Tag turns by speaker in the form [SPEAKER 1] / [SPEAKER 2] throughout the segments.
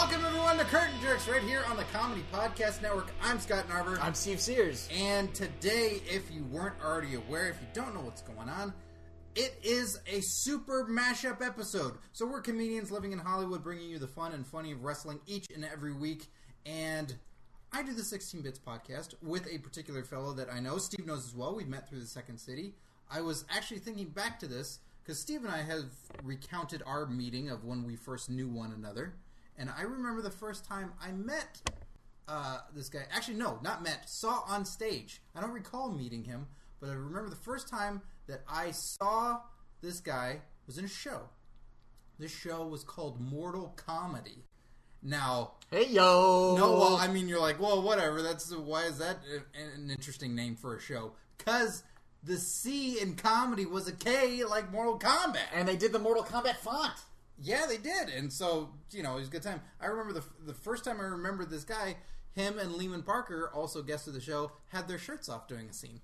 [SPEAKER 1] to Curtain Jerks right here on the Comedy Podcast Network. I'm Scott Narber.
[SPEAKER 2] I'm Steve Sears.
[SPEAKER 1] And today, if you weren't already aware, if you don't know what's going on, it is a super mashup episode. So we're comedians living in Hollywood, bringing you the fun and funny of wrestling each and every week. And I do the 16 Bits podcast with a particular fellow that I know. Steve knows as well. We've met through the Second City. I was actually thinking back to this because Steve and I have recounted our meeting of when we first knew one another. And I remember the first time I met uh, this guy. Actually, no, not met. Saw on stage. I don't recall meeting him, but I remember the first time that I saw this guy was in a show. This show was called Mortal Comedy. Now,
[SPEAKER 2] Hey yo.
[SPEAKER 1] no, well, I mean, you're like, well, whatever. That's why is that a- an interesting name for a show? Because the C in comedy was a K, like Mortal Kombat.
[SPEAKER 2] and they did the Mortal Kombat font.
[SPEAKER 1] Yeah, they did, and so you know it was a good time. I remember the the first time I remember this guy, him and Lehman Parker, also guests of the show, had their shirts off doing a scene,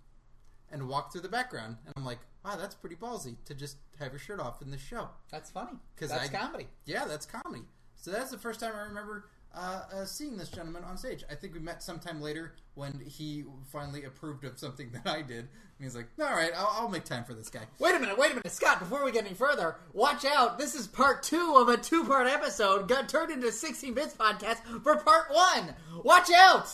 [SPEAKER 1] and walked through the background, and I'm like, wow, that's pretty ballsy to just have your shirt off in this show.
[SPEAKER 2] That's funny.
[SPEAKER 1] 'Cause
[SPEAKER 2] that's
[SPEAKER 1] I-
[SPEAKER 2] comedy.
[SPEAKER 1] Yeah, that's comedy. So that's the first time I remember uh, uh, seeing this gentleman on stage. I think we met sometime later when he finally approved of something that I did, and he's like, all right, I'll, I'll make time for this guy.
[SPEAKER 2] Wait a minute, wait a minute, Scott. Before we get any further, watch out. This is part two of a two-part episode. Got turned into a 16 bits podcast for part one. Watch out.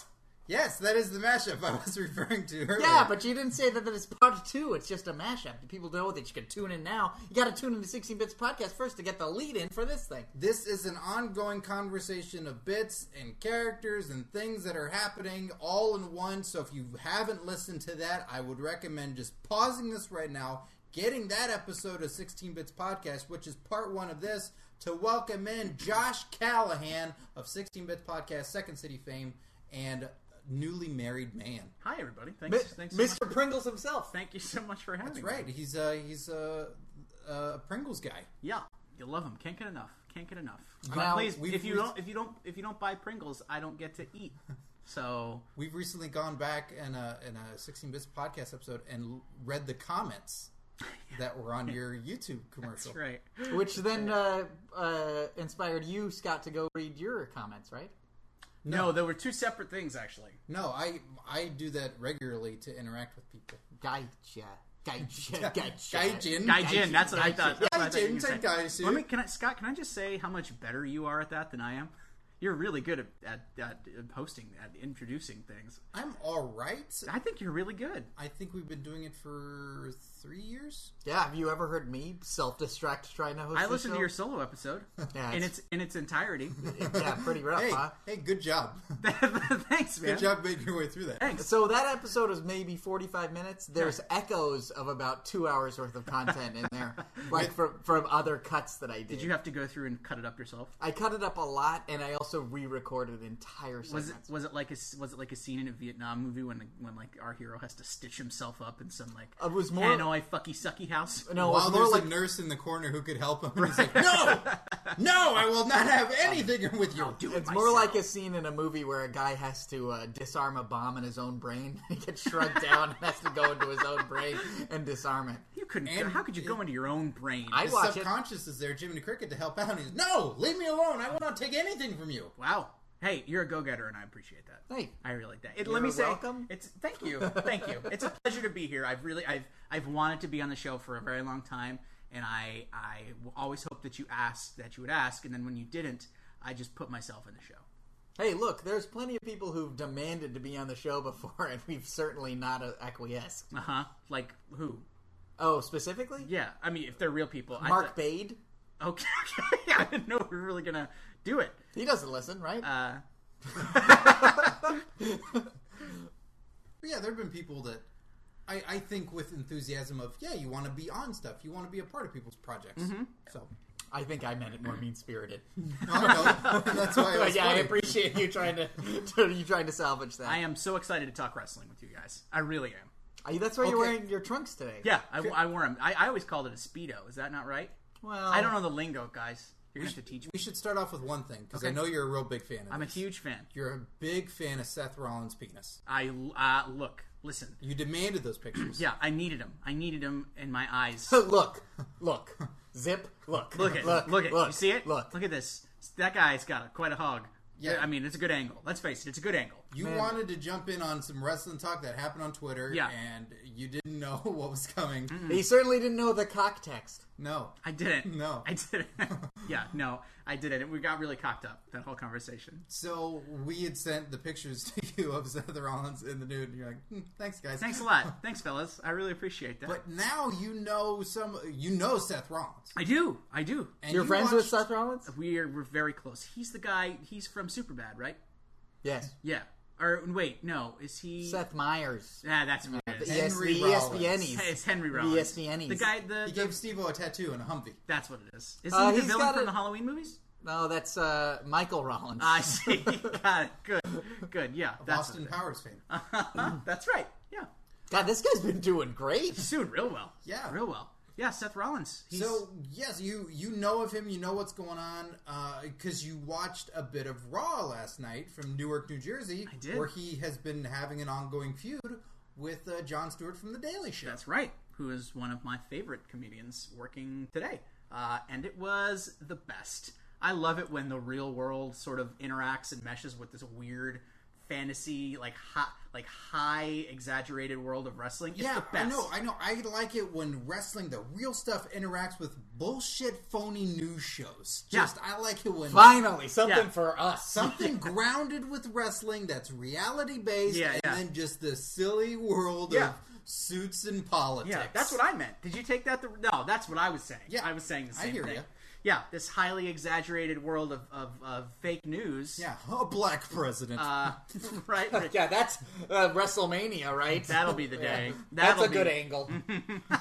[SPEAKER 1] Yes, that is the mashup I was referring to earlier.
[SPEAKER 2] Yeah, but you didn't say that it's part two. It's just a mashup. People know that you can tune in now. You got to tune into 16 bits podcast first to get the lead in for this thing.
[SPEAKER 1] This is an ongoing conversation of bits and characters and things that are happening all in one. So if you haven't listened to that, I would recommend just pausing this right now, getting that episode of 16 Bits Podcast, which is part one of this, to welcome in Josh Callahan of 16 Bits Podcast, Second City fame, and newly married man.
[SPEAKER 3] Hi everybody. Thanks. thanks so much.
[SPEAKER 2] Mr. Pringles himself.
[SPEAKER 3] Thank you so much for having
[SPEAKER 1] That's
[SPEAKER 3] me.
[SPEAKER 1] right. He's uh, he's a, a Pringles guy.
[SPEAKER 3] Yeah. You love them. Can't get enough. Can't get enough. But
[SPEAKER 2] Now,
[SPEAKER 3] please,
[SPEAKER 1] we've-
[SPEAKER 3] if you
[SPEAKER 1] we've-
[SPEAKER 3] don't, if you don't, if you don't buy Pringles, I don't get to eat. So
[SPEAKER 1] We've recently gone back in a in a 16 bits podcast episode and l- read the comments that were on your YouTube commercial.
[SPEAKER 3] that's right.
[SPEAKER 2] Which then uh, uh, inspired you, Scott, to go read your comments, right?
[SPEAKER 3] No, there were two separate things actually.
[SPEAKER 1] No, I I do that regularly to interact with people.
[SPEAKER 2] Gotcha. Gotcha. Gotcha.
[SPEAKER 1] Gaijin.
[SPEAKER 3] Gaijin. That's what I
[SPEAKER 2] Gaijin.
[SPEAKER 3] thought. That's what I thought you
[SPEAKER 1] Gaijin,
[SPEAKER 3] were gonna
[SPEAKER 1] Tenkai,
[SPEAKER 3] say.
[SPEAKER 1] dude.
[SPEAKER 3] Let me, can I, Scott? Can I just say how much better you are at that than I am? You're really good at at, at hosting, at introducing things.
[SPEAKER 1] I'm all right.
[SPEAKER 3] I think you're really good.
[SPEAKER 1] I think we've been doing it for three years.
[SPEAKER 2] Yeah, have you ever heard me self distract trying to host
[SPEAKER 3] I
[SPEAKER 2] this
[SPEAKER 3] listened to
[SPEAKER 2] show?
[SPEAKER 3] your solo episode
[SPEAKER 2] Yeah,
[SPEAKER 3] in
[SPEAKER 2] it's-
[SPEAKER 3] its in its entirety.
[SPEAKER 2] Yeah, pretty rough,
[SPEAKER 1] Hey,
[SPEAKER 2] huh?
[SPEAKER 1] hey, good job.
[SPEAKER 3] Thanks, man.
[SPEAKER 1] Good job making your way through that.
[SPEAKER 3] Thanks.
[SPEAKER 2] So that episode is maybe 45 minutes. There's echoes of about two hours worth of content in there, like from, from other cuts that I did.
[SPEAKER 3] Did you have to go through and cut it up yourself?
[SPEAKER 2] I cut it up a lot, and I also re-recorded entire segments.
[SPEAKER 3] Was it was it like a was it like a scene in a Vietnam movie when when like our hero has to stitch himself up in some like
[SPEAKER 2] Uh, It was more-
[SPEAKER 3] Hanoi fucky sucky house?
[SPEAKER 2] no,
[SPEAKER 1] While
[SPEAKER 2] it was more
[SPEAKER 1] there's
[SPEAKER 2] like
[SPEAKER 1] a nurse in the corner who could help him, and he's like, "No, no, I will not have anything with you."
[SPEAKER 3] do it.
[SPEAKER 2] It's more
[SPEAKER 3] myself.
[SPEAKER 2] like a scene in a movie where a guy has to uh, disarm a bomb in his own brain. he gets shrunk down and has to go into his own brain and disarm it.
[SPEAKER 3] you couldn't.
[SPEAKER 1] and-
[SPEAKER 3] how could you go into your own brain?
[SPEAKER 2] I
[SPEAKER 1] His
[SPEAKER 2] watch it.
[SPEAKER 1] subconscious is there, Jiminy Cricket, to help out. And he's, "No, leave me alone. I will not take anything from you."
[SPEAKER 3] wow. Hey, you're a go getter, and I appreciate that.
[SPEAKER 2] Hey.
[SPEAKER 3] I really like that. It, let me
[SPEAKER 2] You're
[SPEAKER 3] say,
[SPEAKER 2] welcome.
[SPEAKER 3] It's thank you, thank you. It's a pleasure to be here. I've really, I've, I've wanted to be on the show for a very long time, and I, I always hoped that you asked, that you would ask, and then when you didn't, I just put myself in the show.
[SPEAKER 2] Hey, look, there's plenty of people who've demanded to be on the show before, and we've certainly not uh, acquiesced.
[SPEAKER 3] Uh huh. Like who?
[SPEAKER 2] Oh, specifically?
[SPEAKER 3] Yeah, I mean, if they're real people, I
[SPEAKER 2] Mark
[SPEAKER 3] thought-
[SPEAKER 2] Bade?
[SPEAKER 3] Okay, I didn't know we were really gonna do it.
[SPEAKER 2] He doesn't listen, right?
[SPEAKER 3] Uh,
[SPEAKER 1] But yeah, there have been people that I, I think with enthusiasm of, yeah, you want to be on stuff. You want to be a part of people's projects.
[SPEAKER 3] Mm-hmm.
[SPEAKER 1] So,
[SPEAKER 2] I think I meant it more mean-spirited.
[SPEAKER 1] I don't know. That's why I
[SPEAKER 2] but
[SPEAKER 1] was
[SPEAKER 2] yeah, I
[SPEAKER 1] funny.
[SPEAKER 2] appreciate you trying to, to you trying to salvage that.
[SPEAKER 3] I am so excited to talk wrestling with you guys. I really am.
[SPEAKER 2] Uh, That's why you're
[SPEAKER 1] Okay.
[SPEAKER 2] wearing your trunks today.
[SPEAKER 3] Yeah, I, I wore 'em. I, I always called it a speedo. Is that not right?
[SPEAKER 2] Well,
[SPEAKER 3] I don't know the lingo, guys. You're gonna have to teach me.
[SPEAKER 1] We should start off with one thing because I
[SPEAKER 3] Okay.
[SPEAKER 1] know you're a real big fan. Of
[SPEAKER 3] I'm a
[SPEAKER 1] this.
[SPEAKER 3] huge fan.
[SPEAKER 1] You're a big fan of Seth Rollins' penis.
[SPEAKER 3] I uh, look, listen.
[SPEAKER 1] You demanded those pictures.
[SPEAKER 3] Yeah, I needed him. I needed him in my eyes.
[SPEAKER 2] So look, look, zip, look,
[SPEAKER 3] Look at, look, at, you see it?
[SPEAKER 2] look.
[SPEAKER 3] look at this. That guy's got a, quite a hog.
[SPEAKER 1] Yeah.
[SPEAKER 3] I mean, it's a good angle. Let's face it, it's a good angle.
[SPEAKER 1] You
[SPEAKER 2] Man.
[SPEAKER 1] wanted to jump in on some wrestling talk that happened on Twitter,
[SPEAKER 3] Yeah. Mm-hmm.
[SPEAKER 1] and you didn't know what was coming.
[SPEAKER 3] Hmm.
[SPEAKER 2] He certainly didn't know the cock text.
[SPEAKER 1] No,
[SPEAKER 3] I didn't.
[SPEAKER 1] No.
[SPEAKER 3] I didn't. yeah, no, I didn't. And we got really cocked up that whole conversation.
[SPEAKER 1] so we had sent the pictures to you of Seth Rollins in the nude, and you're like, hmm, "Thanks, guys."
[SPEAKER 3] Thanks a lot. Thanks, fellas. I really appreciate that.
[SPEAKER 1] But now you know some. You know Seth Rollins.
[SPEAKER 3] I do. I do.
[SPEAKER 1] And
[SPEAKER 2] You're
[SPEAKER 1] you
[SPEAKER 2] friends with
[SPEAKER 1] watched-
[SPEAKER 2] Seth Rollins?
[SPEAKER 3] We're we're very close. He's the guy. He's from Superbad, right?
[SPEAKER 2] Yes.
[SPEAKER 3] Yeah. Or wait, no, is he?
[SPEAKER 2] Seth Myers.
[SPEAKER 3] Yeah, that's me.
[SPEAKER 2] The, E
[SPEAKER 3] It's
[SPEAKER 1] Henry
[SPEAKER 2] ES, the
[SPEAKER 1] Rollins.
[SPEAKER 2] ESPNies.
[SPEAKER 3] it's Henry Rollins.
[SPEAKER 2] ESPNies.
[SPEAKER 3] The guy. The,
[SPEAKER 1] He
[SPEAKER 3] the-
[SPEAKER 1] gave Steve-O a tattoo and a Humvee.
[SPEAKER 3] that's what it is. Isn't
[SPEAKER 2] Uh,
[SPEAKER 3] he the
[SPEAKER 2] he's
[SPEAKER 3] villain
[SPEAKER 2] got
[SPEAKER 3] from
[SPEAKER 2] a-
[SPEAKER 3] the Halloween movies?
[SPEAKER 2] No, that's uh, Michael Rollins.
[SPEAKER 3] I see. Got it. Good. Good. Yeah. That's
[SPEAKER 1] Austin Powers fame.
[SPEAKER 3] what- that's right. Yeah.
[SPEAKER 2] God, this guy's been doing great.
[SPEAKER 3] He's doing real well.
[SPEAKER 1] Yeah.
[SPEAKER 3] Real well. Yeah. Seth Rollins. He's,
[SPEAKER 1] So yes, you you know of him. You know what's going on because you watched a bit of Raw last night from Newark, New Jersey,
[SPEAKER 3] I did.
[SPEAKER 1] where he has been having an ongoing feud with uh, John Stewart from The Daily Show.
[SPEAKER 3] That's right. Who is one of my favorite comedians working today. Uh, and it was the best. I love it when the real world sort of interacts and meshes with this weird fantasy, like hot, like high exaggerated world of wrestling. It's
[SPEAKER 1] yeah,
[SPEAKER 3] the best.
[SPEAKER 1] I know, I know. I like it when wrestling, the real stuff, interacts with bullshit, phony news shows.
[SPEAKER 3] Yeah.
[SPEAKER 1] Just I like it when
[SPEAKER 2] Finally, something
[SPEAKER 3] Yeah.
[SPEAKER 2] for us.
[SPEAKER 1] something grounded with wrestling that's reality based,
[SPEAKER 3] Yeah,
[SPEAKER 1] and
[SPEAKER 3] yeah.
[SPEAKER 1] then just the silly world of
[SPEAKER 3] Yeah.
[SPEAKER 1] suits and politics.
[SPEAKER 3] Yeah, that's what I meant. Did you take that? The, no, that's what I was saying.
[SPEAKER 1] Yeah,
[SPEAKER 3] I was saying the
[SPEAKER 1] I
[SPEAKER 3] same
[SPEAKER 1] hear
[SPEAKER 3] thing.
[SPEAKER 1] ya.
[SPEAKER 3] Yeah, this highly exaggerated world of, of, of fake news.
[SPEAKER 1] Yeah, a black president.
[SPEAKER 3] Uh, right?
[SPEAKER 2] yeah, that's uh, WrestleMania, right?
[SPEAKER 3] That'll be the day.
[SPEAKER 2] That's
[SPEAKER 3] That'll
[SPEAKER 2] a good
[SPEAKER 3] be-
[SPEAKER 2] angle.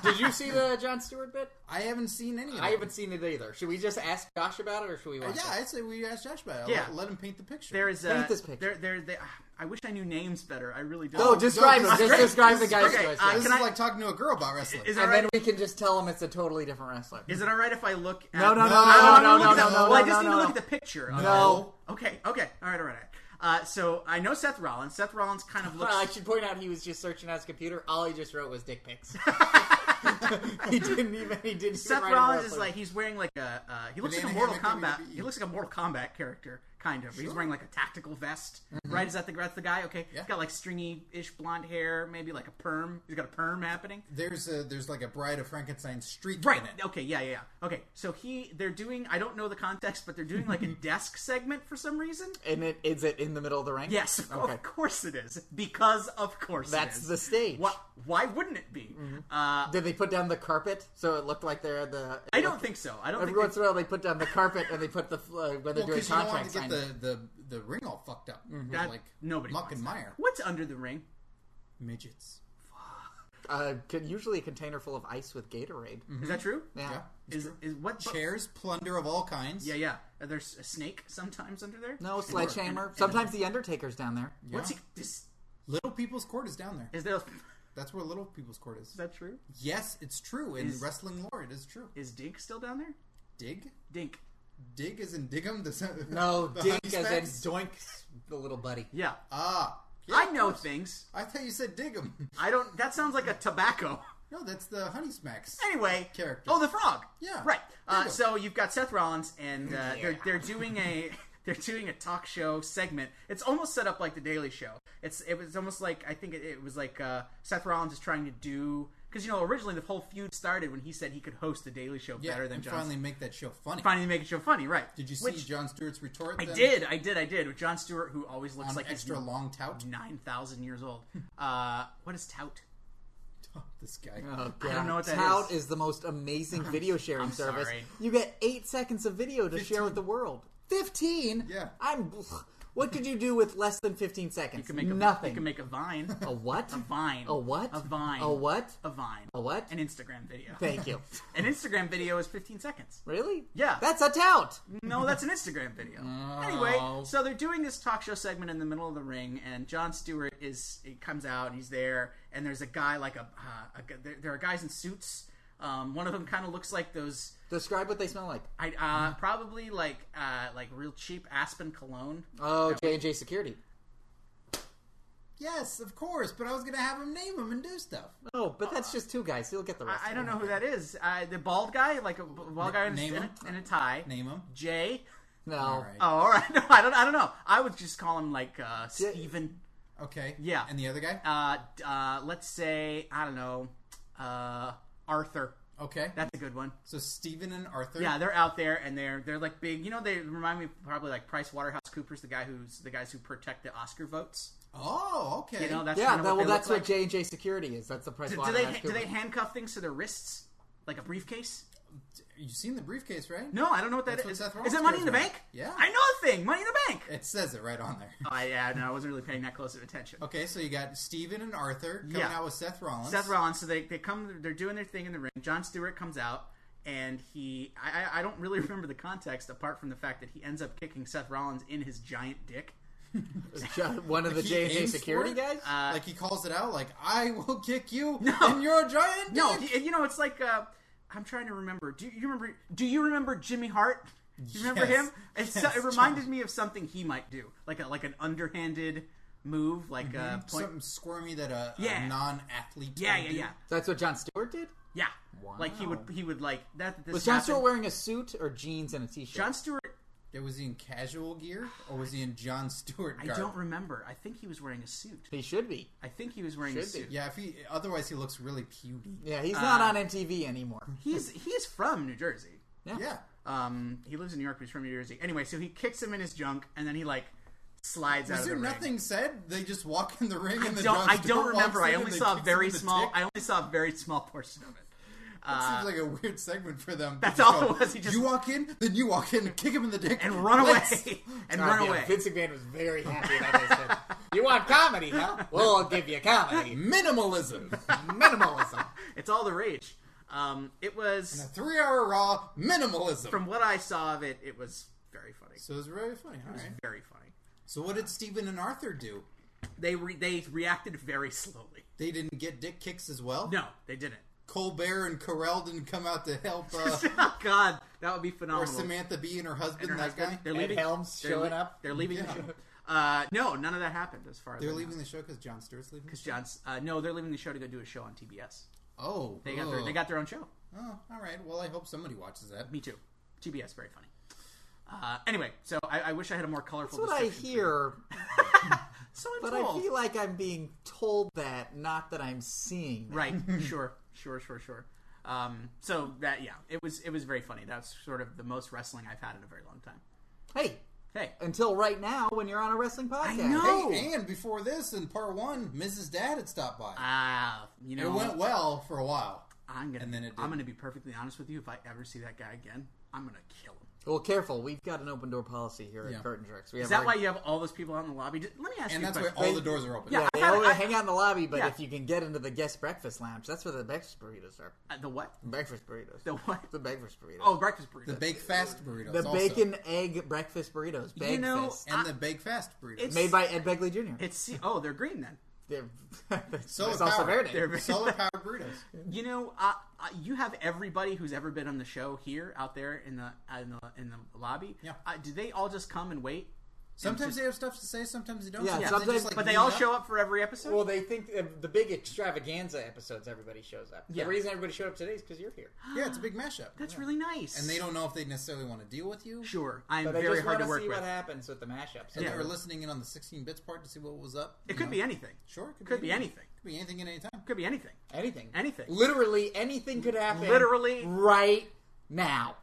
[SPEAKER 2] Did you see the John Stewart bit?
[SPEAKER 1] I haven't seen any of
[SPEAKER 2] I
[SPEAKER 1] it.
[SPEAKER 2] haven't seen it either. Should we just ask Josh about it, or should we watch
[SPEAKER 1] Uh, Yeah,
[SPEAKER 2] it?
[SPEAKER 1] I'd say we asked Josh about it.
[SPEAKER 3] Yeah.
[SPEAKER 1] Let, let him paint the picture.
[SPEAKER 3] There is a.
[SPEAKER 2] Paint this picture.
[SPEAKER 3] There, there, there, I wish I knew names better. I really don't.
[SPEAKER 2] Oh, describe
[SPEAKER 1] No,
[SPEAKER 2] him.
[SPEAKER 1] this is
[SPEAKER 2] Just
[SPEAKER 1] great.
[SPEAKER 2] describe the
[SPEAKER 1] This is
[SPEAKER 2] guy's
[SPEAKER 3] great.
[SPEAKER 2] choice.
[SPEAKER 3] Uh,
[SPEAKER 1] this
[SPEAKER 3] can
[SPEAKER 1] is
[SPEAKER 3] I-
[SPEAKER 1] like talking to a girl about wrestling.
[SPEAKER 3] Is it
[SPEAKER 2] and
[SPEAKER 3] alright?
[SPEAKER 2] then we can just tell him it's a totally different wrestler.
[SPEAKER 3] Is it alright if I look at.
[SPEAKER 2] No, no, no,
[SPEAKER 1] No,
[SPEAKER 2] no,
[SPEAKER 1] no, no,
[SPEAKER 2] no, no, no,
[SPEAKER 1] no,
[SPEAKER 2] no.
[SPEAKER 3] Well, I
[SPEAKER 2] no,
[SPEAKER 3] just need to look
[SPEAKER 2] no.
[SPEAKER 3] at the picture. of
[SPEAKER 2] No.
[SPEAKER 3] it. Okay, okay. All right, all right. all right. Uh, so I know Seth Rollins. Seth Rollins kind of
[SPEAKER 2] Uh,
[SPEAKER 3] looks.
[SPEAKER 2] I should point out he was just searching on his computer. All he just wrote was dick pics. he didn't even. He didn't.
[SPEAKER 3] Seth
[SPEAKER 2] even write a
[SPEAKER 3] Rollins is
[SPEAKER 2] wrestler.
[SPEAKER 3] like he's wearing like a uh, he looks like a
[SPEAKER 1] Banana
[SPEAKER 3] Mortal
[SPEAKER 1] hammock
[SPEAKER 3] Kombat
[SPEAKER 1] WWE.
[SPEAKER 3] he looks like a Mortal Kombat character kind of. He's wearing like a tactical vest,
[SPEAKER 2] Mm-hmm.
[SPEAKER 3] right? Is that the that's the guy? Okay,
[SPEAKER 1] Yeah.
[SPEAKER 3] he's got like stringy ish blonde hair, maybe like a perm. He's got a perm happening.
[SPEAKER 1] There's a there's like a Bride of Frankenstein streak
[SPEAKER 3] Right.
[SPEAKER 1] in it.
[SPEAKER 3] Okay. Yeah. Yeah. yeah. Okay. So he, they're doing. I don't know the context, but they're doing like a desk segment for some reason.
[SPEAKER 2] And it is it in the middle of the ring?
[SPEAKER 3] Yes. of-
[SPEAKER 2] Okay.
[SPEAKER 3] Of course it is. Because of course
[SPEAKER 2] That's
[SPEAKER 3] it is.
[SPEAKER 2] the stage.
[SPEAKER 3] Why, why wouldn't it be? Uh,
[SPEAKER 2] Did they put down the carpet so it looked like they're the?
[SPEAKER 3] I don't think so. I don't
[SPEAKER 2] Every
[SPEAKER 3] think.
[SPEAKER 2] once in a while they put down the carpet and they put the uh, when they're
[SPEAKER 1] Well,
[SPEAKER 2] doing
[SPEAKER 1] because you don't want
[SPEAKER 2] contract
[SPEAKER 1] to get
[SPEAKER 2] signing.
[SPEAKER 1] the, the, the ring all fucked up. with,
[SPEAKER 3] Mm-hmm. That-
[SPEAKER 1] like
[SPEAKER 3] nobody
[SPEAKER 1] Muck
[SPEAKER 3] wants
[SPEAKER 1] and
[SPEAKER 3] that.
[SPEAKER 1] Meyer.
[SPEAKER 3] What's under the ring?
[SPEAKER 1] Midgets.
[SPEAKER 2] Uh, con- usually a container full of ice with Gatorade.
[SPEAKER 1] Mm-hmm.
[SPEAKER 3] Is that true?
[SPEAKER 2] Yeah.
[SPEAKER 1] Yeah.
[SPEAKER 3] Is is what?
[SPEAKER 1] Chairs, plunder of all kinds.
[SPEAKER 3] Yeah, yeah. Uh, There's a snake sometimes under there.
[SPEAKER 2] No
[SPEAKER 3] And-
[SPEAKER 2] sledgehammer.
[SPEAKER 3] and-
[SPEAKER 2] Sometimes the Undertaker's down there.
[SPEAKER 3] and- What's he? Is,
[SPEAKER 1] Little People's Court is down there.
[SPEAKER 3] is there? Is
[SPEAKER 1] That's where Little People's Court is.
[SPEAKER 3] that true?
[SPEAKER 1] Yes, it's true. In
[SPEAKER 3] Is-
[SPEAKER 1] wrestling lore, it is true.
[SPEAKER 3] Is Dink still down there?
[SPEAKER 1] Dig?
[SPEAKER 3] Dink.
[SPEAKER 1] Dig is in Diggum? The,
[SPEAKER 2] No,
[SPEAKER 1] the
[SPEAKER 2] Dink
[SPEAKER 1] honey
[SPEAKER 2] as in
[SPEAKER 1] smacks?
[SPEAKER 2] Doink's the little buddy.
[SPEAKER 3] Yeah.
[SPEAKER 1] Ah. Yeah,
[SPEAKER 3] I
[SPEAKER 1] of
[SPEAKER 3] know
[SPEAKER 1] course.
[SPEAKER 3] things.
[SPEAKER 1] I thought you said Diggum.
[SPEAKER 3] I don't. That sounds like a tobacco.
[SPEAKER 1] No, that's the Honey Smacks.
[SPEAKER 3] Anyway,
[SPEAKER 1] Character.
[SPEAKER 3] Oh, the frog.
[SPEAKER 1] Yeah.
[SPEAKER 3] Right.
[SPEAKER 1] There you
[SPEAKER 3] Uh,
[SPEAKER 1] go.
[SPEAKER 3] so you've got Seth Rollins, and uh,
[SPEAKER 2] Yeah.
[SPEAKER 3] they're they're doing a they're doing a talk show segment. It's almost set up like the Daily Show. It's it was almost like I think it, it was like uh, Seth Rollins is trying to do because you know originally the whole feud started when he said he could host the Daily Show
[SPEAKER 1] Yeah,
[SPEAKER 3] better than
[SPEAKER 1] and
[SPEAKER 3] John.
[SPEAKER 1] finally make that show funny.
[SPEAKER 3] finally making show funny, right?
[SPEAKER 1] Did you see
[SPEAKER 3] Which
[SPEAKER 1] John Stewart's retort?
[SPEAKER 3] I
[SPEAKER 1] then?
[SPEAKER 3] did, I did, I did. With John Stewart, who always looks
[SPEAKER 1] On
[SPEAKER 3] like Mm.
[SPEAKER 1] extra
[SPEAKER 3] he's
[SPEAKER 1] long Hmm. tout.
[SPEAKER 3] nine thousand years old. uh, what is tout?
[SPEAKER 1] this guy.
[SPEAKER 2] Oh,
[SPEAKER 3] I don't know what that
[SPEAKER 2] Tout
[SPEAKER 3] is.
[SPEAKER 2] is the most amazing video sharing service.
[SPEAKER 3] sorry.
[SPEAKER 2] You get eight seconds of video to share with the world. Fifteen?
[SPEAKER 1] Yeah.
[SPEAKER 2] I'm. What could you do with less than fifteen seconds?
[SPEAKER 3] You can make a,
[SPEAKER 2] nothing.
[SPEAKER 3] You can make a vine.
[SPEAKER 2] a what?
[SPEAKER 3] A vine.
[SPEAKER 2] A what?
[SPEAKER 3] A vine.
[SPEAKER 2] A what?
[SPEAKER 3] A vine.
[SPEAKER 2] A what?
[SPEAKER 3] An Instagram video.
[SPEAKER 2] Thank you.
[SPEAKER 3] An Instagram video is 15 seconds.
[SPEAKER 2] Really?
[SPEAKER 3] Yeah.
[SPEAKER 2] That's a tout.
[SPEAKER 3] No, that's an Instagram video.
[SPEAKER 1] Oh.
[SPEAKER 3] Anyway, so they're doing this talk show segment in the middle of the ring, and John Stewart is he comes out, and he's there, and there's a guy like a, uh, a gu- there, there are guys in suits. Um, one of them kind of looks like those,
[SPEAKER 2] Describe what they smell like.
[SPEAKER 3] I, uh, probably like uh, like real cheap Aspen cologne.
[SPEAKER 2] Oh, J and J Security.
[SPEAKER 1] Yes, of course, but I was going to have him name him and do stuff.
[SPEAKER 2] Oh, but that's just two guys. He'll get the rest.
[SPEAKER 3] I, I
[SPEAKER 2] of
[SPEAKER 3] don't
[SPEAKER 2] them.
[SPEAKER 3] know who that is. Uh, the bald guy, like a b- bald guy in, a-
[SPEAKER 1] Name
[SPEAKER 3] in,
[SPEAKER 1] him.
[SPEAKER 3] a, in a tie.
[SPEAKER 1] Name him.
[SPEAKER 3] Jay.
[SPEAKER 2] No.
[SPEAKER 1] All right.
[SPEAKER 3] Oh, all right. No, I don't. I don't know. I would just call him like uh, Stephen.
[SPEAKER 1] Okay.
[SPEAKER 3] oh. Yeah.
[SPEAKER 1] And the other guy?
[SPEAKER 3] Uh, d- uh, let's say I don't know. Uh, Arthur.
[SPEAKER 1] Okay.
[SPEAKER 3] That's a good one.
[SPEAKER 1] So Steven and Arthur.
[SPEAKER 3] Yeah, they're out there and they're they're like big. You know, they remind me probably like Price Waterhouse Coopers, the guy who's the guys who protect the Oscar votes.
[SPEAKER 1] Oh, okay.
[SPEAKER 3] You know, that's
[SPEAKER 2] Yeah,
[SPEAKER 3] kind of
[SPEAKER 2] that, well,
[SPEAKER 3] what they
[SPEAKER 2] that's
[SPEAKER 3] look
[SPEAKER 2] what J and J Security is. That's the price.
[SPEAKER 3] like. Do, do they do they handcuff things to their wrists like a briefcase?
[SPEAKER 1] You've seen the briefcase, right?
[SPEAKER 3] No, I don't know what that
[SPEAKER 1] That's what
[SPEAKER 3] is.
[SPEAKER 1] Seth
[SPEAKER 3] is
[SPEAKER 1] Rollins
[SPEAKER 3] it Money
[SPEAKER 1] goes
[SPEAKER 3] in the
[SPEAKER 1] by.
[SPEAKER 3] Bank?
[SPEAKER 1] Yeah.
[SPEAKER 3] I know a thing. Money in the Bank.
[SPEAKER 1] It says it right on there.
[SPEAKER 3] Oh yeah, no, I wasn't really paying that close of attention.
[SPEAKER 1] Okay, so you got Steven and Arthur coming
[SPEAKER 3] Yeah.
[SPEAKER 1] out with Seth Rollins.
[SPEAKER 3] Seth Rollins. So they, they come, they're doing their thing in the ring. John Stewart comes out, and he, I, I- I don't really remember the context apart from the fact that he ends up kicking Seth Rollins in his giant dick.
[SPEAKER 2] one of the
[SPEAKER 1] He
[SPEAKER 2] J and J
[SPEAKER 1] aims
[SPEAKER 2] Security
[SPEAKER 1] for it?
[SPEAKER 2] guys?
[SPEAKER 1] like he calls it out, like I will kick you,
[SPEAKER 3] uh, No.
[SPEAKER 1] and you're a giant.
[SPEAKER 3] No,
[SPEAKER 1] dick."
[SPEAKER 3] he, you know, it's like, uh, I'm trying to remember. Do you remember? Do you remember Jimmy Hart? You remember
[SPEAKER 1] Yes.
[SPEAKER 3] him? It's,
[SPEAKER 1] Yes,
[SPEAKER 3] it reminded
[SPEAKER 1] John.
[SPEAKER 3] me of something he might do, like a, like an underhanded move, like a point.
[SPEAKER 1] something squirmy that a, a
[SPEAKER 3] Yeah.
[SPEAKER 1] non-athlete.
[SPEAKER 3] yeah,
[SPEAKER 1] would
[SPEAKER 3] yeah,
[SPEAKER 1] do.
[SPEAKER 3] yeah,
[SPEAKER 2] that's what John Stewart did.
[SPEAKER 3] yeah. Like he would, he would like that. This
[SPEAKER 2] Was John
[SPEAKER 3] happened.
[SPEAKER 2] Stewart wearing a suit or jeans and a t-shirt?
[SPEAKER 3] John Stewart
[SPEAKER 1] Yeah, Was he in casual gear or was he in John Stewart?
[SPEAKER 3] I
[SPEAKER 1] garb?
[SPEAKER 3] don't remember. I think he was wearing a suit.
[SPEAKER 2] he should be.
[SPEAKER 3] I think he was wearing a
[SPEAKER 2] Should be.
[SPEAKER 3] suit.
[SPEAKER 1] Yeah, if he otherwise he looks really puny.
[SPEAKER 2] Yeah, he's not on MTV anymore.
[SPEAKER 3] He's he is from New Jersey.
[SPEAKER 1] Yeah.
[SPEAKER 3] Um, he lives in New York, but he's from New Jersey. Anyway, so he kicks him in his junk, and then he like slides out
[SPEAKER 1] Is
[SPEAKER 3] of the
[SPEAKER 1] there
[SPEAKER 3] ring.
[SPEAKER 1] nothing said? They just walk in the ring and
[SPEAKER 3] I
[SPEAKER 1] the
[SPEAKER 3] don't,
[SPEAKER 1] John
[SPEAKER 3] I don't
[SPEAKER 1] Stewart walks
[SPEAKER 3] remember.
[SPEAKER 1] in
[SPEAKER 3] I
[SPEAKER 1] and
[SPEAKER 3] only
[SPEAKER 1] they
[SPEAKER 3] saw a
[SPEAKER 1] kick
[SPEAKER 3] very
[SPEAKER 1] him in the
[SPEAKER 3] small.
[SPEAKER 1] dick?
[SPEAKER 3] I only saw a very small portion of it.
[SPEAKER 1] Seems like a weird segment for them.
[SPEAKER 3] That's
[SPEAKER 1] Just
[SPEAKER 3] all
[SPEAKER 1] go,
[SPEAKER 3] it was, he just-
[SPEAKER 1] you walk in, then you walk in, kick him in the dick,
[SPEAKER 3] And run away.
[SPEAKER 1] Let's-
[SPEAKER 3] and
[SPEAKER 2] God,
[SPEAKER 3] run
[SPEAKER 2] yeah,
[SPEAKER 3] away.
[SPEAKER 2] Vince McMahon was very happy about this. Said, you want comedy, huh? Well, I'll give you comedy.
[SPEAKER 1] Minimalism.
[SPEAKER 2] Minimalism.
[SPEAKER 3] It's all the rage. Um, it was
[SPEAKER 1] Three-hour Raw minimalism.
[SPEAKER 3] from what I saw of it. It was very funny.
[SPEAKER 1] so it was really funny. All right.
[SPEAKER 3] Very funny.
[SPEAKER 1] So what did Steven and Arthur do?
[SPEAKER 3] They re- they reacted very slowly.
[SPEAKER 1] They didn't get dick kicks as well.
[SPEAKER 3] No, they didn't.
[SPEAKER 1] Colbert and Carell didn't come out to help. Uh,
[SPEAKER 3] oh, God, that would be phenomenal.
[SPEAKER 1] or Samantha Bee and her husband.
[SPEAKER 3] her
[SPEAKER 1] that
[SPEAKER 3] husband.
[SPEAKER 1] guy.
[SPEAKER 3] They're
[SPEAKER 2] Ed
[SPEAKER 3] leaving.
[SPEAKER 2] Helms
[SPEAKER 3] they're
[SPEAKER 2] showing
[SPEAKER 3] lea-
[SPEAKER 2] up.
[SPEAKER 3] They're leaving the
[SPEAKER 1] Yeah.
[SPEAKER 3] show. Uh, no, none of that happened as far as
[SPEAKER 1] They're
[SPEAKER 3] I know.
[SPEAKER 1] leaving the show because John Stewart's leaving. the show?
[SPEAKER 3] John's. Uh, no, they're leaving the show to go do a show on TBS.
[SPEAKER 1] Oh,
[SPEAKER 3] They got their,
[SPEAKER 1] ugh.
[SPEAKER 3] they got their own show.
[SPEAKER 1] Oh, all right. Well, I hope somebody watches that.
[SPEAKER 3] Me too. TBS, very funny. Uh, anyway, so I, I wish I had a more colorful.
[SPEAKER 2] That's what I
[SPEAKER 3] description for you.
[SPEAKER 2] hear,
[SPEAKER 3] So I'm
[SPEAKER 2] but
[SPEAKER 3] told.
[SPEAKER 2] I feel like I'm being told that, not that I'm seeing. That.
[SPEAKER 3] right. Sure. Sure. Sure. Sure. Um, so that yeah, it was it was very funny. That's sort of the most wrestling I've had in a very long time.
[SPEAKER 2] Hey,
[SPEAKER 3] Hey,
[SPEAKER 1] Uh,
[SPEAKER 2] until right now, when you're on a wrestling podcast,
[SPEAKER 3] know. Oh.
[SPEAKER 1] Hey, and before this, in part one, Mrs. Dad had stopped by.
[SPEAKER 3] ah, you know
[SPEAKER 1] it went well for a while.
[SPEAKER 3] I'm gonna
[SPEAKER 1] and then it
[SPEAKER 3] I'm
[SPEAKER 1] didn't.
[SPEAKER 3] gonna be perfectly honest with you. If I ever see that guy again, I'm gonna kill him.
[SPEAKER 2] well, careful. We've got an open door policy here
[SPEAKER 1] Yeah.
[SPEAKER 2] at Curtain Jerks. We have
[SPEAKER 3] Is that
[SPEAKER 2] our-
[SPEAKER 3] why you have all those people out in the lobby? Just- let me ask
[SPEAKER 1] And
[SPEAKER 3] you a
[SPEAKER 1] that's why
[SPEAKER 3] question.
[SPEAKER 1] all the doors are open.
[SPEAKER 3] Yeah.
[SPEAKER 2] They
[SPEAKER 3] I thought-
[SPEAKER 2] always
[SPEAKER 3] I-
[SPEAKER 2] hang out in the lobby, but
[SPEAKER 3] Yeah.
[SPEAKER 2] if you can get into the guest breakfast lounge, that's where the breakfast burritos are.
[SPEAKER 3] Uh, the what?
[SPEAKER 2] Breakfast burritos.
[SPEAKER 3] The what?
[SPEAKER 2] The breakfast burritos.
[SPEAKER 3] Oh, breakfast burrito.
[SPEAKER 1] The bake fast burritos.
[SPEAKER 2] the
[SPEAKER 1] also.
[SPEAKER 2] bacon egg breakfast burritos. Bag
[SPEAKER 3] know,
[SPEAKER 2] fest.
[SPEAKER 1] and the bake fast burritos.
[SPEAKER 3] It's-
[SPEAKER 2] made by Ed Begley Jr.
[SPEAKER 3] It's oh, they're green then.
[SPEAKER 2] They're,
[SPEAKER 1] Solar
[SPEAKER 2] it's also
[SPEAKER 1] powered.
[SPEAKER 2] Verde.
[SPEAKER 3] They're-
[SPEAKER 1] Solar powered burritos.
[SPEAKER 3] You know, uh, uh, you have everybody who's ever been on the show here out there in the uh, in the in the lobby.
[SPEAKER 1] Yeah.
[SPEAKER 3] Uh, do they all just come and wait?
[SPEAKER 1] Sometimes they have stuff to say. Sometimes they don't.
[SPEAKER 2] Yeah,
[SPEAKER 1] sometimes, they
[SPEAKER 2] sometimes-
[SPEAKER 1] just, like,
[SPEAKER 3] But they
[SPEAKER 1] meet
[SPEAKER 3] all
[SPEAKER 1] up.
[SPEAKER 3] show up for every episode.
[SPEAKER 2] Well, they think of the big extravaganza episodes. Everybody shows up.
[SPEAKER 3] Yeah.
[SPEAKER 2] The reason everybody showed up today is because you're here.
[SPEAKER 1] Yeah, it's a big mashup.
[SPEAKER 3] That's
[SPEAKER 1] Yeah.
[SPEAKER 3] really nice.
[SPEAKER 1] And they don't know if they necessarily want to deal with you.
[SPEAKER 3] Sure, I'm
[SPEAKER 2] But I
[SPEAKER 3] very
[SPEAKER 2] just want
[SPEAKER 3] hard to
[SPEAKER 2] to
[SPEAKER 3] work
[SPEAKER 2] see
[SPEAKER 3] with.
[SPEAKER 2] what happens with the mashups.
[SPEAKER 1] And
[SPEAKER 3] Yeah.
[SPEAKER 1] they were listening in on the 16 bits part to see what was up.
[SPEAKER 3] It
[SPEAKER 1] you
[SPEAKER 3] could
[SPEAKER 1] know.
[SPEAKER 3] be anything.
[SPEAKER 1] Sure, it could,
[SPEAKER 3] Could be anything.
[SPEAKER 1] Could be anything at any time.
[SPEAKER 3] Could be anything.
[SPEAKER 2] Anything.
[SPEAKER 3] Anything.
[SPEAKER 2] Literally anything could happen.
[SPEAKER 3] Literally.
[SPEAKER 2] Right now.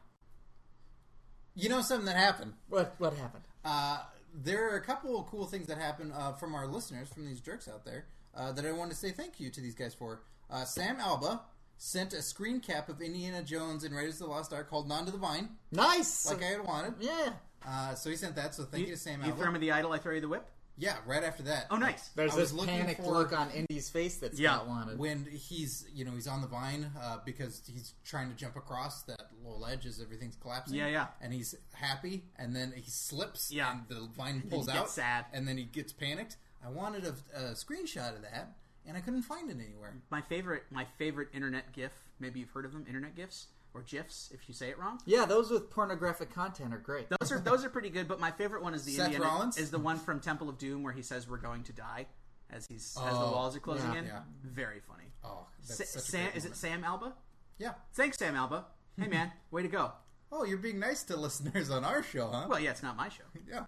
[SPEAKER 1] You know something that happened?
[SPEAKER 2] What what happened?
[SPEAKER 1] Uh, there are a couple of cool things that happened uh, from our listeners, from these jerks out there, uh, that I wanted to say thank you to these guys for. Uh, Sam Alba sent a screen cap of Indiana Jones and Raiders of the Lost Ark called Non to the Vine,
[SPEAKER 2] Nice.
[SPEAKER 1] like I had wanted.
[SPEAKER 2] yeah.
[SPEAKER 1] Uh, so he sent that, so thank you,
[SPEAKER 3] You,
[SPEAKER 1] to Sam
[SPEAKER 3] you
[SPEAKER 1] Alba.
[SPEAKER 3] throw me the idol, I throw you the whip.
[SPEAKER 1] Yeah, right after that.
[SPEAKER 3] Oh, nice.
[SPEAKER 2] There's
[SPEAKER 1] I was
[SPEAKER 2] this
[SPEAKER 1] looking
[SPEAKER 2] panicked
[SPEAKER 1] for-
[SPEAKER 2] look on Indy's face that's
[SPEAKER 3] Yeah.
[SPEAKER 2] not wanted.
[SPEAKER 1] uh, when he's you know he's on the vine uh, because he's trying to jump across that little ledge as everything's collapsing.
[SPEAKER 3] Yeah, yeah.
[SPEAKER 1] And he's happy, and then he slips.
[SPEAKER 3] Yeah.
[SPEAKER 1] And the vine pulls
[SPEAKER 3] gets
[SPEAKER 1] out.
[SPEAKER 3] sad.
[SPEAKER 1] And then he gets panicked. I wanted a, a screenshot of that, and I couldn't find it anywhere.
[SPEAKER 3] My favorite, my favorite internet GIF. Maybe you've heard of them, internet GIFs or GIFs, if you say it wrong.
[SPEAKER 2] yeah, those with pornographic content are great.
[SPEAKER 3] Those are those are pretty good, but my favorite one is the
[SPEAKER 1] Seth
[SPEAKER 3] Indiana,
[SPEAKER 1] Rollins?
[SPEAKER 3] is the one from Temple of Doom where he says we're going to die as he's as the
[SPEAKER 1] Oh,
[SPEAKER 3] walls are closing
[SPEAKER 2] yeah,
[SPEAKER 3] in.
[SPEAKER 1] yeah.
[SPEAKER 3] Very funny.
[SPEAKER 1] Oh, that's
[SPEAKER 3] Sa-
[SPEAKER 1] such a
[SPEAKER 3] Sam,
[SPEAKER 1] great
[SPEAKER 3] is it
[SPEAKER 1] moment.
[SPEAKER 3] Sam Alba?
[SPEAKER 1] Yeah.
[SPEAKER 3] Thanks, Sam Alba. Hey man, way to go.
[SPEAKER 1] Oh, you're being nice to listeners on our show, huh?
[SPEAKER 3] Well, yeah, it's not my show.
[SPEAKER 1] yeah.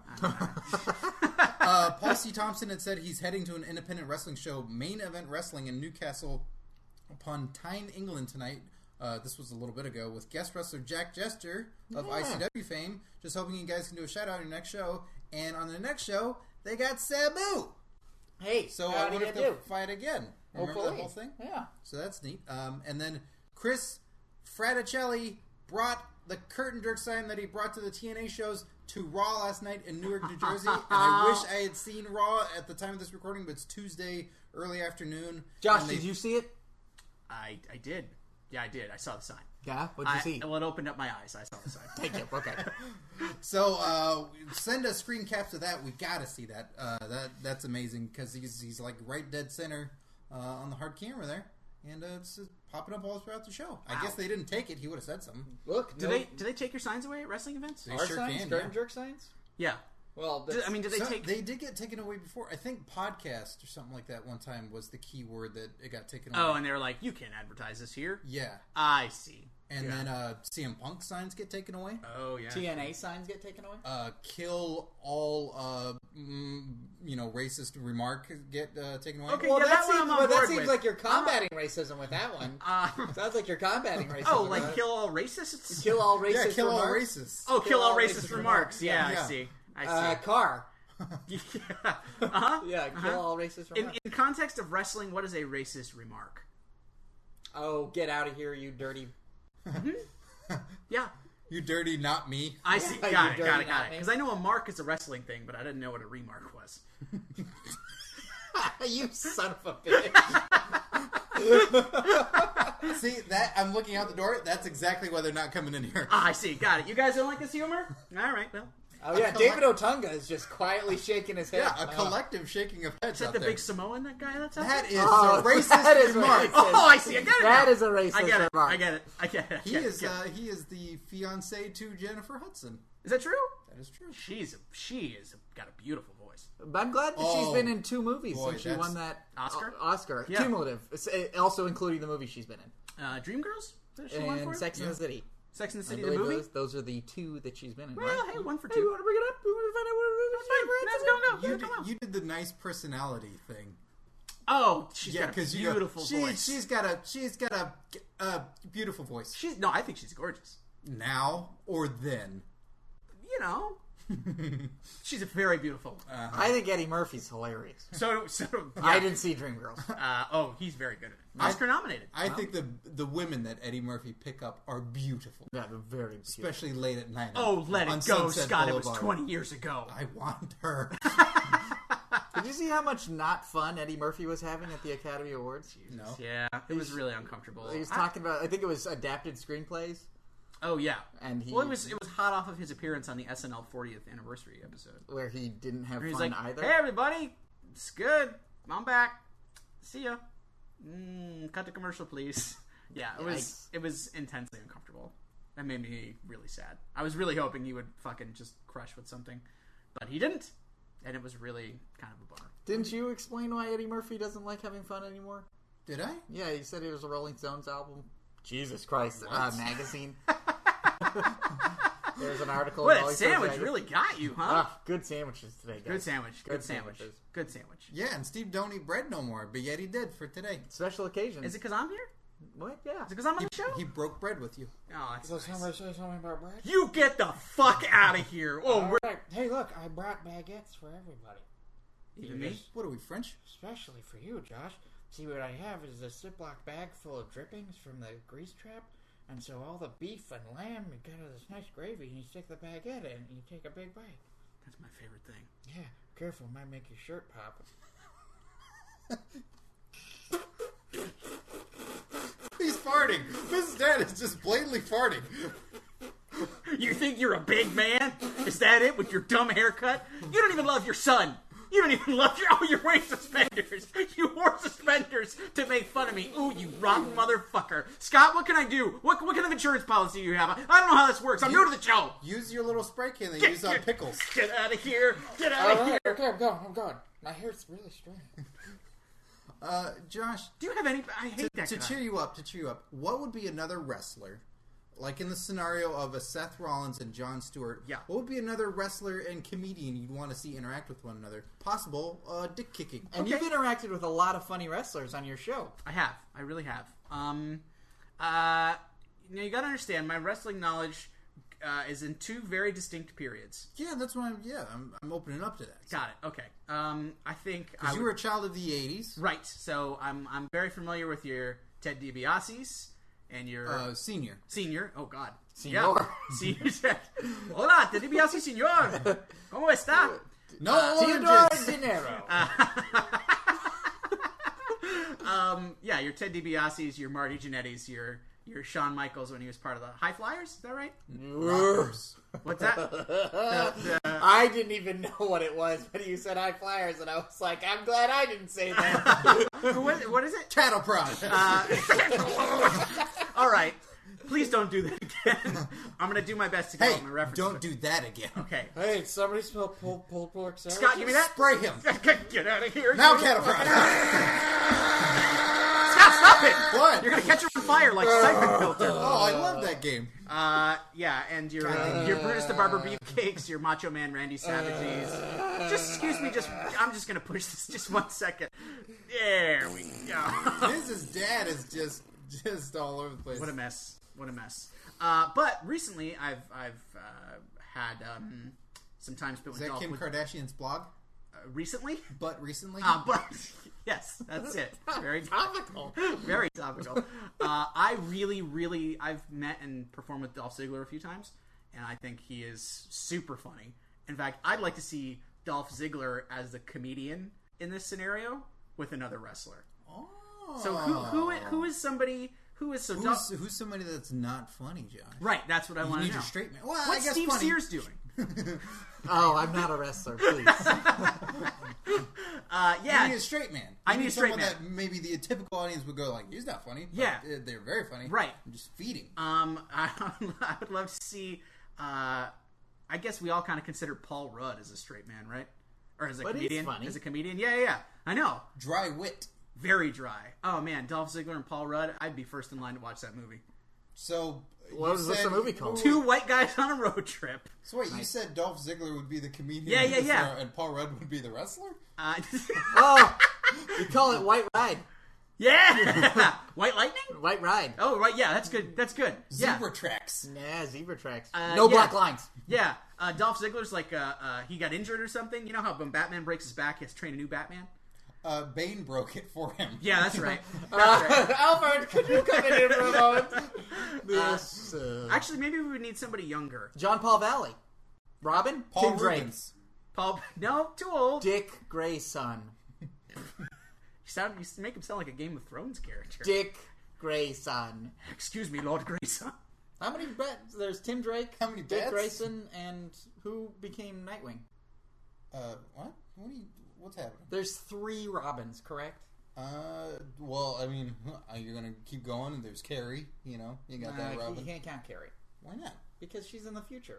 [SPEAKER 3] I-
[SPEAKER 1] Uh, Paul C. Thompson had said he's heading to an independent wrestling show, Main Event Wrestling, in Newcastle upon Tyne, England tonight. Uh, this was a little bit ago with guest wrestler Jack Jester of
[SPEAKER 2] Yeah.
[SPEAKER 1] ICW fame. Just hoping you guys can do a shout out on your next show. And on the next show, they got Sabu.
[SPEAKER 2] Hey,
[SPEAKER 1] So uh,
[SPEAKER 2] how
[SPEAKER 1] I
[SPEAKER 2] do
[SPEAKER 1] wonder
[SPEAKER 2] you
[SPEAKER 1] if
[SPEAKER 2] do?
[SPEAKER 1] they'll fight again. Remember
[SPEAKER 2] Hopefully.
[SPEAKER 1] that whole thing?
[SPEAKER 2] Yeah.
[SPEAKER 1] So that's neat. Um, and then Chris Fraticelli brought the curtain jerk sign that he brought to the TNA shows to Raw last night in Newark, New Jersey. and I wish I had seen Raw at the time of this recording, but it's Tuesday early afternoon.
[SPEAKER 2] Josh,
[SPEAKER 1] and they-
[SPEAKER 2] did you see it?
[SPEAKER 3] I, I did. Yeah, I did. I saw the sign.
[SPEAKER 2] Yeah. What'd
[SPEAKER 3] I,
[SPEAKER 2] you see?
[SPEAKER 3] well, it opened up my eyes. I saw the sign.
[SPEAKER 2] Thank you. Okay.
[SPEAKER 1] So uh, send us screen caps of that. We gotta see that. Uh, that that's amazing because he's he's like right dead center uh, on the hard camera there, and uh, it's just popping up all throughout the show. I guess they didn't take it. He would have said something.
[SPEAKER 2] Look,
[SPEAKER 3] Do
[SPEAKER 2] no-
[SPEAKER 3] they do they take your signs away at wrestling events?
[SPEAKER 1] They
[SPEAKER 2] our
[SPEAKER 1] sure
[SPEAKER 2] signs,
[SPEAKER 1] can,
[SPEAKER 2] curtain
[SPEAKER 1] yeah.
[SPEAKER 2] jerk signs.
[SPEAKER 3] Yeah.
[SPEAKER 2] Well,
[SPEAKER 3] Do- I mean, do they
[SPEAKER 1] So-
[SPEAKER 3] take?
[SPEAKER 1] They did get taken away before. I think podcast or something like that one time was the key word that it got taken away.
[SPEAKER 3] oh, and they were like, you can't advertise this here.
[SPEAKER 1] yeah.
[SPEAKER 3] I see.
[SPEAKER 1] And
[SPEAKER 3] Yeah.
[SPEAKER 1] then uh, CM Punk signs get taken away.
[SPEAKER 3] Oh yeah.
[SPEAKER 2] TNA signs get taken away.
[SPEAKER 1] Uh, kill all, uh, mm, you know, racist remark get uh, taken away.
[SPEAKER 3] Okay.
[SPEAKER 2] well,
[SPEAKER 3] yeah,
[SPEAKER 2] that,
[SPEAKER 3] that one
[SPEAKER 2] seems,
[SPEAKER 3] I'm on
[SPEAKER 2] well, that
[SPEAKER 3] board
[SPEAKER 2] seems
[SPEAKER 3] with.
[SPEAKER 2] like you're combating racism with that one.
[SPEAKER 3] Uh,
[SPEAKER 2] Sounds like you're combating racism.
[SPEAKER 3] oh,
[SPEAKER 2] with
[SPEAKER 3] like
[SPEAKER 2] that.
[SPEAKER 3] kill all racists.
[SPEAKER 2] kill all racist
[SPEAKER 1] Yeah, kill all
[SPEAKER 2] remarks.
[SPEAKER 1] racists.
[SPEAKER 3] oh, kill all racist remarks. Yeah,
[SPEAKER 1] Yeah.
[SPEAKER 3] I see.
[SPEAKER 2] Uh,
[SPEAKER 3] I
[SPEAKER 2] car.
[SPEAKER 3] see. yeah. Uh-huh.
[SPEAKER 2] Yeah, kill
[SPEAKER 3] Uh-huh.
[SPEAKER 2] all racist
[SPEAKER 3] In,
[SPEAKER 2] remarks.
[SPEAKER 3] in context of wrestling, what is a racist remark?
[SPEAKER 2] oh, get out of here, you dirty.
[SPEAKER 3] Yeah.
[SPEAKER 1] You dirty, not me.
[SPEAKER 3] I see.
[SPEAKER 2] Yeah,
[SPEAKER 3] Got
[SPEAKER 2] you
[SPEAKER 3] it. Got
[SPEAKER 2] dirty
[SPEAKER 3] it. Got it.
[SPEAKER 2] dummy.
[SPEAKER 3] Because I know a mark is a wrestling thing, but I didn't know what a remark was.
[SPEAKER 2] you son of a bitch.
[SPEAKER 1] See that? I'm looking out the door. That's exactly why they're not coming in here.
[SPEAKER 3] Ah, I see. Got it. You guys don't like this humor? All right. Well,
[SPEAKER 2] oh yeah,
[SPEAKER 1] collect-
[SPEAKER 2] David Otunga is just quietly shaking his head.
[SPEAKER 1] Yeah, a
[SPEAKER 2] Oh.
[SPEAKER 1] collective shaking of heads.
[SPEAKER 3] is that
[SPEAKER 1] out
[SPEAKER 3] the
[SPEAKER 1] there.
[SPEAKER 3] big Samoan that guy? That's out
[SPEAKER 1] that
[SPEAKER 3] there?
[SPEAKER 1] is
[SPEAKER 2] Oh,
[SPEAKER 1] a racist
[SPEAKER 2] that is
[SPEAKER 1] remark.
[SPEAKER 2] racist.
[SPEAKER 3] Oh, I see. I get it.
[SPEAKER 2] That
[SPEAKER 3] now.
[SPEAKER 2] is a racist
[SPEAKER 3] I get it.
[SPEAKER 2] remark.
[SPEAKER 3] I get it. I get it. I
[SPEAKER 1] He
[SPEAKER 3] get it.
[SPEAKER 1] is.
[SPEAKER 3] Get it.
[SPEAKER 1] Uh, he is the fiance to Jennifer Hudson.
[SPEAKER 3] Is that true?
[SPEAKER 1] That is true.
[SPEAKER 3] She's a, she is a, got a beautiful voice.
[SPEAKER 2] But I'm glad that
[SPEAKER 1] Oh,
[SPEAKER 2] she's been in two movies
[SPEAKER 1] boy,
[SPEAKER 2] since she
[SPEAKER 1] that's-
[SPEAKER 2] won that
[SPEAKER 3] Oscar?
[SPEAKER 2] O- Oscar
[SPEAKER 3] Yeah.
[SPEAKER 2] cumulative, It's, uh, also including the movie she's been in
[SPEAKER 3] Uh, Dreamgirls. Is that what she won for
[SPEAKER 2] and
[SPEAKER 3] it?
[SPEAKER 2] Sex and the City.
[SPEAKER 3] Sex and the
[SPEAKER 2] I
[SPEAKER 3] City, the
[SPEAKER 2] believe
[SPEAKER 3] movie.
[SPEAKER 2] those, those are the two that she's been in.
[SPEAKER 3] Well,
[SPEAKER 2] right?
[SPEAKER 3] hey, one for
[SPEAKER 2] Hey, you
[SPEAKER 3] two.
[SPEAKER 2] want to bring it up? You want to find out what- what- what- what-
[SPEAKER 3] Let's go, go.
[SPEAKER 1] You
[SPEAKER 3] Let's
[SPEAKER 1] did,
[SPEAKER 3] go.
[SPEAKER 1] you did the nice personality thing.
[SPEAKER 3] Oh, she's
[SPEAKER 1] Yeah,
[SPEAKER 3] got a
[SPEAKER 1] because
[SPEAKER 3] beautiful
[SPEAKER 1] you go,
[SPEAKER 3] voice.
[SPEAKER 1] She, she's got a she's got a, a beautiful voice.
[SPEAKER 3] she's no, I think she's gorgeous.
[SPEAKER 1] Now or then.
[SPEAKER 3] You know, she's a very beautiful.
[SPEAKER 1] Uh,
[SPEAKER 2] I think Eddie Murphy's hilarious.
[SPEAKER 3] so so yeah.
[SPEAKER 2] I didn't see Dreamgirls.
[SPEAKER 3] Uh, oh, he's very good at it. Oscar nominated.
[SPEAKER 1] I think the the women that Eddie Murphy pick up are beautiful,
[SPEAKER 2] Yeah, they're very beautiful.
[SPEAKER 1] especially late at night.
[SPEAKER 3] oh, let
[SPEAKER 1] on
[SPEAKER 3] it go,
[SPEAKER 1] Sunset
[SPEAKER 3] Scott. It was
[SPEAKER 1] Boulevard.
[SPEAKER 3] twenty years ago.
[SPEAKER 1] I want her.
[SPEAKER 2] Did you see how much not fun Eddie Murphy was having at the Academy Awards?
[SPEAKER 1] no.
[SPEAKER 3] yeah, it was really uncomfortable.
[SPEAKER 2] He was
[SPEAKER 3] I-
[SPEAKER 2] talking about, I think it was adapted screenplays.
[SPEAKER 3] oh yeah,
[SPEAKER 2] And he-
[SPEAKER 3] well, it was it was hot off of his appearance on the SNL 40th anniversary episode.
[SPEAKER 2] Where he didn't have
[SPEAKER 3] He's
[SPEAKER 2] fun
[SPEAKER 3] like,
[SPEAKER 2] either.
[SPEAKER 3] "Hey everybody, it's good. I'm back. See ya. Mm, cut the commercial, please." Yeah, it was it was intensely uncomfortable. That made me really sad. I was really hoping he would fucking just crush with something, but he didn't, and it was really kind of a bummer.
[SPEAKER 2] Didn't you explain why Eddie Murphy doesn't like having fun anymore?
[SPEAKER 1] Did I?
[SPEAKER 2] Yeah, he said it was a Rolling Stones album. Jesus Christ, uh, magazine. There's an article. in
[SPEAKER 3] What
[SPEAKER 2] Rolling Stones
[SPEAKER 3] that sandwich
[SPEAKER 2] magazine.
[SPEAKER 3] really got you, huh?
[SPEAKER 2] Ah, good sandwiches today, guys.
[SPEAKER 3] good sandwich. Good,
[SPEAKER 2] good
[SPEAKER 3] sandwich.
[SPEAKER 2] sandwiches.
[SPEAKER 3] Good sandwich.
[SPEAKER 1] Yeah, and Steve don't eat bread no more, but yet he did for today.
[SPEAKER 2] Special occasions.
[SPEAKER 3] Is it because I'm here?
[SPEAKER 2] what? Yeah.
[SPEAKER 3] Is it because I'm on the show?
[SPEAKER 1] He broke bread with you.
[SPEAKER 3] oh, that's
[SPEAKER 4] So
[SPEAKER 3] nice.
[SPEAKER 4] somebody says something about bread.
[SPEAKER 3] You get the fuck out of here. Oh, we're
[SPEAKER 4] Alright, Hey, look, I brought baguettes for everybody,
[SPEAKER 3] Even me.
[SPEAKER 1] What are we French?
[SPEAKER 4] especially for you, Josh. See, what I have is a Ziploc bag full of drippings from the grease trap, and so all the beef and lamb you get out of this nice gravy, and you stick the baguette in, and you take a big bite.
[SPEAKER 3] That's my favorite thing.
[SPEAKER 4] Yeah, careful, might make your shirt pop.
[SPEAKER 1] He's farting. Mrs. Dad is just blatantly farting.
[SPEAKER 3] You think you're a big man? Is that it with your dumb haircut? You don't even love your son. You don't even love your. Oh, you're wearing suspenders. You wore suspenders to make fun of me. Ooh, you rotten motherfucker. Scott, what can I do? What, what kind of insurance policy do you have? I don't know how this works. I'm new to the show.
[SPEAKER 1] Use your little spray can they
[SPEAKER 3] Get-
[SPEAKER 1] use on
[SPEAKER 3] get-
[SPEAKER 1] pickles.
[SPEAKER 3] Get out of here. Get out of
[SPEAKER 4] Alright,
[SPEAKER 3] here.
[SPEAKER 4] okay, I'm going, I'm going. My hair's really stringy.
[SPEAKER 1] Uh, Josh,
[SPEAKER 3] Do you have any. I hate that
[SPEAKER 1] to
[SPEAKER 3] guy.
[SPEAKER 1] cheer you up, to cheer you up, what would be another wrestler Like in the scenario of a Seth Rollins and John Stewart,
[SPEAKER 3] Yeah.
[SPEAKER 1] what would be another wrestler and comedian you'd want to see interact with one another? Possible uh, dick kicking.
[SPEAKER 2] And
[SPEAKER 3] Okay.
[SPEAKER 2] you've interacted with a lot of funny wrestlers on your show.
[SPEAKER 3] I have. I really have. Um, uh, now you gotta understand, my wrestling knowledge uh, is in two very distinct periods.
[SPEAKER 1] Yeah, that's why. I'm, yeah, I'm, I'm opening up to that.
[SPEAKER 3] Got it. Okay. Um, I think I
[SPEAKER 1] Because you
[SPEAKER 3] would-
[SPEAKER 1] were a child of the '80s,
[SPEAKER 3] right. So I'm I'm very familiar with your Ted DiBiase's and your
[SPEAKER 1] uh, senior.
[SPEAKER 3] senior. Oh God,
[SPEAKER 2] Senor.
[SPEAKER 3] Yeah. Senior Ted. Hola, Ted DiBiase, señor. ¿Cómo está?
[SPEAKER 1] No,
[SPEAKER 2] Theodore
[SPEAKER 1] oranges!
[SPEAKER 2] De Niro.
[SPEAKER 3] Um, yeah, your Ted DiBiase's, your Marty Jannetty's, your your Shawn Michaels when he was part of the High Flyers. Is that right?
[SPEAKER 1] Rockers.
[SPEAKER 3] What's that?
[SPEAKER 2] I didn't even know what it was, but you said high flyers, and I was like, I'm glad I didn't say that.
[SPEAKER 3] Who was- what is it?
[SPEAKER 1] Cattle prod.
[SPEAKER 2] Uh,
[SPEAKER 3] All right. Please don't do that again. I'm going to do my best to get
[SPEAKER 1] hey,
[SPEAKER 3] all my references.
[SPEAKER 1] don't do that again.
[SPEAKER 3] Okay.
[SPEAKER 4] Hey, somebody spell pulled pulled pork sandwich.
[SPEAKER 3] Scott, give me that.
[SPEAKER 1] Spray him
[SPEAKER 3] get out of here.
[SPEAKER 1] now,
[SPEAKER 3] you-
[SPEAKER 1] cattle prod.
[SPEAKER 3] Scott, stop it.
[SPEAKER 1] What?
[SPEAKER 3] You're going to catch her on fire like siphon filter.
[SPEAKER 1] Oh, I love that game.
[SPEAKER 3] Uh, yeah, and your, uh, your Brutus the Barber Beefcakes, your Macho Man Randy Savages. Just, excuse me, just, I'm just going to push this just one second. There we go.
[SPEAKER 1] His dad is just just all over the place.
[SPEAKER 3] What a mess! What a mess! Uh, but recently, I've I've uh, had um, some time spent
[SPEAKER 1] Is
[SPEAKER 3] with
[SPEAKER 1] that
[SPEAKER 3] golf.
[SPEAKER 1] Kim
[SPEAKER 3] with-
[SPEAKER 1] Kardashian's blog?
[SPEAKER 3] uh, recently,
[SPEAKER 1] But recently,
[SPEAKER 3] uh, but yes, that's it. Very
[SPEAKER 2] Topical.
[SPEAKER 3] very topical. Uh, I really, really, I've met and performed with Dolph Ziggler a few times, and I think he is super funny. In fact, I'd like to see Dolph Ziggler as the comedian in this scenario with another wrestler.
[SPEAKER 1] oh.
[SPEAKER 3] So who who i- who is somebody who is so
[SPEAKER 1] who's,
[SPEAKER 3] Dolph?
[SPEAKER 1] who's somebody that's not funny, Josh?
[SPEAKER 3] Right, that's what I
[SPEAKER 1] You
[SPEAKER 3] want
[SPEAKER 1] need
[SPEAKER 3] to know.
[SPEAKER 1] your straight man. Well, I
[SPEAKER 3] What's
[SPEAKER 1] guess
[SPEAKER 3] Steve
[SPEAKER 1] funny.
[SPEAKER 3] Sears doing?
[SPEAKER 2] Oh, I'm not a wrestler, please.
[SPEAKER 3] Uh,
[SPEAKER 1] I
[SPEAKER 3] yeah,
[SPEAKER 1] need a straight man.
[SPEAKER 3] I
[SPEAKER 1] You
[SPEAKER 3] need a straight
[SPEAKER 1] someone
[SPEAKER 3] man.
[SPEAKER 1] That maybe the typical audience would go like, "He's not funny." but,
[SPEAKER 3] Yeah.
[SPEAKER 1] uh, they're very funny.
[SPEAKER 3] Right.
[SPEAKER 1] I'm just feeding.
[SPEAKER 3] Um, I, I would love to see. Uh, I guess we all kind of consider Paul Rudd as a straight man, right? Or as a
[SPEAKER 2] But he's
[SPEAKER 3] comedian?
[SPEAKER 2] funny.
[SPEAKER 3] As a comedian, yeah, yeah, yeah. I know,
[SPEAKER 1] Dry wit.
[SPEAKER 3] very dry. Oh man, Dolph Ziggler and Paul Rudd. I'd be first in line to watch that movie.
[SPEAKER 1] So
[SPEAKER 2] What
[SPEAKER 1] you
[SPEAKER 2] was this
[SPEAKER 1] said-
[SPEAKER 2] movie called?
[SPEAKER 3] Two white guys on a road trip.
[SPEAKER 1] So wait, you said Dolph Ziggler would be the comedian?
[SPEAKER 3] Yeah, yeah, yeah.
[SPEAKER 1] And Paul Rudd would be the wrestler.
[SPEAKER 3] Uh,
[SPEAKER 2] Oh, we call it White Ride.
[SPEAKER 3] yeah, White Lightning.
[SPEAKER 2] White Ride.
[SPEAKER 3] Oh right, yeah, that's good. That's good. Yeah,
[SPEAKER 1] Zebra tracks.
[SPEAKER 2] Nah, zebra tracks.
[SPEAKER 3] Uh,
[SPEAKER 2] no
[SPEAKER 3] yeah.
[SPEAKER 2] black lines.
[SPEAKER 3] yeah. Uh, Dolph Ziggler's like uh, uh, he got injured or something. You know how when Batman breaks his back, he has to train a new Batman.
[SPEAKER 1] Uh, Bane broke it for him.
[SPEAKER 3] Yeah, that's right.
[SPEAKER 2] Alfred, could you come in here for a moment? This, uh,
[SPEAKER 3] Actually, maybe we would need somebody younger.
[SPEAKER 2] John Paul Valley. Robin?
[SPEAKER 1] Paul
[SPEAKER 2] Tim Drake.
[SPEAKER 1] Rubens.
[SPEAKER 3] Paul, no, too old.
[SPEAKER 2] Dick Grayson.
[SPEAKER 3] You sound you make him sound like a Game of Thrones character.
[SPEAKER 2] Dick Grayson.
[SPEAKER 3] Excuse me, Lord Grayson.
[SPEAKER 2] How many bets? There's Tim Drake,
[SPEAKER 1] How many
[SPEAKER 2] Dick
[SPEAKER 1] bets?
[SPEAKER 2] Grayson, and who became Nightwing?
[SPEAKER 1] Uh, what? What are you? What's happening?
[SPEAKER 2] There's three Robins, correct?
[SPEAKER 1] Uh, well, I mean, huh, you're gonna keep going. There's Carrie. You know, you got
[SPEAKER 2] Uh,
[SPEAKER 1] that
[SPEAKER 2] you
[SPEAKER 1] Robin.
[SPEAKER 2] can't count Carrie
[SPEAKER 1] Why not?
[SPEAKER 2] because she's in the future.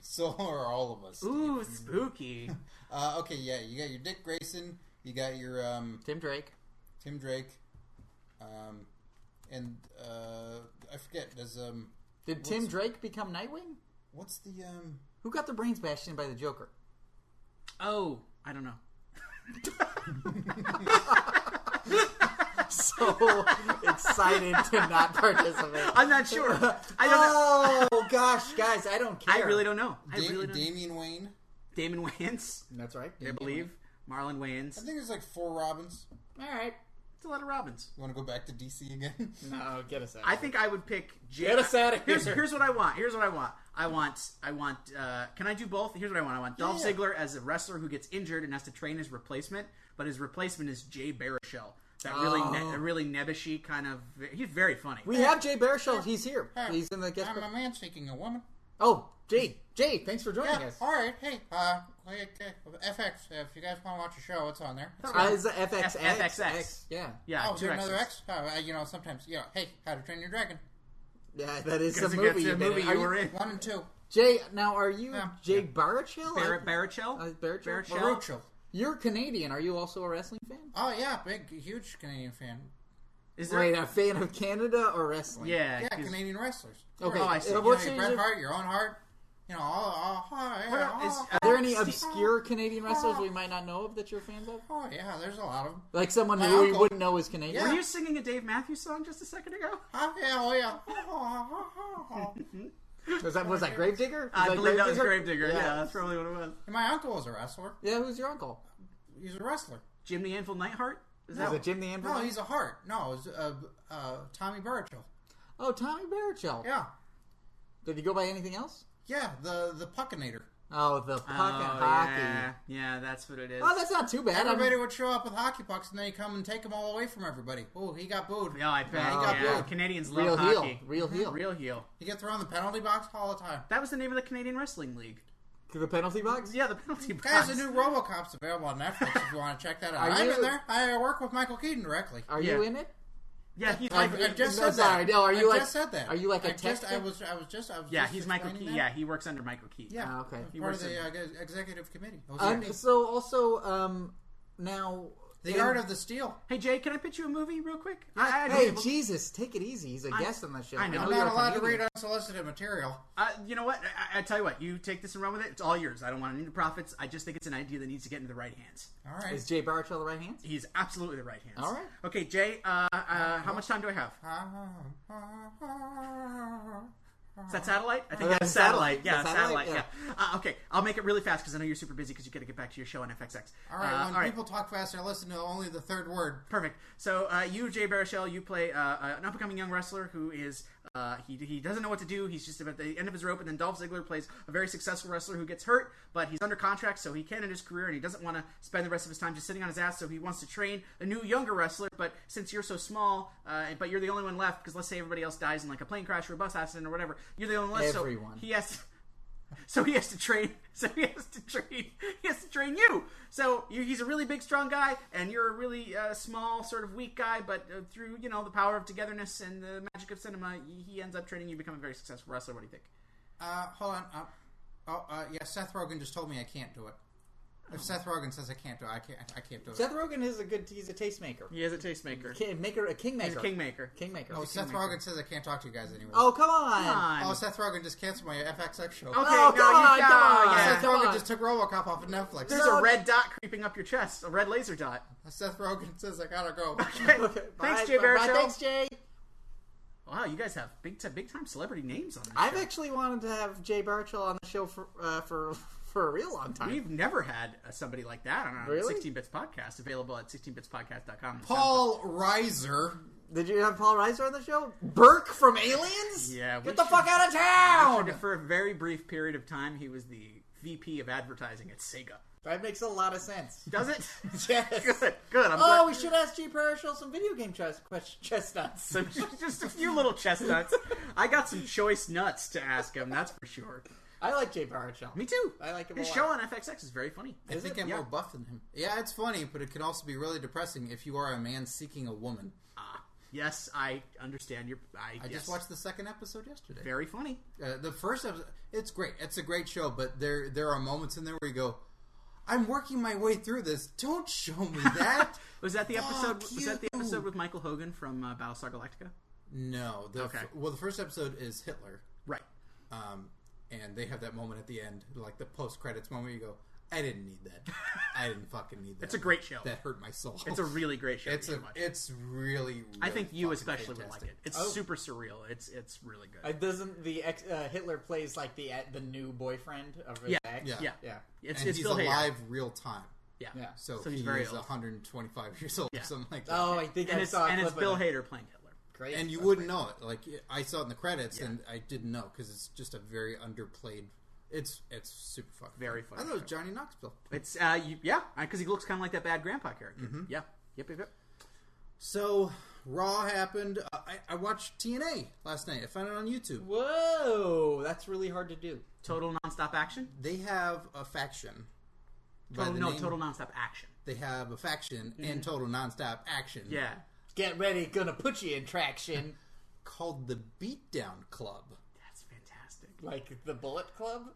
[SPEAKER 1] So are all of us.
[SPEAKER 3] Ooh, spooky.
[SPEAKER 1] Uh, okay, yeah, you got your Dick Grayson. You got your um,
[SPEAKER 2] Tim Drake.
[SPEAKER 1] Tim Drake. Um, and uh, I forget. Does um,
[SPEAKER 2] Did Tim Drake become Nightwing?
[SPEAKER 1] what's the um?
[SPEAKER 2] Who got their brains bashed in by the Joker?
[SPEAKER 3] Oh, I don't know.
[SPEAKER 2] So excited to not participate.
[SPEAKER 3] I'm not sure. I don't know.
[SPEAKER 2] Oh gosh, guys, I don't
[SPEAKER 3] I
[SPEAKER 2] care.
[SPEAKER 3] really don't know. I
[SPEAKER 1] Da-
[SPEAKER 3] really don't. know.
[SPEAKER 1] Damian Wayne.
[SPEAKER 3] Damon Wayans,
[SPEAKER 2] That's right.
[SPEAKER 3] I believe. Marlon Wayans.
[SPEAKER 1] I think there's like four Robins.
[SPEAKER 2] All right.
[SPEAKER 3] It's a lot of Robins.
[SPEAKER 1] You want to go back to DC again?
[SPEAKER 2] No, get us out.
[SPEAKER 3] I think I would pick. J-
[SPEAKER 2] Get us outta
[SPEAKER 3] Here's,
[SPEAKER 2] here.
[SPEAKER 3] here's what I want. Here's what I want. I want. I want. Uh, can I do both? Here's what I want. I want Dolph
[SPEAKER 1] Yeah.
[SPEAKER 3] Ziggler as a wrestler who gets injured and has to train his replacement, but his replacement is Jay Baruchel. That really, ne- that really nebbishy kind of. He's very funny.
[SPEAKER 2] Oh. we have Jay Baruchel. He's here.
[SPEAKER 1] Hey,
[SPEAKER 2] He's in the guest.
[SPEAKER 1] I'm a man seeking a woman.
[SPEAKER 2] Oh, Jay, Jay, thanks for joining
[SPEAKER 1] Yeah.
[SPEAKER 2] us.
[SPEAKER 1] All right. Hey. Uh. like, uh, FX. If you guys want to watch a show, it's on there.
[SPEAKER 2] Uh, is it FXX?
[SPEAKER 3] F- FXX.
[SPEAKER 2] X, Yeah.
[SPEAKER 3] Oh, yeah,
[SPEAKER 1] oh,
[SPEAKER 3] two
[SPEAKER 1] there's another
[SPEAKER 3] X's.
[SPEAKER 1] X. Oh, uh, you know, sometimes. Yeah. Hey, How to Train Your Dragon.
[SPEAKER 2] Yeah, that is the
[SPEAKER 3] Because
[SPEAKER 2] movie.
[SPEAKER 3] that's
[SPEAKER 2] you
[SPEAKER 3] the
[SPEAKER 2] did.
[SPEAKER 3] movie
[SPEAKER 2] Are
[SPEAKER 3] you were in.
[SPEAKER 1] One and two.
[SPEAKER 2] Jay, now are you
[SPEAKER 1] Yeah.
[SPEAKER 2] Jay Baruchel?
[SPEAKER 3] Bar-
[SPEAKER 2] I-
[SPEAKER 3] Baruchel?
[SPEAKER 2] Uh, Baruchel?
[SPEAKER 1] Baruchel.
[SPEAKER 2] You're Canadian. Are you also a wrestling fan?
[SPEAKER 1] Oh yeah, big, huge Canadian fan.
[SPEAKER 3] Is there?
[SPEAKER 2] Right, a fan of Canada or wrestling?
[SPEAKER 3] Yeah.
[SPEAKER 1] Yeah,
[SPEAKER 3] 'cause-
[SPEAKER 1] Canadian wrestlers.
[SPEAKER 2] Okay.
[SPEAKER 3] Oh, I see.
[SPEAKER 2] uh,
[SPEAKER 3] You
[SPEAKER 1] You know,
[SPEAKER 2] what's
[SPEAKER 1] your
[SPEAKER 2] your-
[SPEAKER 1] Bret Hart, your own heart. You know, all, all, oh, yeah,
[SPEAKER 3] What up,
[SPEAKER 1] oh,
[SPEAKER 3] is- uh,
[SPEAKER 2] Are there any
[SPEAKER 3] Steve-
[SPEAKER 2] obscure Canadian wrestlers we might not know of that you're fans of?
[SPEAKER 1] oh, yeah, there's a lot of them.
[SPEAKER 2] Like someone
[SPEAKER 1] My
[SPEAKER 2] who we
[SPEAKER 1] uncle.
[SPEAKER 2] wouldn't know is Canadian.
[SPEAKER 1] Yeah.
[SPEAKER 3] Were you singing a Dave Matthews song just a second ago?
[SPEAKER 1] Oh, yeah, oh, yeah. Oh, oh, oh, oh.
[SPEAKER 2] Was that was that Gravedigger? Was
[SPEAKER 3] I
[SPEAKER 2] that
[SPEAKER 3] believe that was
[SPEAKER 2] Gravedigger?
[SPEAKER 3] Gravedigger. Yeah.
[SPEAKER 2] Yeah.
[SPEAKER 3] that's probably what it was.
[SPEAKER 1] And my uncle was a wrestler.
[SPEAKER 2] Yeah, who's your uncle?
[SPEAKER 1] He's a wrestler.
[SPEAKER 3] Jim the Anvil Nightheart? Is
[SPEAKER 2] Is
[SPEAKER 3] that
[SPEAKER 2] it Jim the Anvil?
[SPEAKER 1] No, he's a heart. No, it was uh, uh, Tommy Burchill.
[SPEAKER 2] oh, Tommy Barachel.
[SPEAKER 1] Yeah,
[SPEAKER 2] Did he go by anything else?
[SPEAKER 1] yeah, the the puckinator.
[SPEAKER 2] Oh, the
[SPEAKER 3] Oh,
[SPEAKER 2] fucking hockey.
[SPEAKER 3] Yeah. yeah, that's what it is.
[SPEAKER 2] Oh, that's not too bad. I
[SPEAKER 1] Everybody
[SPEAKER 2] mean,
[SPEAKER 1] would show up with hockey pucks, and then he'd come and take them all away from everybody. Oh, he got booed.
[SPEAKER 3] Yeah, I bet. Oh,
[SPEAKER 1] he got
[SPEAKER 3] yeah.
[SPEAKER 1] booed.
[SPEAKER 3] Canadians love
[SPEAKER 2] real heel,
[SPEAKER 3] hockey.
[SPEAKER 2] real heel.
[SPEAKER 3] Real heel.
[SPEAKER 1] He gets thrown in the penalty box all the time.
[SPEAKER 3] That was the name of the Canadian Wrestling League.
[SPEAKER 2] To the penalty box.
[SPEAKER 3] Yeah, the penalty box.
[SPEAKER 1] Guys, the new RoboCop's available on Netflix if you want to check that out.
[SPEAKER 2] Are
[SPEAKER 1] I'm
[SPEAKER 2] you-
[SPEAKER 1] in there. I work with Michael Keaton directly.
[SPEAKER 2] Are you
[SPEAKER 3] Yeah.
[SPEAKER 2] in it?
[SPEAKER 3] Yeah, he's
[SPEAKER 1] I,
[SPEAKER 3] Michael.
[SPEAKER 1] I just
[SPEAKER 2] No,
[SPEAKER 1] said
[SPEAKER 2] sorry,
[SPEAKER 1] that.
[SPEAKER 2] no, are you
[SPEAKER 1] I
[SPEAKER 2] like-
[SPEAKER 1] just said that.
[SPEAKER 2] are you like a
[SPEAKER 1] I just, I
[SPEAKER 2] texter?
[SPEAKER 1] was. I was just. I was
[SPEAKER 3] yeah,
[SPEAKER 1] just
[SPEAKER 3] he's Michael Key.
[SPEAKER 1] explaining that.
[SPEAKER 3] Yeah, he works under Michael Key.
[SPEAKER 1] Yeah.
[SPEAKER 2] Ah, okay.
[SPEAKER 1] He
[SPEAKER 2] He
[SPEAKER 1] part of
[SPEAKER 3] works
[SPEAKER 1] the uh, ex- executive committee.
[SPEAKER 2] Um,
[SPEAKER 1] OCD.
[SPEAKER 2] so also, um, now
[SPEAKER 1] the
[SPEAKER 2] when-
[SPEAKER 1] art of the steal.
[SPEAKER 3] Hey Jay, can I pitch you a movie real quick? I, I,
[SPEAKER 2] Hey,
[SPEAKER 3] don't-
[SPEAKER 2] Jesus, take it easy. He's a guest on the show.
[SPEAKER 3] I know.
[SPEAKER 1] I'm
[SPEAKER 2] you're
[SPEAKER 1] not
[SPEAKER 2] a
[SPEAKER 1] allowed to
[SPEAKER 2] comedian.
[SPEAKER 1] read unsolicited material.
[SPEAKER 3] uh, you know what? I, I- I tell you what. You take this and run with it. It's all yours. I don't want any profits. I just think it's an idea that needs to get into the right hands.
[SPEAKER 1] All right.
[SPEAKER 2] Is Jay Barachel the right hand?
[SPEAKER 3] He's absolutely the right hands.
[SPEAKER 2] All right.
[SPEAKER 3] Okay, Jay. Uh, uh, how much time do I have? Is that satellite? I think
[SPEAKER 1] Uh,
[SPEAKER 2] that's
[SPEAKER 3] that's satellite.
[SPEAKER 2] satellite.
[SPEAKER 3] Yeah,
[SPEAKER 2] That's
[SPEAKER 3] satellite.
[SPEAKER 2] satellite,
[SPEAKER 3] Yeah. Uh, okay, I'll make it really fast because I know you're super busy because you got to get back to your show on FXX.
[SPEAKER 1] All right.
[SPEAKER 3] Uh,
[SPEAKER 1] when people talk fast, I listen to only the third word.
[SPEAKER 3] Perfect. So uh, you, Jay Baruchel, you play uh, uh, an up-and-coming young wrestler who is uh, he, he doesn't know what to do. He's just about the end of his rope, and then Dolph Ziggler plays a very successful wrestler who gets hurt, but he's under contract, so he can end his career, and he doesn't want to spend the rest of his time just sitting on his ass. So he wants to train a new younger wrestler, but since you're so small, uh, but you're the only one left because let's say everybody else dies in like a plane crash or a bus accident or whatever, you're the only one left.
[SPEAKER 2] Everyone.
[SPEAKER 3] So he has. So he has to train. So he has to train. He has to train you. So you, he's a really big, strong guy, and you're a really uh, small, sort of weak guy. But uh, through you know the power of togetherness and the magic of cinema, he- he ends up training you, to become a very successful wrestler. What do you think?
[SPEAKER 1] Uh, hold on. Uh, oh, uh, yeah. Seth Rogen just told me I can't do it. If Seth Rogen says I can't do it, I can't. I can't do it.
[SPEAKER 2] Seth Rogen is a good. He's a tastemaker.
[SPEAKER 3] He is a tastemaker.
[SPEAKER 2] Ki- Maker, a kingmaker.
[SPEAKER 3] He's a kingmaker.
[SPEAKER 2] Kingmaker.
[SPEAKER 1] oh, Seth Rogen says I can't talk to you guys anymore.
[SPEAKER 2] Oh, come on.
[SPEAKER 3] Come on.
[SPEAKER 1] Oh, Seth Rogen just canceled my FXX show.
[SPEAKER 3] okay,
[SPEAKER 2] Oh,
[SPEAKER 3] no,
[SPEAKER 2] come
[SPEAKER 3] you-
[SPEAKER 2] on,
[SPEAKER 3] yeah,
[SPEAKER 2] come on.
[SPEAKER 3] yeah.
[SPEAKER 1] Seth
[SPEAKER 2] come
[SPEAKER 1] Rogen
[SPEAKER 2] on.
[SPEAKER 1] just took RoboCop off of Netflix.
[SPEAKER 3] There's
[SPEAKER 2] No,
[SPEAKER 3] a red dot creeping up your chest, a red laser dot.
[SPEAKER 1] Seth Rogen says I gotta go.
[SPEAKER 3] Okay.
[SPEAKER 2] Bye,
[SPEAKER 3] Thanks, Jay
[SPEAKER 2] bye, bye.
[SPEAKER 3] Baruchel.
[SPEAKER 2] Thanks, Jay.
[SPEAKER 3] Wow, you guys have big, t- big time celebrity names on this.
[SPEAKER 2] I've
[SPEAKER 3] show.
[SPEAKER 2] actually wanted to have Jay Baruchel on the show for uh, for for a real long time.
[SPEAKER 3] We've never had uh, somebody like that on our
[SPEAKER 2] Really?
[SPEAKER 3] 16 Bits podcast. Available at 16bitspodcast.com.
[SPEAKER 1] Paul Reiser.
[SPEAKER 2] Did you have Paul Reiser on the show? Burke from Aliens?
[SPEAKER 3] Yeah, we
[SPEAKER 2] Get the
[SPEAKER 3] should-
[SPEAKER 2] fuck out of town!
[SPEAKER 3] And for a very brief period of time, he was the VP of advertising at Sega.
[SPEAKER 2] That makes a lot of sense.
[SPEAKER 3] Does it?
[SPEAKER 2] Yes.
[SPEAKER 3] good. Good. I'm
[SPEAKER 2] Oh,
[SPEAKER 3] glad.
[SPEAKER 2] we should ask Jay Baruchel some video game chest quest- chestnuts.
[SPEAKER 3] So just- just a few little chestnuts. I got some choice nuts to ask him. That's for sure.
[SPEAKER 2] I like Jay Baruchel.
[SPEAKER 3] Me too.
[SPEAKER 2] I like him a
[SPEAKER 3] His
[SPEAKER 2] lot.
[SPEAKER 3] show on FXX is very funny.
[SPEAKER 1] I think I'm
[SPEAKER 3] Yeah.
[SPEAKER 1] more buff than him. Yeah, it's funny, but it can also be really depressing if you are a man seeking a woman.
[SPEAKER 3] Ah, yes, I understand your. I,
[SPEAKER 1] I just watched the second episode yesterday.
[SPEAKER 3] Very funny.
[SPEAKER 1] Uh, the first episode, it's great. It's a great show, but there there are moments in there where you go, "I'm working my way through this. Don't show me that."
[SPEAKER 3] Was that the
[SPEAKER 1] Fuck
[SPEAKER 3] episode? Was that the
[SPEAKER 1] you.
[SPEAKER 3] episode with Michael Hogan from uh, Battlestar Galactica?
[SPEAKER 1] no. The
[SPEAKER 3] Okay.
[SPEAKER 1] well, the first episode is Hitler,
[SPEAKER 3] Right.
[SPEAKER 1] um, and they have that moment at the end, like the post credits moment. Where you go, "I didn't need that. I didn't fucking need that."
[SPEAKER 3] It's a great show.
[SPEAKER 1] That hurt my soul.
[SPEAKER 3] It's a really great show.
[SPEAKER 1] It's
[SPEAKER 3] you
[SPEAKER 1] a.
[SPEAKER 3] should watch.
[SPEAKER 1] It's really.
[SPEAKER 3] I think
[SPEAKER 1] really
[SPEAKER 3] you
[SPEAKER 1] fucking
[SPEAKER 3] especially would
[SPEAKER 1] fantastic.
[SPEAKER 3] like it. It's
[SPEAKER 2] Oh.
[SPEAKER 3] super surreal. It's it's really good.
[SPEAKER 2] Uh, doesn't the ex, uh, Hitler plays like the uh, the new boyfriend of his
[SPEAKER 3] Yeah,
[SPEAKER 2] ex?
[SPEAKER 1] yeah.
[SPEAKER 3] yeah.
[SPEAKER 2] yeah.
[SPEAKER 3] It's,
[SPEAKER 1] and
[SPEAKER 3] it's
[SPEAKER 1] he's
[SPEAKER 3] Bill Hader.
[SPEAKER 1] alive real time.
[SPEAKER 3] Yeah.
[SPEAKER 2] Yeah.
[SPEAKER 1] So,
[SPEAKER 3] So he's
[SPEAKER 1] he's
[SPEAKER 3] very
[SPEAKER 1] is
[SPEAKER 3] old.
[SPEAKER 1] 125 years old
[SPEAKER 3] Yeah.
[SPEAKER 1] or something like that.
[SPEAKER 2] Oh, I think
[SPEAKER 3] And
[SPEAKER 2] I
[SPEAKER 3] it's,
[SPEAKER 2] saw a
[SPEAKER 3] and
[SPEAKER 2] clip
[SPEAKER 3] it's
[SPEAKER 2] of
[SPEAKER 3] Bill
[SPEAKER 2] it.
[SPEAKER 3] Hader playing Hitler.
[SPEAKER 2] Great.
[SPEAKER 1] and you
[SPEAKER 2] That's
[SPEAKER 1] wouldn't
[SPEAKER 2] great.
[SPEAKER 1] know it. Like I saw it in the credits,
[SPEAKER 3] Yeah.
[SPEAKER 1] and I didn't know because it's just a very underplayed. It's it's super fucking
[SPEAKER 3] Very
[SPEAKER 1] fun.
[SPEAKER 3] funny
[SPEAKER 1] I thought it was
[SPEAKER 3] show.
[SPEAKER 1] Johnny Knoxville.
[SPEAKER 3] It's uh, you, yeah, because he looks kind of like that bad grandpa character. Yeah. Yep. Yep. Yep.
[SPEAKER 1] So Raw happened. Uh, I, I watched TNA last night. I found it on YouTube.
[SPEAKER 2] Whoa, that's really hard to do.
[SPEAKER 3] Total nonstop action.
[SPEAKER 1] They have a faction. By
[SPEAKER 3] Total,
[SPEAKER 1] the
[SPEAKER 3] no,
[SPEAKER 1] name,
[SPEAKER 3] total nonstop action.
[SPEAKER 1] They have a faction and total nonstop action.
[SPEAKER 3] Mm-hmm. Yeah.
[SPEAKER 2] Get ready, gonna put you in traction,
[SPEAKER 1] Called the Beatdown Club.
[SPEAKER 3] That's fantastic.
[SPEAKER 2] like the Bullet Club.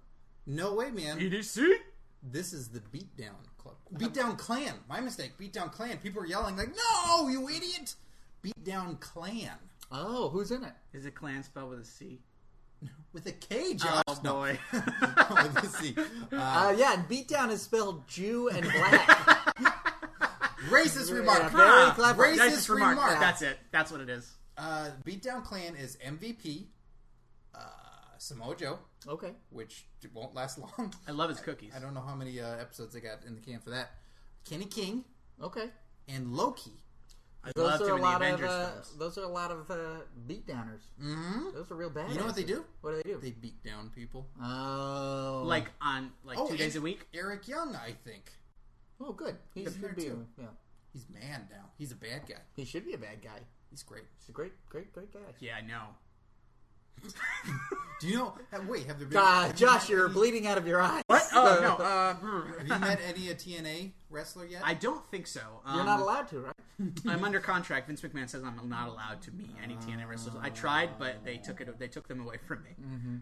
[SPEAKER 1] No way, man.
[SPEAKER 3] EDC.
[SPEAKER 1] This is the Beatdown Club. Beatdown Clan. My mistake. Beatdown Clan. People are yelling like, "No, you idiot!" Beatdown Clan
[SPEAKER 2] Oh, who's in it?
[SPEAKER 3] Is it clan spelled with a C?
[SPEAKER 1] with a K, Josh.
[SPEAKER 3] Oh
[SPEAKER 1] Uh, No.
[SPEAKER 3] boy.
[SPEAKER 2] Ah,
[SPEAKER 1] With a C. Uh,
[SPEAKER 2] Uh, yeah, and Beatdown is spelled Jew and black.
[SPEAKER 1] racist remark.
[SPEAKER 2] very
[SPEAKER 3] Ah,
[SPEAKER 2] clever.
[SPEAKER 1] Racist
[SPEAKER 3] Racist remark.
[SPEAKER 1] remark.
[SPEAKER 3] That's it. That's what it is.
[SPEAKER 1] Uh, Beatdown Clan is MVP, uh, Samoa Joe,
[SPEAKER 2] okay.
[SPEAKER 1] which d- won't last long.
[SPEAKER 3] I love his cookies.
[SPEAKER 1] I don't know how many uh, episodes they got in the can for that. Kenny King
[SPEAKER 2] Okay.
[SPEAKER 1] and Loki.
[SPEAKER 3] I
[SPEAKER 2] Those
[SPEAKER 3] loved
[SPEAKER 2] are,
[SPEAKER 3] him
[SPEAKER 2] a
[SPEAKER 3] in the
[SPEAKER 2] lot of,
[SPEAKER 3] Avengers
[SPEAKER 2] uh,
[SPEAKER 3] films.
[SPEAKER 2] those are a lot of uh, beatdowners.
[SPEAKER 1] Mm-hmm.
[SPEAKER 2] Those are real bad.
[SPEAKER 1] You know what they do?
[SPEAKER 2] What do they do?
[SPEAKER 1] They beat down people.
[SPEAKER 2] oh.
[SPEAKER 3] Like on like
[SPEAKER 1] Oh,
[SPEAKER 3] two days
[SPEAKER 1] and-
[SPEAKER 3] a week.
[SPEAKER 1] Eric Young, I think.
[SPEAKER 2] Oh, good. He
[SPEAKER 1] He's
[SPEAKER 2] should
[SPEAKER 1] there,
[SPEAKER 2] be.
[SPEAKER 1] too.
[SPEAKER 2] Yeah.
[SPEAKER 1] He's mad now. He's a bad guy.
[SPEAKER 2] He should be a bad guy.
[SPEAKER 1] He's great.
[SPEAKER 2] He's a great, great, great guy.
[SPEAKER 3] Yeah, I know.
[SPEAKER 1] Do you know? ha- Wait, have there been?
[SPEAKER 2] Uh,
[SPEAKER 1] have you
[SPEAKER 2] Josh,
[SPEAKER 1] met
[SPEAKER 2] you're
[SPEAKER 1] any-
[SPEAKER 2] bleeding out of your eyes.
[SPEAKER 3] What?
[SPEAKER 2] So,
[SPEAKER 3] Oh no. Uh, brr.
[SPEAKER 1] Have you met any a TNA wrestler yet?
[SPEAKER 3] I don't think so. Um,
[SPEAKER 2] You're not allowed to, right?
[SPEAKER 3] I'm under contract. Vince McMahon says I'm not allowed to meet any TNA wrestlers. I tried, but they took it. They took them away from me.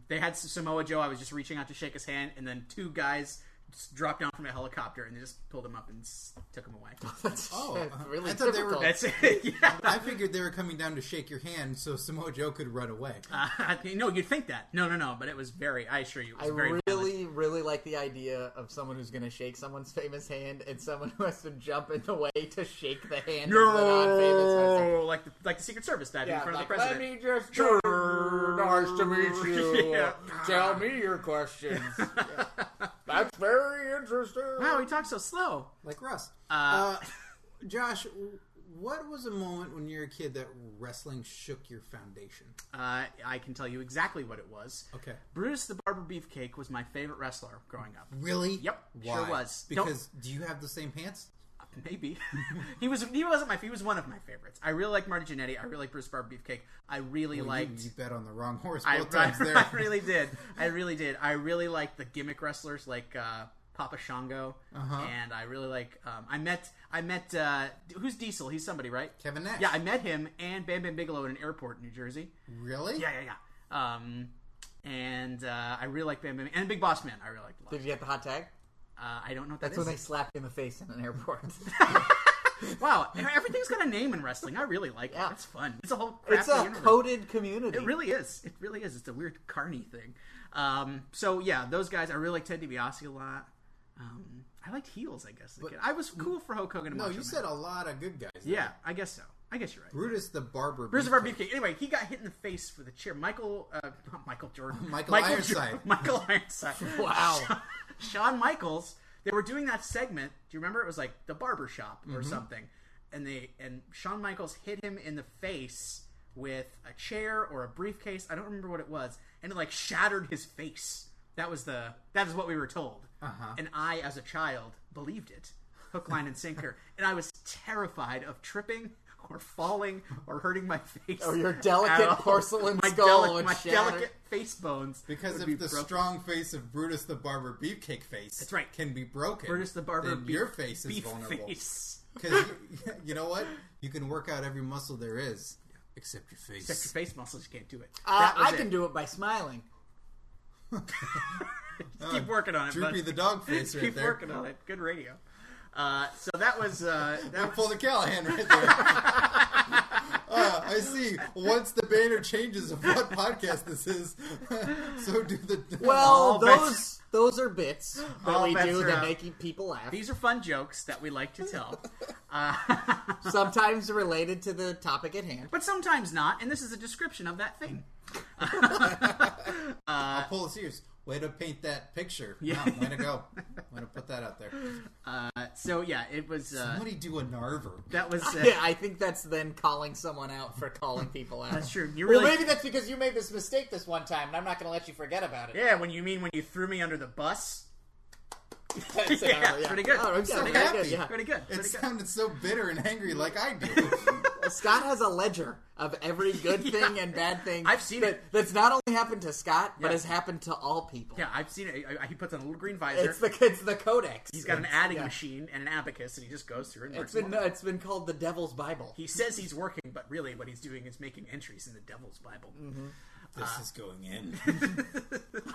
[SPEAKER 3] They had Samoa Joe. I was just reaching out to shake his hand, and then two guys just dropped down from a helicopter and they just pulled him up and s- took him away.
[SPEAKER 2] That's
[SPEAKER 1] Oh,
[SPEAKER 2] that's
[SPEAKER 1] uh,
[SPEAKER 2] really
[SPEAKER 1] I thought they were-
[SPEAKER 2] difficult.
[SPEAKER 3] That's it. yeah.
[SPEAKER 1] I figured they were coming down to shake your hand so Samoa Joe could run away.
[SPEAKER 3] Uh, no, you'd think that. No, no, no. But it was very. I assure you,
[SPEAKER 2] I
[SPEAKER 3] it was very.
[SPEAKER 2] really,
[SPEAKER 3] violent.
[SPEAKER 2] really like the idea of someone who's going to shake someone's famous hand and someone who has to jump in the way to shake the hand of the non-famous person.
[SPEAKER 3] No, Oh, like the, like the Secret Service dive in front
[SPEAKER 4] like,
[SPEAKER 3] of the president.
[SPEAKER 4] Let me just.
[SPEAKER 3] Sure.
[SPEAKER 4] Nice to meet you.
[SPEAKER 3] Yeah.
[SPEAKER 4] Tell me your questions. Yeah. That's very interesting.
[SPEAKER 3] Wow, he talks so slow.
[SPEAKER 1] like Russ. Uh,
[SPEAKER 3] Uh,
[SPEAKER 1] Josh, what was a moment when you were a kid that wrestling shook your foundation?
[SPEAKER 3] Uh, I can tell you exactly what it was.
[SPEAKER 1] Okay.
[SPEAKER 3] Brutus the Barber Beefcake was my favorite wrestler growing up.
[SPEAKER 1] Really?
[SPEAKER 3] Yep,
[SPEAKER 1] Why?
[SPEAKER 3] sure was. Don't-
[SPEAKER 1] Because do you have the same pants?
[SPEAKER 3] Maybe he was. He wasn't my. He was one of my favorites. I really like Marty Jannetty. I really like Bruce the Barber Beefcake. I really
[SPEAKER 1] Well, you,
[SPEAKER 3] liked.
[SPEAKER 1] you bet on the wrong horse both
[SPEAKER 3] I,
[SPEAKER 1] times
[SPEAKER 3] I-
[SPEAKER 1] there.
[SPEAKER 3] I really did. I really did. I really liked the gimmick wrestlers like uh, Papa Shango,
[SPEAKER 1] Uh-huh.
[SPEAKER 3] and I really like. Um, I met. I met. Uh, who's Diesel? He's somebody, right?
[SPEAKER 1] Kevin Nash.
[SPEAKER 3] Yeah, I met him and Bam Bam Bigelow at an airport in New Jersey.
[SPEAKER 1] really?
[SPEAKER 3] Yeah, yeah, yeah. Um, and uh, I really like Bam Bam and Big Boss Man. I really liked a lot.
[SPEAKER 2] Did you get the hot tag?
[SPEAKER 3] Uh, I don't know what
[SPEAKER 2] That's
[SPEAKER 3] that's
[SPEAKER 2] when they slap you in the face in an airport.
[SPEAKER 3] wow, e-, everything's got a name in wrestling. I really like
[SPEAKER 2] Yeah.
[SPEAKER 3] it. It's fun. It's a whole crappy
[SPEAKER 2] it's a
[SPEAKER 3] universe.
[SPEAKER 2] coded community.
[SPEAKER 3] It really is. It really is. It's a weird carny thing. Um, so yeah, those guys. I really like Ted DiBiase a lot. Um, I liked heels. I guess. as a kid. I was cool for Hulk Hogan. And
[SPEAKER 1] No,
[SPEAKER 3] Macho
[SPEAKER 1] Oh, you
[SPEAKER 3] Man.
[SPEAKER 1] said a lot of good guys.
[SPEAKER 3] Yeah, I guess so. I guess you're right.
[SPEAKER 1] Brutus the Barber.
[SPEAKER 3] Bruce of our beefcake. Anyway, he got hit in the face with a chair. Michael, uh, not Michael Jordan.
[SPEAKER 1] Michael
[SPEAKER 3] Jor-
[SPEAKER 1] Ironside.
[SPEAKER 3] Michael Ironside.
[SPEAKER 2] Wow.
[SPEAKER 3] Shawn, Shawn Michaels. They were doing that segment. Do you remember? It was like the barber shop
[SPEAKER 2] Mm-hmm.
[SPEAKER 3] or something. And they and Shawn Michaels hit him in the face with a chair or a briefcase. I don't remember what it was. And it like shattered his face. That was the that is what we were told.
[SPEAKER 1] Uh-huh.
[SPEAKER 3] And I, as a child, believed it. Hook, line, and sinker. and I was terrified of tripping or falling or hurting my face.
[SPEAKER 2] Or Oh, your
[SPEAKER 3] at
[SPEAKER 2] delicate
[SPEAKER 3] all.
[SPEAKER 2] porcelain
[SPEAKER 3] my
[SPEAKER 2] skull
[SPEAKER 3] deli-
[SPEAKER 2] would
[SPEAKER 3] my
[SPEAKER 2] shatter.
[SPEAKER 3] delicate face bones.
[SPEAKER 1] Because
[SPEAKER 3] would
[SPEAKER 1] if
[SPEAKER 3] be
[SPEAKER 1] the
[SPEAKER 3] broken.
[SPEAKER 1] strong face of Brutus the Barber Beefcake face
[SPEAKER 3] That's right.
[SPEAKER 1] can be broken,
[SPEAKER 3] Brutus the barber,
[SPEAKER 1] then
[SPEAKER 3] beef,
[SPEAKER 1] your face is
[SPEAKER 3] beef
[SPEAKER 1] vulnerable.
[SPEAKER 3] Face.
[SPEAKER 1] Because you, you know what? You can work out every muscle there is, except your face.
[SPEAKER 3] Except your face muscles, you can't do it.
[SPEAKER 2] Uh,
[SPEAKER 3] That was
[SPEAKER 2] I can
[SPEAKER 3] it.
[SPEAKER 2] do it by smiling.
[SPEAKER 3] Keep working on it,
[SPEAKER 1] Droopy
[SPEAKER 3] buddy.
[SPEAKER 1] the dog face right
[SPEAKER 3] Keep
[SPEAKER 1] there.
[SPEAKER 3] working on it. Good radio. Uh, so that was uh, that
[SPEAKER 1] Pull
[SPEAKER 3] was
[SPEAKER 1] the Callahan right there. Ah, I see. Once the banner changes of what podcast this is, so do the.
[SPEAKER 2] Well,
[SPEAKER 3] All
[SPEAKER 2] those
[SPEAKER 3] bets-
[SPEAKER 2] those are bits that
[SPEAKER 3] All
[SPEAKER 2] we
[SPEAKER 3] bets
[SPEAKER 2] do
[SPEAKER 3] are
[SPEAKER 2] that
[SPEAKER 3] up.
[SPEAKER 2] make you- people laugh.
[SPEAKER 3] these are fun jokes that we like to tell.
[SPEAKER 2] Sometimes related to the topic at hand.
[SPEAKER 3] but sometimes not. And this is a description of that thing.
[SPEAKER 1] I'll pull the serious. Way to paint that picture. Yeah. way to go. Way to put that out there.
[SPEAKER 3] Uh, so yeah, it was uh,
[SPEAKER 1] Somebody do a Narver.
[SPEAKER 3] that was uh,
[SPEAKER 2] Yeah, I think that's then calling someone out for calling people out.
[SPEAKER 3] that's true. You
[SPEAKER 2] Well,
[SPEAKER 3] really
[SPEAKER 2] maybe that's because you made this mistake this one time, and I'm not going to let you forget about it.
[SPEAKER 3] yeah. When you mean when you threw me under the bus,
[SPEAKER 2] That's it,
[SPEAKER 3] Yeah,
[SPEAKER 2] oh,
[SPEAKER 3] pretty good.
[SPEAKER 2] Oh, okay,
[SPEAKER 3] So
[SPEAKER 2] pretty
[SPEAKER 1] happy.
[SPEAKER 2] good, yeah.
[SPEAKER 3] pretty good. Pretty
[SPEAKER 1] It
[SPEAKER 3] good.
[SPEAKER 1] sounded so bitter and angry, like I do.
[SPEAKER 2] Well, Scott has a ledger of every good thing and bad thing.
[SPEAKER 3] I've seen
[SPEAKER 2] that,
[SPEAKER 3] it.
[SPEAKER 2] That's not only happened to Scott, but
[SPEAKER 3] Yeah.
[SPEAKER 2] has happened to all people.
[SPEAKER 3] Yeah, I've seen it. I- I- He puts on a little green visor.
[SPEAKER 2] It's the it's the codex.
[SPEAKER 3] He's got an
[SPEAKER 2] It's-
[SPEAKER 3] adding
[SPEAKER 2] yeah.
[SPEAKER 3] machine and an abacus, and he just goes through and
[SPEAKER 2] It's
[SPEAKER 3] marks
[SPEAKER 2] been
[SPEAKER 3] them up.
[SPEAKER 2] it's been called the Devil's Bible.
[SPEAKER 1] Mm-hmm.
[SPEAKER 3] He says he's working, but really what he's doing is making entries in the Devil's Bible.
[SPEAKER 5] This is going in.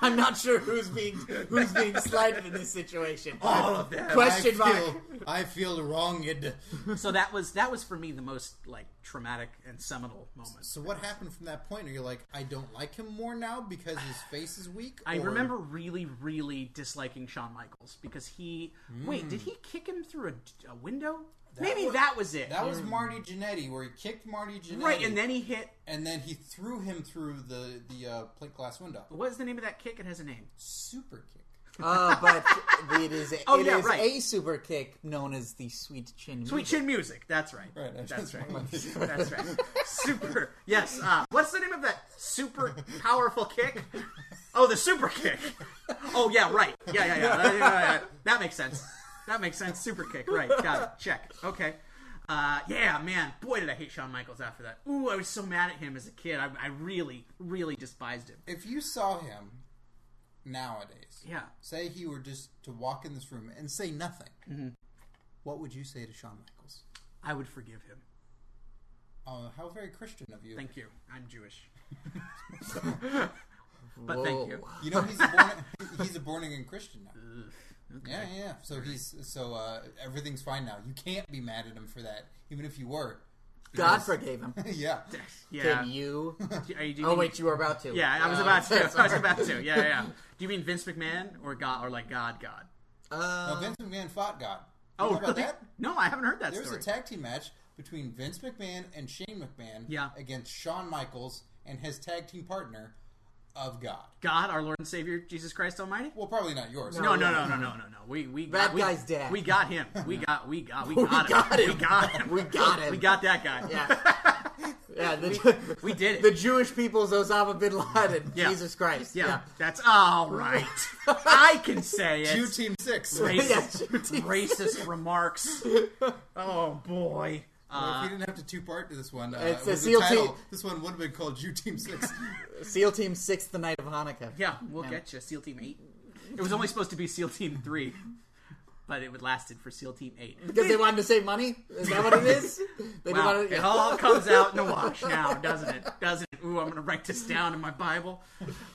[SPEAKER 2] I'm not sure who's being who's being slighted in this situation.
[SPEAKER 3] all of them.
[SPEAKER 2] Question
[SPEAKER 1] I
[SPEAKER 2] mark.
[SPEAKER 1] feel, I feel wronged.
[SPEAKER 3] So that was that was for me the most like traumatic and seminal moment.
[SPEAKER 1] So what happened from that point? Are you like, I don't like him more now because his face is weak?
[SPEAKER 3] I
[SPEAKER 1] Or-
[SPEAKER 3] remember really, really disliking Shawn Michaels because he.
[SPEAKER 1] Mm.
[SPEAKER 3] Wait, did he kick him through a, a window? Maybe
[SPEAKER 1] was-
[SPEAKER 3] that was it.
[SPEAKER 1] that was Marty Jannetty, where he kicked Marty Jannetty,
[SPEAKER 3] right, and then he hit.
[SPEAKER 1] and then he threw him through the the uh, plate glass window.
[SPEAKER 3] What is the name of that kick? It has a name.
[SPEAKER 1] Super kick.
[SPEAKER 2] Uh, but it is
[SPEAKER 3] Oh,
[SPEAKER 2] it
[SPEAKER 3] yeah,
[SPEAKER 2] is
[SPEAKER 3] right.
[SPEAKER 2] a super kick known as the sweet chin.
[SPEAKER 3] Sweet
[SPEAKER 2] music.
[SPEAKER 3] Chin Music. That's right.
[SPEAKER 1] Right, I
[SPEAKER 3] That's
[SPEAKER 1] just
[SPEAKER 3] right.
[SPEAKER 1] wanted to-
[SPEAKER 3] That's right. Super. Yes. Uh, what's the name of that super powerful kick? Oh, the super kick. Oh yeah, right. Yeah, yeah, yeah. That, yeah, yeah. that makes sense. That makes sense. Super kick. Right. Got it. Check. Okay. Uh, yeah, man. Boy, did I hate Shawn Michaels after that. Ooh, I was so mad at him as a kid. I, I really, really despised him.
[SPEAKER 1] If you saw him nowadays,
[SPEAKER 3] Yeah.
[SPEAKER 1] say he were just to walk in this room and say nothing,
[SPEAKER 3] Mm-hmm.
[SPEAKER 1] what would you say to Shawn Michaels?
[SPEAKER 3] I would forgive him.
[SPEAKER 1] Oh, how very Christian of you.
[SPEAKER 3] Thank you. I'm Jewish. but thank you.
[SPEAKER 1] You know he's a born he's a born again Christian now. Yeah, yeah, yeah. So he's so uh, everything's fine now. You can't be mad at him for that, even if you were.
[SPEAKER 2] God forgave him.
[SPEAKER 1] yeah.
[SPEAKER 3] Yeah.
[SPEAKER 2] Can you?
[SPEAKER 3] Are you- do you
[SPEAKER 2] Oh
[SPEAKER 3] mean-
[SPEAKER 2] wait, you were about to.
[SPEAKER 3] Yeah, I was
[SPEAKER 2] Uh,
[SPEAKER 3] about to. I was
[SPEAKER 2] sorry.
[SPEAKER 3] about to. Yeah, yeah, yeah. Do you mean Vince McMahon or God or like God God?
[SPEAKER 2] Uh,
[SPEAKER 1] Now, Vince McMahon fought God. You
[SPEAKER 3] Oh,
[SPEAKER 1] know about
[SPEAKER 3] really?
[SPEAKER 1] that?
[SPEAKER 3] No, I haven't heard that
[SPEAKER 1] There was a
[SPEAKER 3] story.
[SPEAKER 1] tag team match between Vince McMahon and Shane McMahon
[SPEAKER 3] Yeah.
[SPEAKER 1] against Shawn Michaels and his tag team partner of God.
[SPEAKER 3] God, our Lord and Savior, Jesus Christ Almighty.
[SPEAKER 1] Well, probably not yours.
[SPEAKER 3] No, no, no, no, no, no, no. We we
[SPEAKER 2] That
[SPEAKER 3] got, we,
[SPEAKER 2] guy's dead.
[SPEAKER 3] We got him. We got we got we
[SPEAKER 2] We
[SPEAKER 3] got,
[SPEAKER 2] got
[SPEAKER 3] him.
[SPEAKER 2] him.
[SPEAKER 3] We got him.
[SPEAKER 2] We got him.
[SPEAKER 3] We got that guy.
[SPEAKER 2] yeah. Yeah, the,
[SPEAKER 3] We did it.
[SPEAKER 2] the Jewish people's Osama bin Laden.
[SPEAKER 3] Yeah.
[SPEAKER 2] Jesus Christ.
[SPEAKER 3] yeah, That's all right. I can say
[SPEAKER 1] Two
[SPEAKER 3] it.
[SPEAKER 1] team six.
[SPEAKER 2] Yeah.
[SPEAKER 3] Racist,
[SPEAKER 2] Yeah, Judy.
[SPEAKER 3] racist remarks. Oh boy.
[SPEAKER 1] Well,
[SPEAKER 3] Uh,
[SPEAKER 1] if we didn't have to two part to this one, uh,
[SPEAKER 2] It's
[SPEAKER 1] it
[SPEAKER 2] a
[SPEAKER 1] was
[SPEAKER 2] SEAL
[SPEAKER 1] the title.
[SPEAKER 2] team.
[SPEAKER 1] This one would have been called U Team Six.
[SPEAKER 2] SEAL Team Six, the night of Hanukkah.
[SPEAKER 3] Yeah, we'll get you. SEAL Team 8. It was only supposed to be SEAL Team 3, but it would- lasted for SEAL Team 8.
[SPEAKER 2] Because they wanted to save money? Is that what it is? They
[SPEAKER 3] Wow,
[SPEAKER 2] wanted-
[SPEAKER 3] it all comes out in the wash now, doesn't it? Doesn't it? Ooh, I'm going to write this down in my Bible.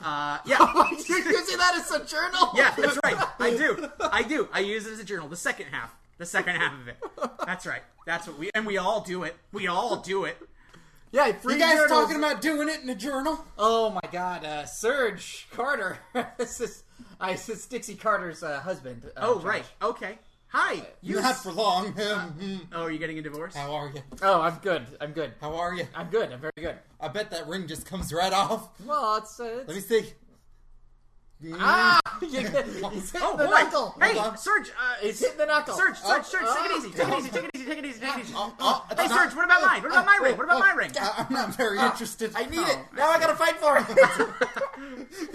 [SPEAKER 3] Uh, yeah.
[SPEAKER 2] You're using that as a journal?
[SPEAKER 3] yeah, that's right. I do. I do. I use it as a journal. The second half. The second half of it. That's right. That's what we, and we all do it. We all do it.
[SPEAKER 2] Yeah, free
[SPEAKER 1] you guys
[SPEAKER 2] journals.
[SPEAKER 1] talking about doing it in a journal?
[SPEAKER 2] Oh my god, uh, Serge Carter. this is I this is Dixie Carter's uh, husband. Uh,
[SPEAKER 3] Oh,
[SPEAKER 2] Josh.
[SPEAKER 3] right. Okay. Hi. You.
[SPEAKER 1] Not for long. Mhm.
[SPEAKER 3] Oh, are you getting a divorce?
[SPEAKER 1] How are you?
[SPEAKER 2] Oh, I'm good. I'm good.
[SPEAKER 1] How are you?
[SPEAKER 2] I'm good. I'm very good.
[SPEAKER 1] I bet that ring just comes right off.
[SPEAKER 2] Well, it's, uh, it's
[SPEAKER 1] Let me see. Hmm.
[SPEAKER 2] ah, you get- he's hitting
[SPEAKER 3] Oh
[SPEAKER 2] the
[SPEAKER 3] boy!
[SPEAKER 2] knuckle.
[SPEAKER 3] Hey,
[SPEAKER 1] Hold on.
[SPEAKER 3] Serge. Uh,
[SPEAKER 2] He's hitting the knuckle.
[SPEAKER 3] Serge, Serge, Serge,
[SPEAKER 2] oh.
[SPEAKER 3] take it easy, take it easy, take it easy, take it easy, take it
[SPEAKER 2] Uh,
[SPEAKER 3] easy.
[SPEAKER 1] Oh,
[SPEAKER 3] Hey,
[SPEAKER 1] it's not-
[SPEAKER 3] Serge, what about mine? What about my ring? What about my ring?
[SPEAKER 1] I- I'm not very interested.
[SPEAKER 2] Ah, I need it. Now Oh, I gotta fight for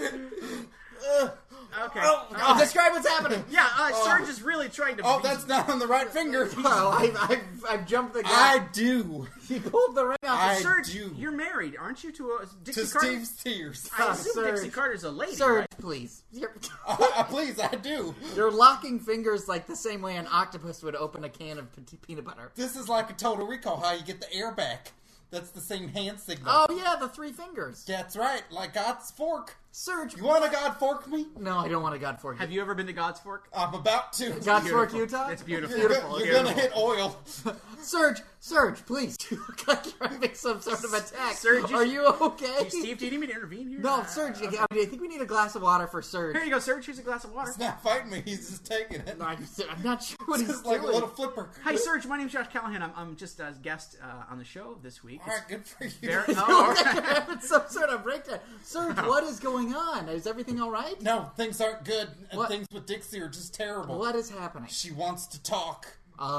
[SPEAKER 2] it.
[SPEAKER 3] Okay.
[SPEAKER 2] oh,
[SPEAKER 3] Uh,
[SPEAKER 2] Describe what's happening.
[SPEAKER 3] Yeah, uh, Serge is really trying to.
[SPEAKER 1] Oh, that's not on the right finger.
[SPEAKER 2] Wow, I, I, I jumped the guy.
[SPEAKER 1] I do.
[SPEAKER 2] he pulled the ring off.
[SPEAKER 1] I
[SPEAKER 2] his
[SPEAKER 3] Serge,
[SPEAKER 1] do.
[SPEAKER 3] you're married, aren't you? To a Dixie
[SPEAKER 1] To
[SPEAKER 3] Carter.
[SPEAKER 1] Steve Sears.
[SPEAKER 3] I
[SPEAKER 2] Ah,
[SPEAKER 3] assume
[SPEAKER 2] Serge.
[SPEAKER 3] Dixie Carter's a lady.
[SPEAKER 2] Serge,
[SPEAKER 3] right?
[SPEAKER 2] please. You're,
[SPEAKER 1] Please, I do.
[SPEAKER 2] you're locking fingers like the same way an octopus would open a can of pe- peanut butter.
[SPEAKER 1] This is like a total recall how you get the air back. That's the same hand signal.
[SPEAKER 2] Oh yeah, the three fingers.
[SPEAKER 1] That's right, like God's fork.
[SPEAKER 2] Serge.
[SPEAKER 1] You want to God fork me?
[SPEAKER 2] No, I don't want a God fork.
[SPEAKER 3] Have you ever been to God's Fork?
[SPEAKER 1] I'm about to.
[SPEAKER 2] God's Fork,
[SPEAKER 3] Beautiful.
[SPEAKER 2] Utah?
[SPEAKER 3] It's beautiful.
[SPEAKER 1] you're
[SPEAKER 3] beautiful.
[SPEAKER 1] you're
[SPEAKER 3] beautiful.
[SPEAKER 1] gonna hit oil.
[SPEAKER 2] Serge, Serge, please. You look like you're having some sort of attack.
[SPEAKER 3] Serge, you-
[SPEAKER 2] are you okay?
[SPEAKER 3] Steve, do you need me to intervene here?
[SPEAKER 2] No,
[SPEAKER 3] Uh,
[SPEAKER 2] Serge. I, mean, I think we need a glass of water for Serge.
[SPEAKER 3] Here you go, Serge. Here's a glass of water.
[SPEAKER 1] He's not fighting me. He's just taking it.
[SPEAKER 2] I'm, I'm not sure what he's
[SPEAKER 1] It's like a
[SPEAKER 2] doing.
[SPEAKER 1] little flipper.
[SPEAKER 3] Hi, Serge. My name's Josh Callahan. I'm, I'm just a guest uh, on the show this week.
[SPEAKER 1] All right, good for you.
[SPEAKER 3] Very-
[SPEAKER 2] You
[SPEAKER 3] oh, all
[SPEAKER 2] look like
[SPEAKER 3] right.
[SPEAKER 2] you're having some sort of breakdown. Serge, what is going on? Is everything all right?
[SPEAKER 1] No, things aren't good, and
[SPEAKER 2] What?
[SPEAKER 1] things with Dixie are just terrible.
[SPEAKER 2] What is happening?
[SPEAKER 1] She wants to talk.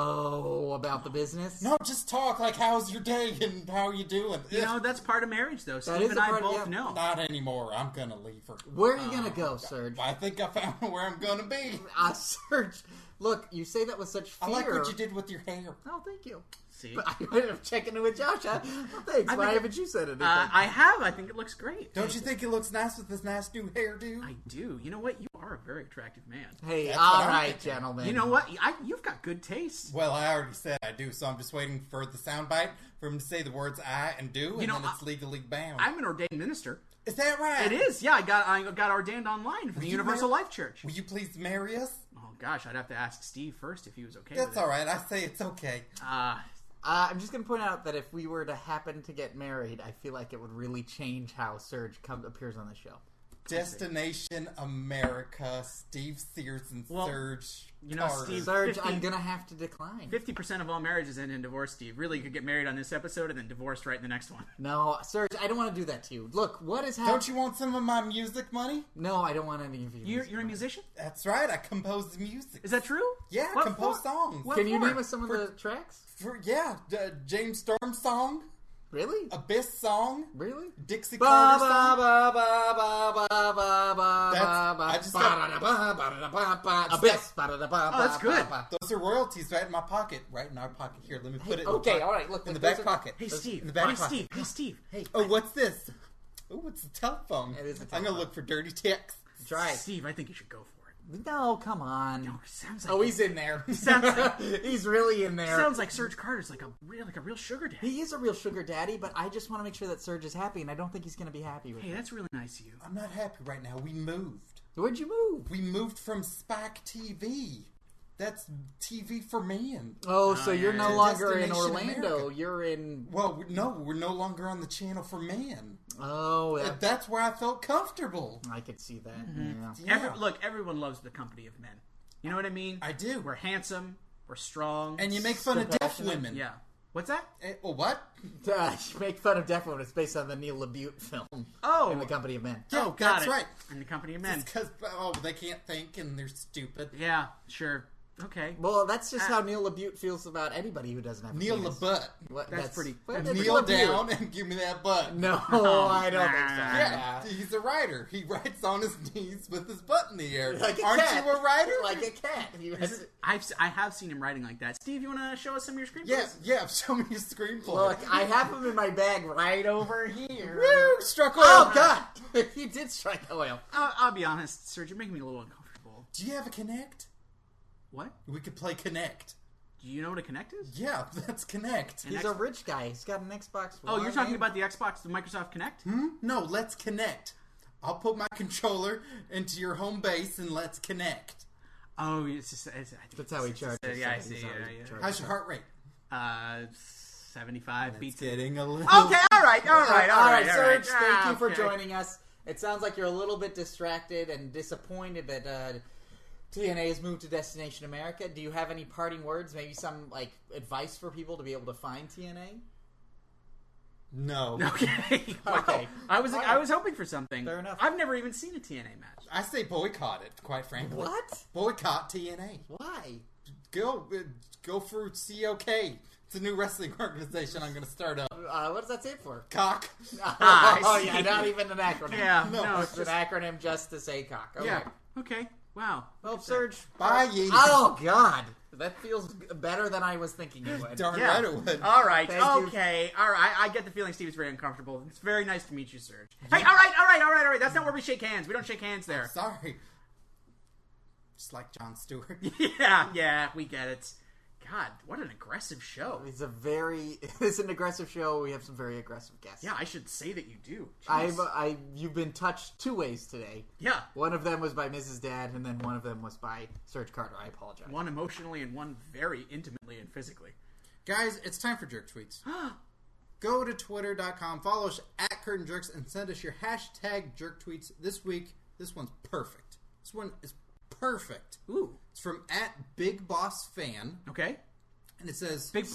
[SPEAKER 2] Oh, about the business?
[SPEAKER 1] No, just talk. Like, how's your day and how are you doing?
[SPEAKER 3] You know, that's part of marriage, though. Steve
[SPEAKER 2] is
[SPEAKER 3] and
[SPEAKER 2] a
[SPEAKER 3] I
[SPEAKER 2] part of-
[SPEAKER 3] both
[SPEAKER 2] yeah.
[SPEAKER 3] know.
[SPEAKER 1] not anymore. I'm gonna leave her.
[SPEAKER 2] Where are you
[SPEAKER 1] Uh,
[SPEAKER 2] gonna go, Serge?
[SPEAKER 1] I think I found where I'm gonna be.
[SPEAKER 2] Ah, Serge, look, you say that with such fear.
[SPEAKER 1] I like what you did with your hair.
[SPEAKER 2] Oh, thank you.
[SPEAKER 3] See?
[SPEAKER 2] But I ended up checking in with Josh. Huh? Well, thanks.
[SPEAKER 3] I
[SPEAKER 2] Why
[SPEAKER 3] think-
[SPEAKER 2] haven't you said anything?
[SPEAKER 3] Uh, I have. I think it looks great.
[SPEAKER 1] Don't you think it looks nice with this nice new hairdo?
[SPEAKER 3] I do. You know what? You are a very attractive man.
[SPEAKER 2] hey,
[SPEAKER 1] That's
[SPEAKER 2] all
[SPEAKER 1] what I'm
[SPEAKER 2] right,
[SPEAKER 1] thinking.
[SPEAKER 2] gentlemen.
[SPEAKER 3] You know what? I, you've got good taste.
[SPEAKER 1] Well, I already said I do, so I'm just waiting for the soundbite for him to say the words "I" and "do," and
[SPEAKER 3] know,
[SPEAKER 1] then it's
[SPEAKER 3] I-
[SPEAKER 1] legally bound.
[SPEAKER 3] I'm an ordained minister.
[SPEAKER 1] Is that right?
[SPEAKER 3] It is. Yeah, I got I got ordained online from the
[SPEAKER 1] you
[SPEAKER 3] Universal
[SPEAKER 1] mar-
[SPEAKER 3] Life Church.
[SPEAKER 1] Will you please marry us?
[SPEAKER 3] Oh gosh, I'd have to ask Steve first if he was okay.
[SPEAKER 1] That's
[SPEAKER 3] with it.
[SPEAKER 1] all right. I say it's okay.
[SPEAKER 3] Uh,
[SPEAKER 2] Uh, I'm just going to point out that if we were to happen to get married, I feel like it would really change how Serge come, appears on the show.
[SPEAKER 1] Destination America, Steve Sears and
[SPEAKER 3] Well,
[SPEAKER 1] Serge.
[SPEAKER 3] you know,
[SPEAKER 1] Carter.
[SPEAKER 3] Steve-
[SPEAKER 2] Serge,
[SPEAKER 3] 50
[SPEAKER 2] I'm going to have to decline.
[SPEAKER 3] fifty percent of all marriages end in divorce. Steve really you could get married on this episode and then divorced right in the next one.
[SPEAKER 2] No, Serge, I don't want to do that to you. Look, what is happening?
[SPEAKER 1] Don't you want some of my music money?
[SPEAKER 2] No, I don't want any of you.
[SPEAKER 3] You're, you're a musician?
[SPEAKER 1] That's right. I composed music.
[SPEAKER 3] Is that true?
[SPEAKER 1] Yeah,
[SPEAKER 3] What
[SPEAKER 1] compose
[SPEAKER 3] for?
[SPEAKER 1] songs.
[SPEAKER 3] What
[SPEAKER 2] Can you
[SPEAKER 3] for?
[SPEAKER 2] name us some of the tracks?
[SPEAKER 1] For, yeah, d- James Storm song,
[SPEAKER 2] Really?
[SPEAKER 1] Abyss song,
[SPEAKER 2] Really?
[SPEAKER 1] Dixie
[SPEAKER 2] Ba
[SPEAKER 1] Carter
[SPEAKER 2] ba
[SPEAKER 1] song.
[SPEAKER 2] ba ba ba ba ba ba ba
[SPEAKER 1] That's-
[SPEAKER 2] ba.
[SPEAKER 1] I just
[SPEAKER 2] Ba
[SPEAKER 1] got-
[SPEAKER 2] da da ba ba da da ba ba.
[SPEAKER 1] Just
[SPEAKER 2] Abyss. Ba da da ba.
[SPEAKER 3] Oh, that's
[SPEAKER 2] ba
[SPEAKER 3] good.
[SPEAKER 2] ba ba.
[SPEAKER 1] Those are royalties right in my pocket, right in our pocket. Here, let me put it. in the
[SPEAKER 2] okay,
[SPEAKER 1] pocket-
[SPEAKER 2] all right, look,
[SPEAKER 1] in the
[SPEAKER 2] look,
[SPEAKER 1] back
[SPEAKER 2] those are-
[SPEAKER 1] pocket.
[SPEAKER 3] Hey Steve.
[SPEAKER 1] in the back
[SPEAKER 3] hey
[SPEAKER 1] pocket.
[SPEAKER 3] Steve. Hey Steve. Hey.
[SPEAKER 1] Oh, what's this? Oh, it's a telephone.
[SPEAKER 2] It is a
[SPEAKER 1] I'm
[SPEAKER 2] telephone.
[SPEAKER 1] gonna look for dirty texts.
[SPEAKER 2] Try. it.
[SPEAKER 3] Steve, I think you should go for it.
[SPEAKER 2] No, come on.
[SPEAKER 3] Oh, sounds like
[SPEAKER 2] Oh, he's in there.
[SPEAKER 3] sounds like,
[SPEAKER 2] he's really in there.
[SPEAKER 3] sounds like Serge Carter's like a real like a real sugar daddy.
[SPEAKER 2] He is a real sugar daddy, but I just want to make sure that Serge is happy, and I don't think he's going to be happy with
[SPEAKER 3] Hey,
[SPEAKER 2] it.
[SPEAKER 3] that's really nice of you.
[SPEAKER 1] I'm not happy right now. We moved.
[SPEAKER 2] Where'd you move?
[SPEAKER 1] We moved from Spike TV. That's TV for men.
[SPEAKER 2] Oh, so you're
[SPEAKER 3] yeah,
[SPEAKER 2] no
[SPEAKER 3] yeah.
[SPEAKER 2] longer in
[SPEAKER 1] Destination
[SPEAKER 2] Orlando.
[SPEAKER 1] America.
[SPEAKER 2] You're in.
[SPEAKER 1] Well, we- no, we're no longer on the channel for men.
[SPEAKER 2] Oh, that-
[SPEAKER 1] That's where I felt comfortable.
[SPEAKER 2] I could see that.
[SPEAKER 3] Mm-hmm.
[SPEAKER 2] Yeah.
[SPEAKER 1] Yeah,
[SPEAKER 3] Every, look, everyone loves the company of men. You know what I mean?
[SPEAKER 1] I do.
[SPEAKER 3] We're handsome. We're strong.
[SPEAKER 1] And you make fun of deaf
[SPEAKER 2] Compassionate.
[SPEAKER 1] women.
[SPEAKER 3] yeah. What's that?
[SPEAKER 1] Eh, oh, what?
[SPEAKER 2] Uh, you make fun of deaf women. It's based on the Neil LaBute film.
[SPEAKER 3] Oh.
[SPEAKER 2] in the Company of Men.
[SPEAKER 1] Yeah,
[SPEAKER 3] oh, got
[SPEAKER 1] that's
[SPEAKER 3] it.
[SPEAKER 1] right.
[SPEAKER 3] In the company of men.
[SPEAKER 1] Because oh, they can't think and they're stupid.
[SPEAKER 3] Yeah. Sure. Okay.
[SPEAKER 2] Well, that's just
[SPEAKER 3] Ah.
[SPEAKER 2] how Neil LaBute feels about anybody who doesn't have a
[SPEAKER 1] Kneel the
[SPEAKER 2] penis.
[SPEAKER 1] butt.
[SPEAKER 2] What-
[SPEAKER 3] That's pretty-
[SPEAKER 2] what-
[SPEAKER 3] that's
[SPEAKER 1] Kneel
[SPEAKER 2] LaBute.
[SPEAKER 1] down and give me that butt.
[SPEAKER 2] No, I don't think so.
[SPEAKER 1] Oh, Yeah,
[SPEAKER 2] uh,
[SPEAKER 1] he's a writer. He writes on his knees with his butt in the air.
[SPEAKER 2] Like a
[SPEAKER 1] Aren't
[SPEAKER 2] cat.
[SPEAKER 1] you a writer?
[SPEAKER 2] Like a cat. He has-
[SPEAKER 3] I've s- I have seen him writing like that. Steve, you want to show us some of your screenplays?
[SPEAKER 1] yeah, yeah. Show me your screenplay.
[SPEAKER 2] Look, I have him in my bag right over here.
[SPEAKER 1] Woo! Struck oil.
[SPEAKER 2] Oh God! he did strike oil.
[SPEAKER 3] I'll, I'll be honest, Serge. You're making me a little uncomfortable.
[SPEAKER 1] Do you have a connect?
[SPEAKER 3] What?
[SPEAKER 1] We could play connect.
[SPEAKER 3] Do you know what a connect is?
[SPEAKER 1] Yeah, that's connect.
[SPEAKER 2] He's
[SPEAKER 3] Next-
[SPEAKER 2] a rich guy. He's got an Xbox.
[SPEAKER 3] Oh,
[SPEAKER 2] One.
[SPEAKER 3] you're talking about the Xbox, the Microsoft Connect?
[SPEAKER 1] Hmm? No, let's connect. I'll put my controller into your home base and let's connect.
[SPEAKER 3] Oh, it's just, it's, I think
[SPEAKER 2] That's how he
[SPEAKER 3] it's just-
[SPEAKER 2] charges.
[SPEAKER 3] Yeah, I
[SPEAKER 2] That's
[SPEAKER 3] see.
[SPEAKER 2] how
[SPEAKER 3] Yeah,
[SPEAKER 2] he
[SPEAKER 3] yeah.
[SPEAKER 2] charges.
[SPEAKER 1] How's your heart rate?
[SPEAKER 3] Uh, 75 beats it.
[SPEAKER 1] getting a little.
[SPEAKER 2] Oh!
[SPEAKER 3] Okay, all right, all right, all right, all right.
[SPEAKER 2] Serge. Thank
[SPEAKER 3] Ah,
[SPEAKER 2] you for
[SPEAKER 3] okay.
[SPEAKER 2] joining us. It sounds like you're a little bit distracted and disappointed that uh, TNA has moved to Destination America. Do you have any parting words? Maybe some like advice for people to be able to find TNA?
[SPEAKER 1] No,
[SPEAKER 3] Okay. Wow.
[SPEAKER 2] Okay.
[SPEAKER 3] I was
[SPEAKER 2] All
[SPEAKER 3] I
[SPEAKER 2] right.
[SPEAKER 3] was hoping for something.
[SPEAKER 2] Fair enough.
[SPEAKER 3] I've never even seen a TNA match.
[SPEAKER 1] I say boycott it. Quite frankly,
[SPEAKER 2] What?
[SPEAKER 1] boycott TNA.
[SPEAKER 2] Why?
[SPEAKER 1] Go, uh, go for COK. It's a new wrestling organization I'm going to start up.
[SPEAKER 2] Uh, what does that stand for?
[SPEAKER 1] Cock.
[SPEAKER 3] Ah, I
[SPEAKER 2] oh
[SPEAKER 3] see.
[SPEAKER 2] yeah, not even an acronym.
[SPEAKER 3] Yeah.
[SPEAKER 1] No,
[SPEAKER 3] No.
[SPEAKER 2] It's
[SPEAKER 3] it's
[SPEAKER 2] an
[SPEAKER 3] just,
[SPEAKER 2] acronym just to say cock. Okay.
[SPEAKER 3] yeah. Okay. Wow.
[SPEAKER 2] Well, Serge.
[SPEAKER 1] Bye, ye.
[SPEAKER 2] Oh God, that feels better than I was thinking it would.
[SPEAKER 1] Darn
[SPEAKER 3] Yeah.
[SPEAKER 1] right it would.
[SPEAKER 3] All right.
[SPEAKER 2] Thank you.
[SPEAKER 3] okay. All right. I get the feeling Steve is very uncomfortable. It's very nice to meet you, Serge. Hey. All right. All right. All right. All right. That's not where we shake hands. We don't shake hands there.
[SPEAKER 1] Sorry. Just like John Stewart.
[SPEAKER 3] yeah. Yeah. We get it. God, what an aggressive show.
[SPEAKER 2] It's a very it's an aggressive show. We have some very aggressive guests.
[SPEAKER 3] Yeah. I should say that you do. Jeez.
[SPEAKER 2] I've I you've been touched two ways today.
[SPEAKER 3] yeah.
[SPEAKER 2] One of them was by Mrs. Dad, and then one of them was by Serge Carter. I apologize.
[SPEAKER 3] One emotionally and one very intimately and physically.
[SPEAKER 1] Guys, it's time for jerk tweets. Go to twitter.com, follow us at curtain jerks, and send us your hashtag jerk tweets this week. This one's perfect. This one is perfect.
[SPEAKER 3] Ooh.
[SPEAKER 1] It's from at Big Boss Fan,
[SPEAKER 3] Okay.
[SPEAKER 1] and it says
[SPEAKER 3] Big.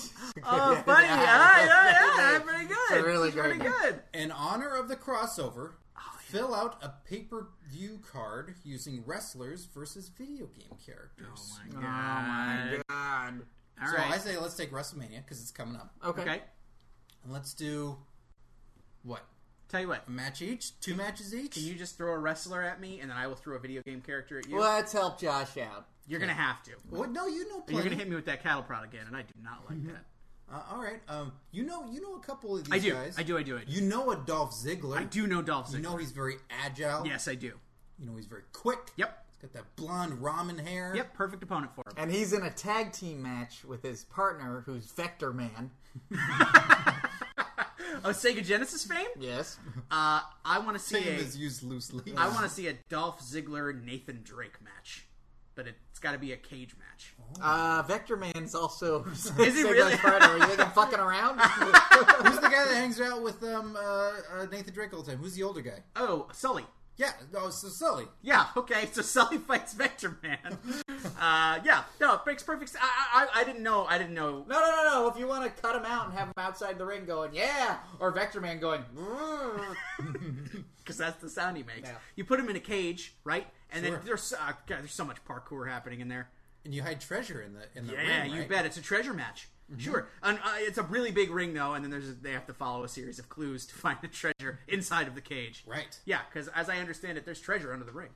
[SPEAKER 3] Oh, buddy.
[SPEAKER 2] Yeah.
[SPEAKER 3] Yeah, yeah, yeah. Pretty good.
[SPEAKER 2] It's a really
[SPEAKER 3] This is pretty
[SPEAKER 2] great name.
[SPEAKER 3] good.
[SPEAKER 1] In honor of the crossover,
[SPEAKER 3] Oh,
[SPEAKER 1] fill out a paper view card using wrestlers versus video game characters.
[SPEAKER 3] Oh
[SPEAKER 2] Oh my God.
[SPEAKER 3] All
[SPEAKER 1] so
[SPEAKER 3] right.
[SPEAKER 1] I say let's take WrestleMania because it's coming up,
[SPEAKER 2] Okay.
[SPEAKER 3] okay.
[SPEAKER 1] and let's do what
[SPEAKER 3] Tell you what.
[SPEAKER 1] a match each, two matches each.
[SPEAKER 3] Can you just throw a wrestler at me, and then I will throw a video game character at you?
[SPEAKER 2] Let's help Josh out.
[SPEAKER 3] You're gonna have to.
[SPEAKER 1] What? No, you know.
[SPEAKER 3] You're
[SPEAKER 1] Plenty.
[SPEAKER 3] gonna hit me with that cattle prod again, and I do not like that.
[SPEAKER 1] Uh, all right. Um, you know, you know a couple of these
[SPEAKER 3] I do.
[SPEAKER 1] guys.
[SPEAKER 3] I do. I do. I do.
[SPEAKER 1] You know a Dolph Ziggler.
[SPEAKER 3] I do know Dolph Ziggler.
[SPEAKER 1] You know he's very agile.
[SPEAKER 3] yes, I do.
[SPEAKER 1] You know he's very quick.
[SPEAKER 3] Yep.
[SPEAKER 1] He's got that blonde ramen hair.
[SPEAKER 3] Yep. Perfect opponent for him.
[SPEAKER 2] And he's in a tag team match with his partner, who's Vector Man.
[SPEAKER 3] of Oh, Sega Genesis fame.
[SPEAKER 2] Yes.
[SPEAKER 3] Uh, I want to see
[SPEAKER 1] Fame
[SPEAKER 3] a,
[SPEAKER 1] is used loosely.
[SPEAKER 3] I want to see a Dolph Ziggler Nathan Drake match, but it's got to be a cage match.
[SPEAKER 2] Uh, Vector Man's also. Is he
[SPEAKER 3] really?
[SPEAKER 2] Are you think I'm fucking around?
[SPEAKER 1] Who's the guy that hangs out with um, uh, uh, Nathan Drake all the time? Who's the older guy?
[SPEAKER 3] Oh, Sully.
[SPEAKER 1] Yeah, no, so Sully.
[SPEAKER 3] Yeah, okay, so Sully fights Vector Man. uh, yeah, no, it makes perfect sense. I, I, I didn't know, I didn't know.
[SPEAKER 2] No, no, no, no. If you want to cut him out and have him outside the ring going, yeah, or Vector Man going, "Mm, "Rrrr."
[SPEAKER 3] because that's the sound he makes.
[SPEAKER 2] Yeah.
[SPEAKER 3] You put him in a cage, right? And
[SPEAKER 1] Sure.
[SPEAKER 3] then there's uh, God, there's so much parkour happening in there.
[SPEAKER 1] And you hide treasure in the in the
[SPEAKER 3] Yeah,
[SPEAKER 1] ring,
[SPEAKER 3] you
[SPEAKER 1] right?
[SPEAKER 3] bet. It's a treasure match. Sure, and, uh, it's a really big ring though, and then there's they have to follow a series of clues to find the treasure inside of the cage.
[SPEAKER 1] Right.
[SPEAKER 3] Yeah, because as I understand it, there's treasure under the ring.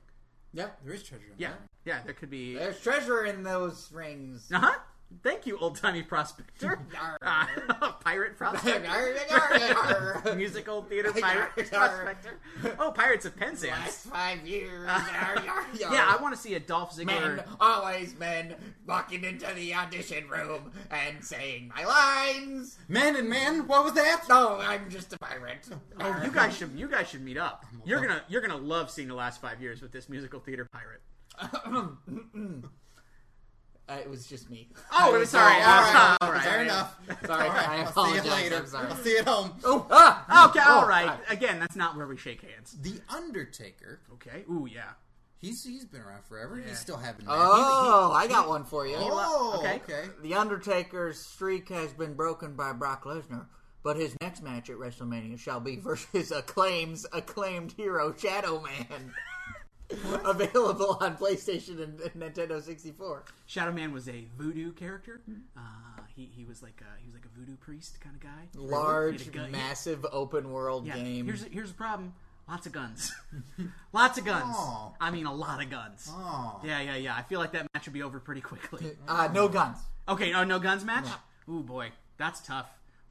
[SPEAKER 1] Yeah, there is treasure. In
[SPEAKER 3] Yeah,
[SPEAKER 1] The ring.
[SPEAKER 3] yeah, there could be. Uh
[SPEAKER 2] There's treasure in those rings.
[SPEAKER 3] huh. Thank you, old timey prospector.
[SPEAKER 2] Yarr.
[SPEAKER 3] Uh, pirate prospector.
[SPEAKER 2] Yarr, yarr, yarr, yarr.
[SPEAKER 3] Musical theater pirate
[SPEAKER 2] Yarr.
[SPEAKER 3] prospector. Oh, pirates of
[SPEAKER 2] Last
[SPEAKER 3] Penzance.
[SPEAKER 2] five years. Yarr, yarr, yarr.
[SPEAKER 3] Yeah, I want to see a Dolph Ziggler. Oh,
[SPEAKER 2] Men, always men, walking into the audition room and saying my lines.
[SPEAKER 1] Man and man, what was Oh, that?
[SPEAKER 2] No, I'm just a pirate.
[SPEAKER 3] Oh, you guys should you guys should meet up. You're gonna you're gonna love seeing the last five years with this musical theater pirate.
[SPEAKER 2] Uh, it was just me.
[SPEAKER 3] Oh, I'm sorry.
[SPEAKER 2] all
[SPEAKER 3] Uh,
[SPEAKER 2] right,
[SPEAKER 3] all right.
[SPEAKER 1] Fair enough.
[SPEAKER 2] Sorry,
[SPEAKER 1] All right,
[SPEAKER 2] I
[SPEAKER 1] I'll see
[SPEAKER 2] apologize.
[SPEAKER 1] you later.
[SPEAKER 2] I'm sorry.
[SPEAKER 1] I'll see you at home.
[SPEAKER 2] Oh, ah,
[SPEAKER 3] Okay,
[SPEAKER 2] oh,
[SPEAKER 3] all right.
[SPEAKER 2] God.
[SPEAKER 3] Again, that's not where we shake hands.
[SPEAKER 1] The Undertaker.
[SPEAKER 3] Okay. Ooh, yeah.
[SPEAKER 1] He's he's been around forever.
[SPEAKER 3] Yeah.
[SPEAKER 1] He's still having.
[SPEAKER 2] Oh, I got one for you.
[SPEAKER 1] oh,
[SPEAKER 3] okay.
[SPEAKER 1] okay.
[SPEAKER 2] The Undertaker's streak has been broken by Brock Lesnar, but his next match at WrestleMania shall be versus Acclaim's acclaimed hero Shadow Man. Available on PlayStation and, and Nintendo 64.
[SPEAKER 3] Shadow Man was a voodoo character. Uh, he he was like a, he was like a voodoo priest kind of guy.
[SPEAKER 2] Large,
[SPEAKER 3] Really? He had a gun-
[SPEAKER 2] massive open world
[SPEAKER 3] Yeah.
[SPEAKER 2] game.
[SPEAKER 3] Here's here's the problem. Lots of guns. Lots of guns.
[SPEAKER 1] Aw.
[SPEAKER 3] I mean, a lot of guns.
[SPEAKER 1] Aw.
[SPEAKER 3] Yeah, yeah, yeah. I feel like that match would be over pretty quickly.
[SPEAKER 2] uh, no guns.
[SPEAKER 3] Okay. Oh, no guns match. Ooh boy, that's tough.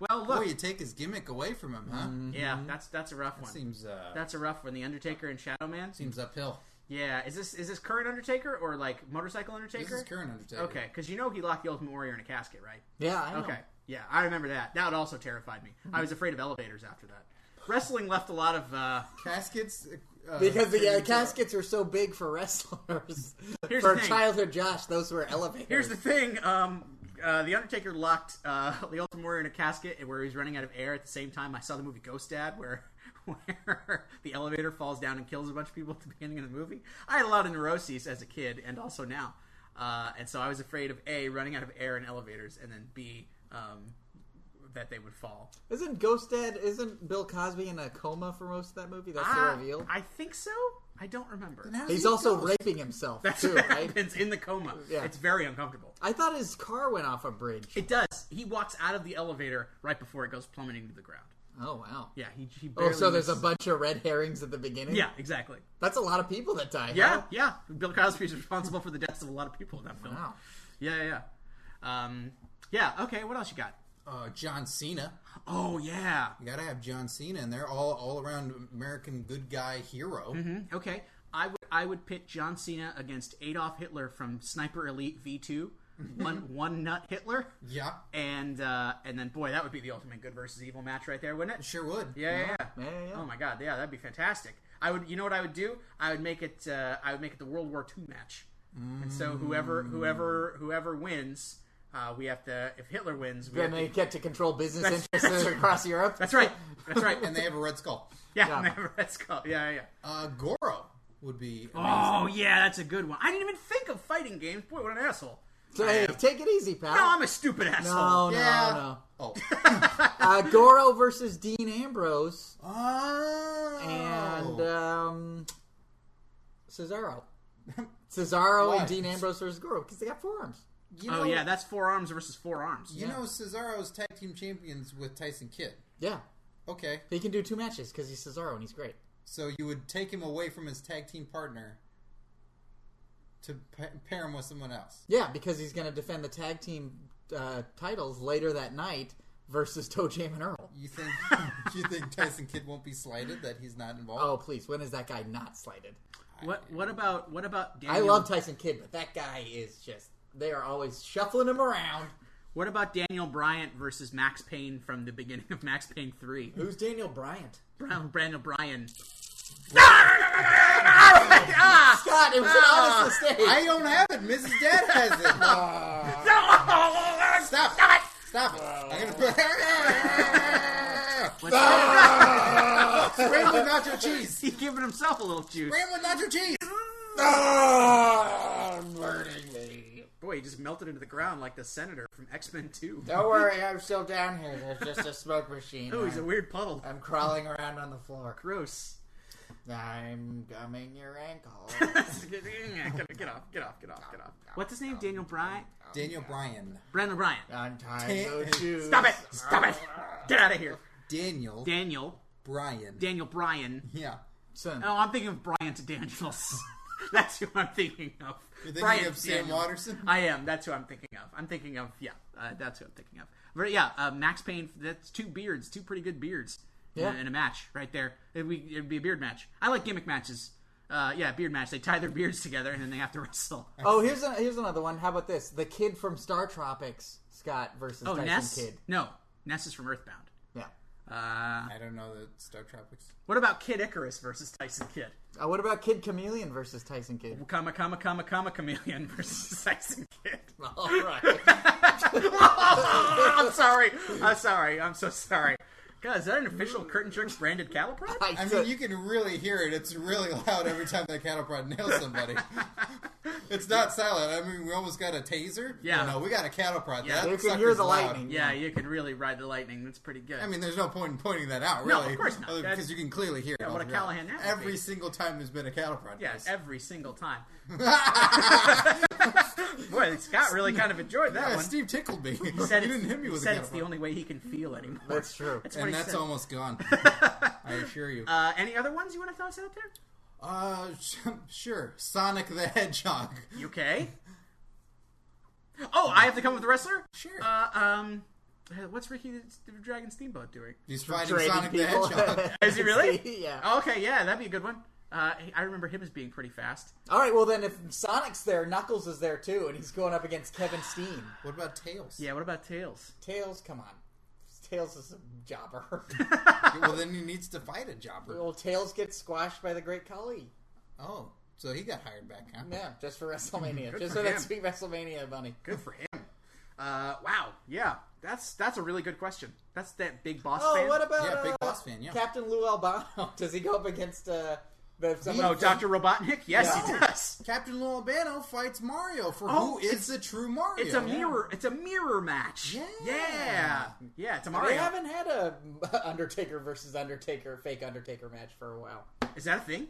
[SPEAKER 3] Well, look.
[SPEAKER 1] Boy, you take his gimmick away from him, huh?
[SPEAKER 3] Yeah, that's that's a rough one.
[SPEAKER 1] Seems uh,
[SPEAKER 3] Mm. That's a rough one. The Undertaker and Shadow Man.
[SPEAKER 1] seems uphill.
[SPEAKER 3] Yeah, is this is this current Undertaker or like motorcycle Undertaker?
[SPEAKER 1] This is current Undertaker.
[SPEAKER 3] Okay, because you know he locked the Ultimate Warrior in a casket, right?
[SPEAKER 2] Yeah, I know.
[SPEAKER 3] Okay, yeah, I remember that. That also terrified me.
[SPEAKER 1] Mm-hmm.
[SPEAKER 3] I was afraid of elevators after that. Wrestling left a lot of. Uh,
[SPEAKER 1] Caskets. Uh,
[SPEAKER 2] Because the uh,
[SPEAKER 1] turned into-
[SPEAKER 2] caskets are so big for wrestlers.
[SPEAKER 3] Here's
[SPEAKER 2] for
[SPEAKER 3] the thing.
[SPEAKER 2] childhood Josh, those were elevators.
[SPEAKER 3] here's the thing: um, uh, the Undertaker locked uh, the Ultimate Warrior in a casket, and where he was running out of air at the same time. I saw the movie Ghost Dad, where where the elevator falls down and kills a bunch of people at the beginning of the movie. I had a lot of neuroses as a kid, and also now, uh, and so I was afraid of a running out of air in elevators, and then b um, that they would fall.
[SPEAKER 2] Isn't Ghost Dad? Isn't Bill Cosby in a coma for most of that movie? That's
[SPEAKER 3] Ah,
[SPEAKER 2] the reveal.
[SPEAKER 3] I think so. I don't remember.
[SPEAKER 1] Now
[SPEAKER 2] He's
[SPEAKER 1] he
[SPEAKER 2] also
[SPEAKER 1] goes.
[SPEAKER 2] raping himself
[SPEAKER 3] That's
[SPEAKER 2] too,
[SPEAKER 3] what
[SPEAKER 2] right?
[SPEAKER 3] happens in the coma.
[SPEAKER 2] Yeah.
[SPEAKER 3] It's very uncomfortable.
[SPEAKER 2] I thought his car went off a bridge.
[SPEAKER 3] It does. He walks out of the elevator right before it goes plummeting to the ground.
[SPEAKER 2] Oh wow.
[SPEAKER 3] Yeah, he. he
[SPEAKER 2] Oh,
[SPEAKER 3] barely
[SPEAKER 2] so there's a
[SPEAKER 3] misses.
[SPEAKER 2] bunch of red herrings at the beginning.
[SPEAKER 3] Yeah, exactly.
[SPEAKER 2] that's a lot of people that die.
[SPEAKER 3] Yeah,
[SPEAKER 2] huh?
[SPEAKER 3] yeah. Bill Cosby's responsible for the deaths of a lot of people in that film.
[SPEAKER 2] Wow.
[SPEAKER 3] Yeah, yeah, yeah. Um, yeah. Okay. What else you got?
[SPEAKER 1] Uh, John Cena.
[SPEAKER 3] Oh yeah.
[SPEAKER 1] You gotta have John Cena in there, all all around American good guy hero.
[SPEAKER 2] Mm-hmm.
[SPEAKER 3] Mhm, Okay. I would I would pit John Cena against Adolf Hitler from Sniper Elite V two.
[SPEAKER 2] Mm-hmm.
[SPEAKER 3] one one nut Hitler.
[SPEAKER 1] Yeah,
[SPEAKER 3] And uh, and then boy, that would be the ultimate good versus evil match right there, wouldn't it?
[SPEAKER 1] sure would.
[SPEAKER 3] Yeah, yeah, yeah.
[SPEAKER 2] Yeah, yeah, yeah.
[SPEAKER 3] Oh my god, yeah, that'd be fantastic. I would, you know what I would do? I would make it. Uh, I would make it the World War II match. And so whoever, whoever, whoever wins, uh, we have to. If Hitler wins, we
[SPEAKER 2] Then
[SPEAKER 3] have
[SPEAKER 2] they
[SPEAKER 3] to,
[SPEAKER 2] get to control business interests across Europe.
[SPEAKER 3] that's right. That's right.
[SPEAKER 1] And they have a red skull.
[SPEAKER 3] yeah,
[SPEAKER 2] Yeah.
[SPEAKER 3] never- that's called. Yeah, yeah.
[SPEAKER 1] Uh, Goro would be. Amazing.
[SPEAKER 3] Oh yeah, that's a good one. I didn't even think of fighting games. Boy, what an asshole.
[SPEAKER 2] So hey, take it easy, pal.
[SPEAKER 3] No, I'm a stupid asshole.
[SPEAKER 2] no, no,
[SPEAKER 1] yeah.
[SPEAKER 2] no.
[SPEAKER 1] Oh.
[SPEAKER 2] Uh, Goro versus Dean Ambrose
[SPEAKER 1] oh.
[SPEAKER 2] and um, Cesaro. Cesaro
[SPEAKER 1] Why?
[SPEAKER 2] and Dean Ambrose versus Goro because they got forearms.
[SPEAKER 1] you know,
[SPEAKER 3] Oh yeah, that's four arms versus four arms.
[SPEAKER 1] You know Cesaro's tag team champions with Tyson Kidd.
[SPEAKER 2] Yeah,
[SPEAKER 1] Okay,
[SPEAKER 2] He can do two matches because he's Cesaro and he's great.
[SPEAKER 1] so you would take him away from his tag team partner to pa- pair him with someone else.
[SPEAKER 2] Yeah, because he's going to defend the tag team uh, titles later that night versus Toe Jam and Earl.
[SPEAKER 1] You think you think Tyson Kidd won't be slighted that he's not involved?
[SPEAKER 2] Oh, please, when is that guy not slighted?
[SPEAKER 3] What? What about? What about?
[SPEAKER 2] I
[SPEAKER 3] Daniel?
[SPEAKER 2] love Tyson Kidd, but that guy is just. They are always shuffling him around.
[SPEAKER 3] What about Daniel Bryant versus Max Payne from the beginning of Max Payne 3?
[SPEAKER 1] Who's Daniel Bryant?
[SPEAKER 3] Brian, Oh, Brandon Bryan.
[SPEAKER 2] God, it was
[SPEAKER 4] Ah,
[SPEAKER 2] an honest mistake.
[SPEAKER 1] I don't have it. Mrs. Dad has it. Stop. Stop it. I'm gonna put.
[SPEAKER 3] What's-
[SPEAKER 1] Scrambled nacho cheese.
[SPEAKER 3] He's giving himself a little juice.
[SPEAKER 1] Scrambled nacho cheese.
[SPEAKER 4] Burning me.
[SPEAKER 3] Boy, he just melted into the ground like the senator from X Men 2.
[SPEAKER 4] Don't worry, I'm still down here. There's just a smoke machine.
[SPEAKER 3] Oh, he's a
[SPEAKER 4] I'm,
[SPEAKER 3] weird puddle.
[SPEAKER 4] I'm crawling around on the floor.
[SPEAKER 3] Gross.
[SPEAKER 4] I'm gumming your ankle.
[SPEAKER 3] get get off, get off, get off, get off. What's his name? Daniel Bryant?
[SPEAKER 1] Daniel Bryan.
[SPEAKER 3] Brandon Bryant.
[SPEAKER 4] Untie those shoes.
[SPEAKER 3] Stop it! Stop it! Get out of here.
[SPEAKER 1] Daniel
[SPEAKER 3] Daniel.
[SPEAKER 1] Bryan.
[SPEAKER 3] Daniel Bryan.
[SPEAKER 1] yeah.
[SPEAKER 2] Son.
[SPEAKER 3] Oh, I'm thinking of Bryant Daniels. That's who I'm thinking of.
[SPEAKER 1] You're thinking
[SPEAKER 3] Bryant
[SPEAKER 1] of Sam
[SPEAKER 3] Daniels.
[SPEAKER 1] Waterson?
[SPEAKER 3] I am. That's who I'm thinking of. I'm thinking of yeah. Uh, that's who I'm thinking of. But yeah, uh, Max Payne. That's two beards, two pretty good beards. in a-
[SPEAKER 2] Yeah.
[SPEAKER 3] In, a match right there, it'd be, it'd be a beard match. I like gimmick matches. Uh, yeah, beard match. They tie their beards together and then they have to wrestle.
[SPEAKER 2] Oh, here's an, here's another one. How about this? The kid from Star Tropics, Scott versus
[SPEAKER 3] Oh,
[SPEAKER 2] Tyson
[SPEAKER 3] Ness.
[SPEAKER 2] Kid.
[SPEAKER 3] No, Ness is from Earthbound.
[SPEAKER 2] Yeah.
[SPEAKER 3] Uh,
[SPEAKER 1] I don't know the Star Tropics.
[SPEAKER 3] what about Kid Icarus versus Tyson Kid?
[SPEAKER 2] Uh, what about Kid Chameleon versus Tyson Kid?
[SPEAKER 3] Comma, comma, comma, comma, chameleon versus Tyson Kid.
[SPEAKER 2] All right.
[SPEAKER 3] I'm sorry. I'm sorry. I'm so sorry. God, is that an official Curtain Jerks branded cattle prod?
[SPEAKER 1] I mean, you can really hear it. It's really loud every time that cattle prod nails somebody. it's not silent. I mean, we almost got a taser.
[SPEAKER 3] Yeah.
[SPEAKER 1] No, we got a cattle prod.
[SPEAKER 3] Yeah.
[SPEAKER 1] that
[SPEAKER 2] You can
[SPEAKER 1] sucker's
[SPEAKER 2] hear the
[SPEAKER 1] loud.
[SPEAKER 2] lightning.
[SPEAKER 3] Yeah, you can really ride the lightning. That's pretty good.
[SPEAKER 1] I mean, there's no point in pointing that out,
[SPEAKER 3] No,
[SPEAKER 1] really.
[SPEAKER 3] of course not. That's-
[SPEAKER 1] Because you can clearly hear it.
[SPEAKER 3] what
[SPEAKER 1] all
[SPEAKER 3] a
[SPEAKER 1] throughout.
[SPEAKER 3] Callahan hat would
[SPEAKER 1] Every
[SPEAKER 3] be.
[SPEAKER 1] single time there's been a cattle prod.
[SPEAKER 3] yeah,
[SPEAKER 1] Yes.
[SPEAKER 3] every single time. Boy, Scott really kind of enjoyed that
[SPEAKER 1] Yeah,
[SPEAKER 3] one.
[SPEAKER 1] Steve tickled me. He,
[SPEAKER 3] He said
[SPEAKER 1] didn't
[SPEAKER 3] it's-
[SPEAKER 1] hit me
[SPEAKER 3] he
[SPEAKER 1] with a
[SPEAKER 3] said
[SPEAKER 1] cattle
[SPEAKER 3] it's the
[SPEAKER 1] prod.
[SPEAKER 3] only way he can feel anymore.
[SPEAKER 2] That's true.
[SPEAKER 3] That's what
[SPEAKER 1] And
[SPEAKER 3] he
[SPEAKER 1] that's
[SPEAKER 3] said.
[SPEAKER 1] almost gone. I assure you.
[SPEAKER 3] Uh, any other ones you want to toss out there?
[SPEAKER 1] Uh, sh- sure. Sonic the Hedgehog.
[SPEAKER 3] You okay? Oh, I have to come with the wrestler.
[SPEAKER 1] Sure.
[SPEAKER 3] Uh, um, what's Ricky the Dragon Steamboat doing?
[SPEAKER 1] He's fighting
[SPEAKER 2] Trading
[SPEAKER 1] Sonic the
[SPEAKER 2] people.
[SPEAKER 1] Hedgehog.
[SPEAKER 3] Is he really? Oh,
[SPEAKER 2] yeah.
[SPEAKER 3] Okay, yeah, that'd be a good one. Uh, I remember him as being pretty fast.
[SPEAKER 2] All right. Well, then if Sonic's there, Knuckles is there too, and he's going up against Kevin Steen.
[SPEAKER 1] what about Tails?
[SPEAKER 3] Yeah, what about Tails?
[SPEAKER 2] Tails, come on. Tails is a jobber.
[SPEAKER 1] Well, then he needs to fight a jobber.
[SPEAKER 2] well, Tails gets squashed by the Great Khali.
[SPEAKER 1] Oh, so he got hired back, huh?
[SPEAKER 2] Yeah, just for WrestleMania. just
[SPEAKER 3] for
[SPEAKER 2] for
[SPEAKER 3] him.
[SPEAKER 2] that sweet WrestleMania money.
[SPEAKER 3] Good for him. Uh, wow, yeah, that's that's a really good question. That's that big boss.
[SPEAKER 2] Oh,
[SPEAKER 3] fan.
[SPEAKER 2] what about
[SPEAKER 1] Yeah, big
[SPEAKER 2] uh,
[SPEAKER 1] boss fan, yeah.
[SPEAKER 2] Captain Lou Albano? Does he go up against uh, the, someone
[SPEAKER 3] Oh,
[SPEAKER 2] from-
[SPEAKER 3] Doctor Robotnik? Yes, he
[SPEAKER 2] No.
[SPEAKER 3] does.
[SPEAKER 1] Captain Lou Albano fights Mario for
[SPEAKER 3] Oh,
[SPEAKER 1] who is the true Mario.
[SPEAKER 3] It's a mirror. It's a mirror match.
[SPEAKER 1] Yeah.
[SPEAKER 3] yeah, yeah. It's a
[SPEAKER 2] They
[SPEAKER 3] Mario.
[SPEAKER 2] haven't had a Undertaker versus Undertaker fake Undertaker match for a while.
[SPEAKER 3] Is that a thing?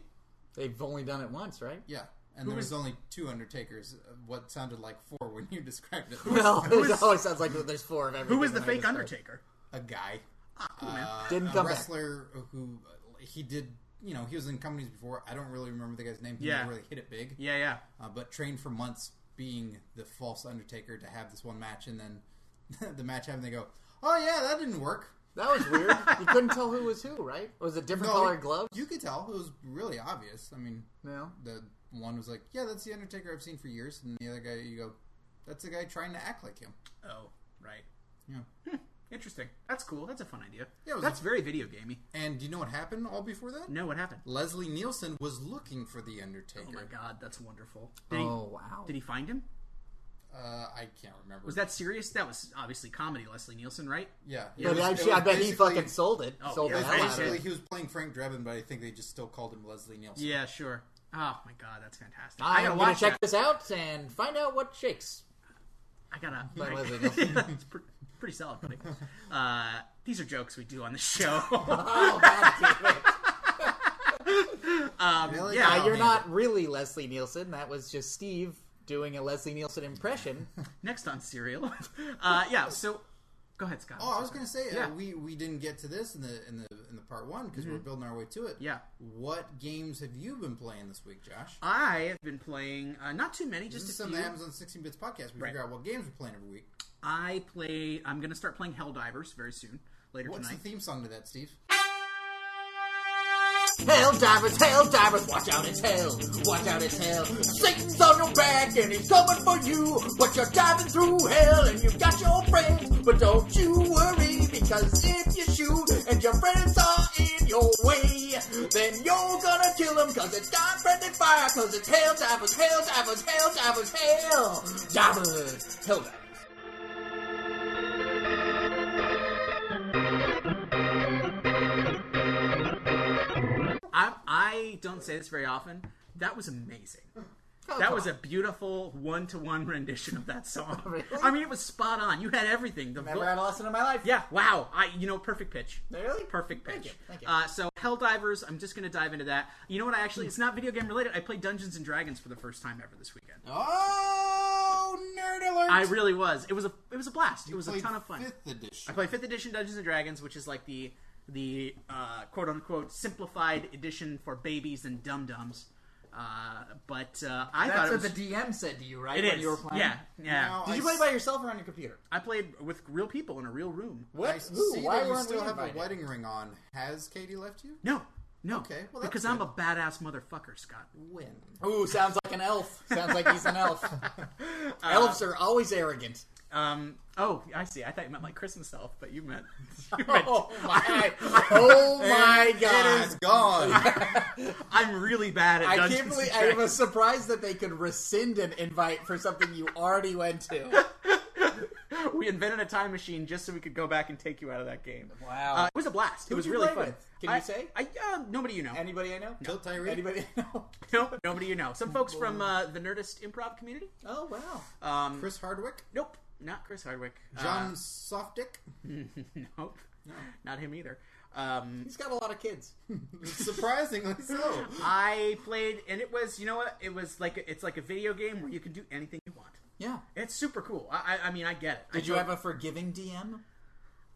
[SPEAKER 2] They've only done it once, right?
[SPEAKER 1] Yeah, and there was only two Undertakers. uh, What sounded like four when you described it.
[SPEAKER 2] Well,
[SPEAKER 3] is-
[SPEAKER 2] it always sounds like there's four of everything.
[SPEAKER 3] Who is the
[SPEAKER 2] when I
[SPEAKER 3] fake
[SPEAKER 2] describe-
[SPEAKER 3] Undertaker?
[SPEAKER 1] a guy, uh,
[SPEAKER 2] Didn't
[SPEAKER 1] a
[SPEAKER 2] come back.
[SPEAKER 1] wrestler who uh, he did. You know, he was in companies before. I don't really remember the guy's name. He
[SPEAKER 3] Yeah.
[SPEAKER 1] never really hit it big.
[SPEAKER 3] Yeah, yeah.
[SPEAKER 1] uh, but trained for months being the false Undertaker to have this one match, and then the match happened. They go, "Oh yeah, that didn't work."
[SPEAKER 2] That was weird. you couldn't tell who was who, right? Was it different colored gloves?
[SPEAKER 1] You could tell it was really obvious. I mean,
[SPEAKER 2] No.
[SPEAKER 1] the one was like, "Yeah, that's the Undertaker I've seen for years," and the other guy, you go, "That's the guy trying to act like him."
[SPEAKER 3] Oh, right.
[SPEAKER 1] Yeah.
[SPEAKER 3] Interesting. That's cool. That's a fun idea.
[SPEAKER 1] Yeah, it was
[SPEAKER 3] that's
[SPEAKER 1] a-
[SPEAKER 3] very video gamey.
[SPEAKER 1] And do you know what happened all before that?
[SPEAKER 3] No, what happened?
[SPEAKER 1] Leslie Nielsen was looking for the
[SPEAKER 3] Oh my
[SPEAKER 1] Undertaker.
[SPEAKER 3] God, that's wonderful. Did he-
[SPEAKER 2] Oh wow.
[SPEAKER 3] Did he find him?
[SPEAKER 1] uh, I can't remember.
[SPEAKER 3] Oh Was that serious? That was obviously comedy, Leslie Nielsen, right?
[SPEAKER 1] Yeah. it
[SPEAKER 2] But
[SPEAKER 1] was- it
[SPEAKER 2] actually, I
[SPEAKER 1] was
[SPEAKER 2] bet he
[SPEAKER 1] basically-
[SPEAKER 2] fucking sold it.
[SPEAKER 3] Oh,
[SPEAKER 2] sold
[SPEAKER 3] yeah,
[SPEAKER 1] It
[SPEAKER 2] the
[SPEAKER 1] was
[SPEAKER 2] hell out of
[SPEAKER 1] basically
[SPEAKER 2] it.
[SPEAKER 1] he was playing Frank Drebin, but I think they just still called him Leslie Nielsen.
[SPEAKER 3] Yeah, sure. Oh my god, that's fantastic. I gotta
[SPEAKER 2] I'm gonna
[SPEAKER 3] watch
[SPEAKER 2] check
[SPEAKER 3] that.
[SPEAKER 2] this out and find out what shakes.
[SPEAKER 3] I gotta.
[SPEAKER 2] By
[SPEAKER 3] I-
[SPEAKER 2] Leslie Nielsen.
[SPEAKER 3] Yeah, it's pre- pretty solid, buddy. Uh, these are jokes we do on the show.
[SPEAKER 2] Oh god damn it!
[SPEAKER 1] Really?
[SPEAKER 3] yeah,
[SPEAKER 1] Oh,
[SPEAKER 2] Uh, You're
[SPEAKER 1] man.
[SPEAKER 2] not really Leslie Nielsen. That was just Steve doing a Leslie Nielsen impression.
[SPEAKER 3] Next on Serial. Uh, yeah. So, go ahead, Scott.
[SPEAKER 1] Oh, I was gonna say
[SPEAKER 3] Yeah. Mm-hmm.
[SPEAKER 1] uh, we we didn't get to this in the in the in the part one because we're building our way to it.
[SPEAKER 3] Yeah.
[SPEAKER 1] What games have you been playing this week, Josh?
[SPEAKER 3] I have been playing uh, not too many,
[SPEAKER 1] This
[SPEAKER 3] just
[SPEAKER 1] is
[SPEAKER 3] a
[SPEAKER 1] on
[SPEAKER 3] few.
[SPEAKER 1] the Amazon 16 Bits podcast. We
[SPEAKER 3] Right.
[SPEAKER 1] figure out what games we're playing every week.
[SPEAKER 3] I play. I'm gonna start playing Helldivers very soon. Later
[SPEAKER 1] What's
[SPEAKER 3] tonight.
[SPEAKER 1] the theme song to that, Steve?
[SPEAKER 2] Hell divers, hell divers, watch out it's hell, watch out it's hell. Satan's on your back and he's coming for you, but you're diving through hell and you've got your friends. But don't you worry, because if you shoot and your friends are in your way, then you're gonna kill them, cause it's God-friendly fire, cause it's hell divers, hell divers, hell divers, hell divers, hell divers.
[SPEAKER 3] I I don't say this very often. That was amazing. That was a beautiful one to one rendition of that song.
[SPEAKER 2] Really?
[SPEAKER 3] I mean, it was spot on. You had everything. The
[SPEAKER 2] Never
[SPEAKER 3] vo-
[SPEAKER 2] had a lesson in my life.
[SPEAKER 3] yeah, wow. I you know perfect pitch.
[SPEAKER 2] Really?
[SPEAKER 3] Perfect pitch.
[SPEAKER 2] Thank you, thank you.
[SPEAKER 3] Uh, so Helldivers, I'm just gonna dive into that. You know what? I actually, it's not video game related. I played Dungeons and Dragons for the first time ever this weekend.
[SPEAKER 1] Oh, nerd alert!
[SPEAKER 3] I really was. It was a it was a blast. it was a
[SPEAKER 1] Played
[SPEAKER 3] ton of fun.
[SPEAKER 1] Fifth edition.
[SPEAKER 3] I play fifth edition Dungeons and Dragons, which is like the the uh, quote unquote simplified edition for babies and dum dums. Uh, but uh, I thought
[SPEAKER 2] That's
[SPEAKER 3] it
[SPEAKER 2] what
[SPEAKER 3] was
[SPEAKER 2] the DM said to you, right?
[SPEAKER 3] it
[SPEAKER 2] when
[SPEAKER 3] is.
[SPEAKER 2] you were playing?
[SPEAKER 3] yeah, yeah.
[SPEAKER 1] Now
[SPEAKER 2] Did you
[SPEAKER 1] I
[SPEAKER 2] play by yourself or on your computer?
[SPEAKER 3] I played with real people in a real room.
[SPEAKER 1] I
[SPEAKER 2] What?
[SPEAKER 1] see
[SPEAKER 2] Ooh, why
[SPEAKER 1] that you
[SPEAKER 2] weren't we
[SPEAKER 1] still have a
[SPEAKER 2] invited?
[SPEAKER 1] wedding ring on. Has Katie left you?
[SPEAKER 3] No, no.
[SPEAKER 1] Okay, well, that's
[SPEAKER 3] because I'm a badass motherfucker, Scott.
[SPEAKER 1] When?
[SPEAKER 2] Ooh, sounds like an elf. Sounds like he's an elf. Elves are always arrogant.
[SPEAKER 3] Um. Oh, I see. I thought you meant like Christmas elf, but you meant. You meant
[SPEAKER 2] Oh my! Oh my
[SPEAKER 1] It
[SPEAKER 2] God!
[SPEAKER 1] is gone.
[SPEAKER 3] I'm really bad at.
[SPEAKER 2] I
[SPEAKER 3] Dungeons
[SPEAKER 2] can't believe
[SPEAKER 3] and
[SPEAKER 2] I
[SPEAKER 3] Dragons.
[SPEAKER 2] was surprised that they could rescind an invite for something you already went to.
[SPEAKER 3] we invented a time machine just so we could go back and take you out of that game.
[SPEAKER 2] Wow.
[SPEAKER 3] Uh, it was a blast. it
[SPEAKER 2] Who'd
[SPEAKER 3] was
[SPEAKER 2] you
[SPEAKER 3] really
[SPEAKER 2] play
[SPEAKER 3] fun.
[SPEAKER 2] with? Can
[SPEAKER 3] I-
[SPEAKER 2] you say?
[SPEAKER 3] I, uh, nobody you know.
[SPEAKER 2] Anybody I know?
[SPEAKER 1] Kill Tyree.
[SPEAKER 2] Anybody I know?
[SPEAKER 3] Nope, nobody you know. Some folks from uh, the Nerdist improv community.
[SPEAKER 2] Oh wow!
[SPEAKER 3] Um,
[SPEAKER 1] Chris Hardwick.
[SPEAKER 3] nope, not Chris Hardwick. Uh,
[SPEAKER 1] John Softick.
[SPEAKER 3] nope, not him either. Um,
[SPEAKER 2] He's got a lot of kids.
[SPEAKER 1] Surprisingly so.
[SPEAKER 3] I played, and it was you know what? It was like a, it's like a video game where you can do anything you want.
[SPEAKER 2] Yeah.
[SPEAKER 3] It's super cool. I, I, I mean, I get it.
[SPEAKER 2] Did you have a forgiving DM?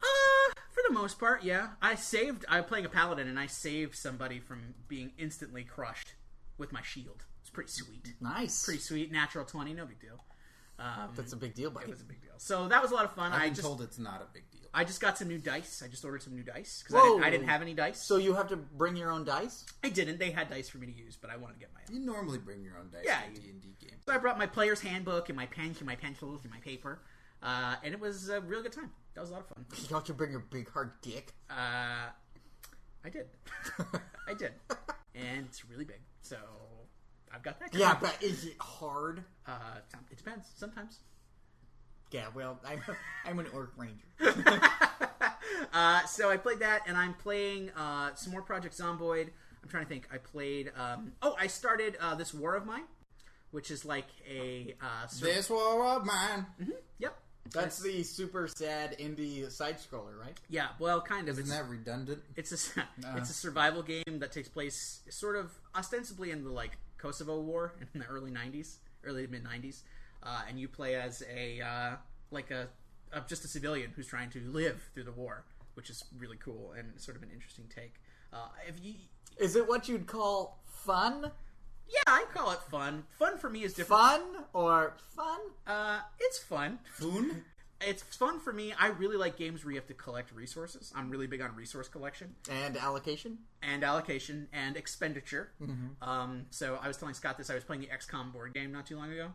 [SPEAKER 3] Uh, for the most part, yeah. I saved. I was playing a paladin, and I saved somebody from being instantly crushed with my shield. It's pretty sweet.
[SPEAKER 2] Nice.
[SPEAKER 3] Pretty sweet. Natural twenty, no big deal. Um,
[SPEAKER 2] That's a big deal, buddy.
[SPEAKER 3] it was a big deal. So that was a lot of fun. I
[SPEAKER 1] I'm
[SPEAKER 3] just
[SPEAKER 1] told it's not a big deal.
[SPEAKER 3] I just got some new dice. I just ordered some new dice because I, didn't, I
[SPEAKER 2] Whoa.
[SPEAKER 3] didn't have any dice.
[SPEAKER 2] So you have to bring your own dice.
[SPEAKER 3] I didn't. They had dice for me to use, but I wanted to get my own.
[SPEAKER 1] You normally bring your own dice
[SPEAKER 3] Yeah,
[SPEAKER 1] to
[SPEAKER 3] you-
[SPEAKER 1] D and D game.
[SPEAKER 3] So I brought my player's handbook and my pen and my pencils and my paper, uh, and it was a real good time. That was a lot of fun.
[SPEAKER 2] You have to bring your big hard dick.
[SPEAKER 3] Uh, I did. I did, and it's really big. So I've got that.
[SPEAKER 2] Yeah,
[SPEAKER 3] covered.
[SPEAKER 2] but is it hard?
[SPEAKER 3] uh, some- it depends. Sometimes.
[SPEAKER 2] Yeah, well, I'm, I'm an orc ranger.
[SPEAKER 3] Uh, so I played that, and I'm playing uh, some more Project Zomboid. I'm trying to think. I played. Um, oh, I started uh, this War of Mine, which is like a. Uh, sur-
[SPEAKER 1] This war of mine.
[SPEAKER 3] Mm-hmm. Yep.
[SPEAKER 2] That's the super sad indie side scroller, right?
[SPEAKER 3] Yeah. Well, kind of.
[SPEAKER 1] Isn't
[SPEAKER 3] It's-
[SPEAKER 1] that redundant?
[SPEAKER 3] it's a it's a survival game that takes place sort of ostensibly in the like Kosovo War in the early '90s, early to mid '90s, uh, and you play as a uh, like a, uh just a civilian who's trying to live through the war, which is really cool and sort of an interesting take. Uh, if you
[SPEAKER 2] Is it what you'd call fun?
[SPEAKER 3] yeah, I call it fun. Fun for me is different.
[SPEAKER 2] Fun or fun?
[SPEAKER 3] Uh, it's fun.
[SPEAKER 1] Foon.
[SPEAKER 3] It's fun for me. I really like games where you have to collect resources. I'm really big on resource collection.
[SPEAKER 2] And allocation?
[SPEAKER 3] and allocation and expenditure.
[SPEAKER 2] Mm-hmm.
[SPEAKER 3] Um, so I was telling Scott this. I was playing the XCOM board game not too long ago,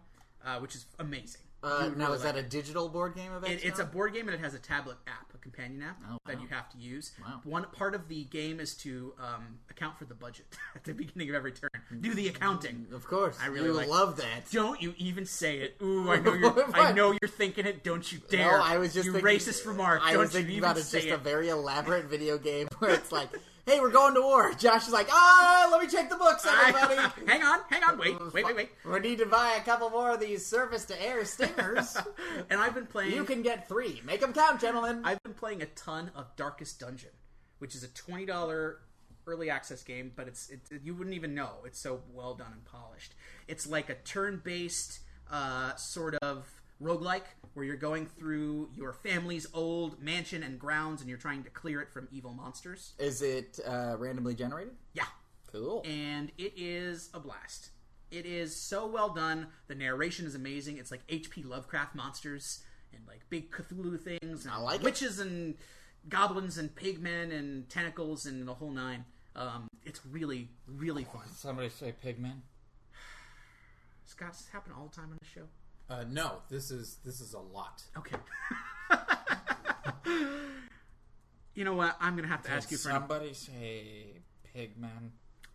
[SPEAKER 3] uh, which is amazing.
[SPEAKER 2] Uh,
[SPEAKER 3] You
[SPEAKER 2] now,
[SPEAKER 3] really
[SPEAKER 2] is
[SPEAKER 3] like
[SPEAKER 2] that a digital board game of
[SPEAKER 3] it, it's a
[SPEAKER 2] XCOM?
[SPEAKER 3] board game and it has a tablet app, a companion app
[SPEAKER 2] Oh,
[SPEAKER 3] that
[SPEAKER 2] wow.
[SPEAKER 3] you have to use.
[SPEAKER 2] Wow.
[SPEAKER 3] One part of the game is to um, account for the budget at the beginning of every turn. Do the accounting.
[SPEAKER 2] Of course. I
[SPEAKER 3] really
[SPEAKER 2] you
[SPEAKER 3] like-
[SPEAKER 2] love that.
[SPEAKER 3] Don't you even say it. Ooh, I know you're. I
[SPEAKER 2] What?
[SPEAKER 3] know you're thinking it. Don't you dare.
[SPEAKER 2] No, I was just
[SPEAKER 3] you
[SPEAKER 2] thinking,
[SPEAKER 3] racist remark.
[SPEAKER 2] I
[SPEAKER 3] Don't
[SPEAKER 2] was thinking
[SPEAKER 3] you even
[SPEAKER 2] about it's
[SPEAKER 3] say
[SPEAKER 2] just
[SPEAKER 3] it.
[SPEAKER 2] a very elaborate video game where it's like, "Hey, we're going to war." Josh is like, "Ah, let me check the books, everybody.
[SPEAKER 3] hang on, hang on, wait, wait, wait, wait.
[SPEAKER 2] We need to buy a couple more of these surface-to-air stingers.
[SPEAKER 3] And I've been playing.
[SPEAKER 2] you can get three. Make them count, gentlemen."
[SPEAKER 3] I've been playing a ton of Darkest Dungeon, which is a twenty dollar early access game, but it's it, you wouldn't even know it's so well done and polished. It's like a turn based uh, sort of roguelike where you're going through your family's old mansion and grounds and you're trying to clear it from evil monsters.
[SPEAKER 2] Is it uh, randomly generated?
[SPEAKER 3] Yeah,
[SPEAKER 2] Cool.
[SPEAKER 3] and it is a blast. It is so well done. The narration is amazing. It's like H.P. Lovecraft monsters and like big Cthulhu things. And
[SPEAKER 2] I like it.
[SPEAKER 3] witches and goblins and pigmen and tentacles and the whole nine. Um, it's really, really fun.
[SPEAKER 4] Somebody say Pigman.
[SPEAKER 3] Scott, does this happen all the time on the show?
[SPEAKER 1] Uh, no, this is this is a lot.
[SPEAKER 3] Okay. you know what? I'm gonna have to ask you for. An,
[SPEAKER 4] Somebody say Pigman.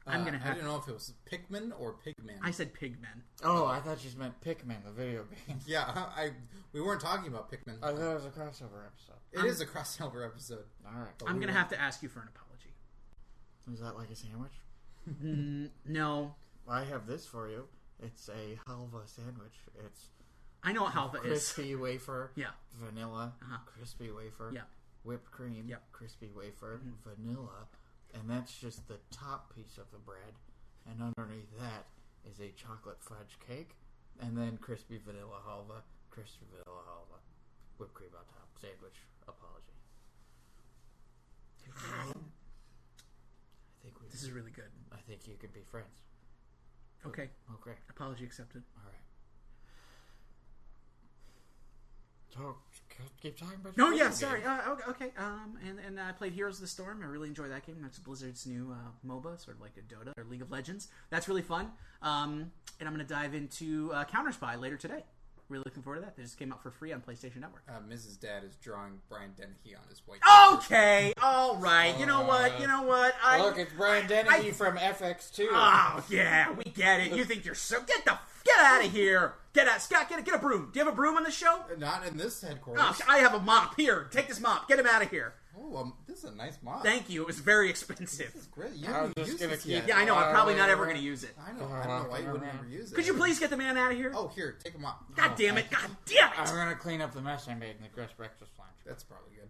[SPEAKER 3] I'm
[SPEAKER 1] Uh,
[SPEAKER 3] gonna
[SPEAKER 1] I
[SPEAKER 3] have.
[SPEAKER 1] didn't know if it was Pikmin or Pigman.
[SPEAKER 3] I said pigmen.
[SPEAKER 4] Oh, I thought you just meant Pikmin, the video game.
[SPEAKER 1] yeah, I we weren't talking about Pikmin.
[SPEAKER 3] Uh,
[SPEAKER 4] I thought it was a crossover episode.
[SPEAKER 1] it is a crossover episode.
[SPEAKER 4] All right.
[SPEAKER 1] but
[SPEAKER 3] I'm
[SPEAKER 1] we
[SPEAKER 3] gonna
[SPEAKER 1] won't-
[SPEAKER 3] have to ask you for an apology.
[SPEAKER 4] Is that like a sandwich?
[SPEAKER 3] N- no,
[SPEAKER 4] I have this for you. It's a halva sandwich. It's
[SPEAKER 3] I know what halva is.
[SPEAKER 4] crispy wafer,
[SPEAKER 3] Yeah.
[SPEAKER 4] vanilla,
[SPEAKER 3] Uh-huh.
[SPEAKER 4] crispy wafer,
[SPEAKER 3] Yeah.
[SPEAKER 4] whipped cream,
[SPEAKER 3] Yeah. Mm-hmm.
[SPEAKER 4] crispy wafer, vanilla, and that's just the top piece of the bread. And underneath that is a chocolate fudge cake, and then crispy vanilla halva, crispy vanilla halva, whipped cream on top, sandwich. Apology. I think we.
[SPEAKER 3] This is really good.
[SPEAKER 4] I think you can be friends.
[SPEAKER 3] Okay,
[SPEAKER 4] Okay.
[SPEAKER 3] apology accepted.
[SPEAKER 4] All right. Talk. Keep talking about.
[SPEAKER 3] No,
[SPEAKER 4] your
[SPEAKER 3] yeah,
[SPEAKER 4] video
[SPEAKER 3] sorry.
[SPEAKER 4] game.
[SPEAKER 3] Uh, okay- okay, um, and and I played Heroes of the Storm. I really enjoy that game. That's Blizzard's new uh, MOBA, sort of like a Dota or League of Legends. That's really fun. Um, and I'm gonna dive into uh, Counter Spy later today. Really looking forward to that. They just came out for free on PlayStation Network.
[SPEAKER 1] Uh, Mrs. Dad is drawing Brian Dennehy on his white.
[SPEAKER 3] Oh, Okay, all right. You know what? You know what? I
[SPEAKER 4] Look, it's Brian Dennehy from FX2.
[SPEAKER 3] Oh yeah, we get it. You think you're so get the get out of here. Get out, Scott. Get a, get a broom. Do you have a broom on the show?
[SPEAKER 1] Not in this headquarters.
[SPEAKER 3] Gosh, I have a mop here. Take this mop. Get him out of here.
[SPEAKER 1] Oh, um, this is a nice mod.
[SPEAKER 3] Thank you. It was very expensive.
[SPEAKER 1] It's great. You
[SPEAKER 4] I was
[SPEAKER 1] haven't
[SPEAKER 4] just
[SPEAKER 1] used
[SPEAKER 4] gonna
[SPEAKER 1] this
[SPEAKER 4] keep-
[SPEAKER 1] yet.
[SPEAKER 3] Yeah, I know. I'm probably not ever gonna use it.
[SPEAKER 1] I know. I don't know why you would
[SPEAKER 4] Uh,
[SPEAKER 1] never use it.
[SPEAKER 3] Could you please get the man out of here?
[SPEAKER 1] Oh, here, take him off.
[SPEAKER 3] God damn it! God damn
[SPEAKER 4] I'm
[SPEAKER 3] it!
[SPEAKER 4] gonna clean up the mess I made in the Chris breakfast lunch.
[SPEAKER 1] That's probably good.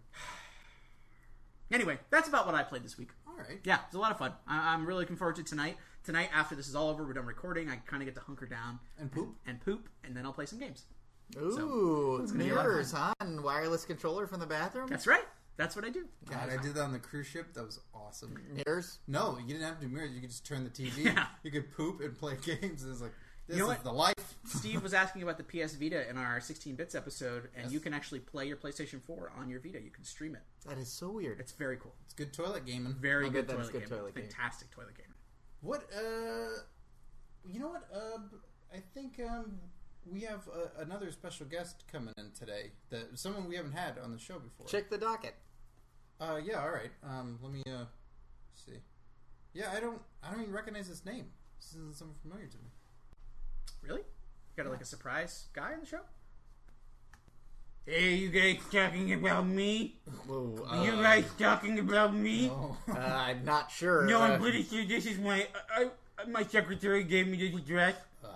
[SPEAKER 3] Anyway, that's about what I played this week.
[SPEAKER 1] All right.
[SPEAKER 3] Yeah, it was a lot of fun. I- I'm really looking forward to tonight. Tonight, after this is all over, we're done recording. I kind of get to hunker down
[SPEAKER 1] And poop.
[SPEAKER 3] and poop, and then I'll play some games.
[SPEAKER 2] Ooh, it's
[SPEAKER 3] be a lot of
[SPEAKER 2] mirrors, huh? And wireless controller from the bathroom.
[SPEAKER 3] That's right. That's what I do.
[SPEAKER 1] God, I did that on the cruise ship. That was awesome.
[SPEAKER 2] Mirrors.
[SPEAKER 1] No, you didn't have to do mirrors. You could just turn the TV.
[SPEAKER 3] Yeah.
[SPEAKER 1] You could poop and play games. It was like, this
[SPEAKER 3] know
[SPEAKER 1] is
[SPEAKER 3] what?
[SPEAKER 1] the life.
[SPEAKER 3] Steve was asking about the PS Vita in our 16 bits episode, and you can actually play your PlayStation 4 on your Vita. You can stream it.
[SPEAKER 2] That is so weird.
[SPEAKER 3] It's very cool.
[SPEAKER 1] It's good toilet gaming.
[SPEAKER 3] Very
[SPEAKER 2] I'll bet
[SPEAKER 3] good,
[SPEAKER 2] that
[SPEAKER 3] toilet,
[SPEAKER 2] is good
[SPEAKER 3] game.
[SPEAKER 2] toilet game.
[SPEAKER 3] Fantastic toilet game.
[SPEAKER 1] What, uh, you know what, uh, I think, um, we have uh, another special guest coming in today that someone we haven't had on the show before.
[SPEAKER 2] Check the docket.
[SPEAKER 1] Uh, yeah, all right. Um, let me, uh, see. Yeah, I don't, I don't even recognize this name. This isn't someone familiar to me.
[SPEAKER 3] Really? You got like a surprise guy on the show?
[SPEAKER 5] Hey, you guys talking about me?
[SPEAKER 2] Whoa,
[SPEAKER 5] you
[SPEAKER 2] uh,
[SPEAKER 5] guys talking about me?
[SPEAKER 1] Oh.
[SPEAKER 2] uh, I'm not sure.
[SPEAKER 5] No,
[SPEAKER 2] Uh,
[SPEAKER 5] I'm pretty sure this is my. I, I- my secretary gave me this address.
[SPEAKER 1] Uh,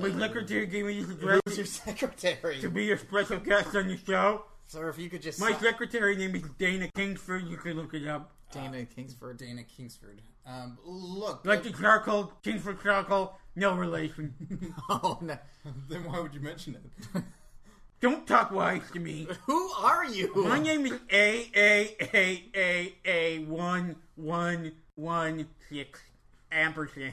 [SPEAKER 5] My
[SPEAKER 2] Uh,
[SPEAKER 5] secretary gave me this address
[SPEAKER 2] Who's your secretary?
[SPEAKER 5] to be a special guest on the show.
[SPEAKER 2] Sir, if you could just
[SPEAKER 5] My
[SPEAKER 2] sign-
[SPEAKER 5] secretary name is Dana Kingsford. You can look it up.
[SPEAKER 2] Dana Kingsford.
[SPEAKER 1] uh, Dana Kingsford. Um, look,
[SPEAKER 5] Like the charcoal, Kingsford charcoal, no relation.
[SPEAKER 2] Oh no.
[SPEAKER 1] then why would you mention it?
[SPEAKER 5] Don't talk wise to me.
[SPEAKER 2] Who are
[SPEAKER 5] My
[SPEAKER 2] you?
[SPEAKER 5] name is A A A A A one one one six ampersand.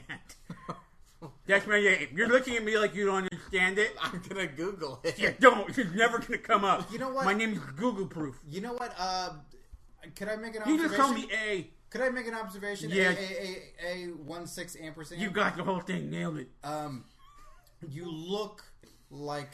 [SPEAKER 5] That's my name. You're looking at me like you don't understand it.
[SPEAKER 2] I'm gonna Google it.
[SPEAKER 5] You don't. It's never gonna come up.
[SPEAKER 1] You know what?
[SPEAKER 5] My name is Google Proof.
[SPEAKER 1] you know what? Uh, could I make an
[SPEAKER 5] You
[SPEAKER 1] observation?
[SPEAKER 5] just call me A.
[SPEAKER 1] Could I make an observation? A
[SPEAKER 5] Yeah.
[SPEAKER 1] a a, a one six ampersand.
[SPEAKER 5] You got the whole thing. Nailed it.
[SPEAKER 1] um, you look like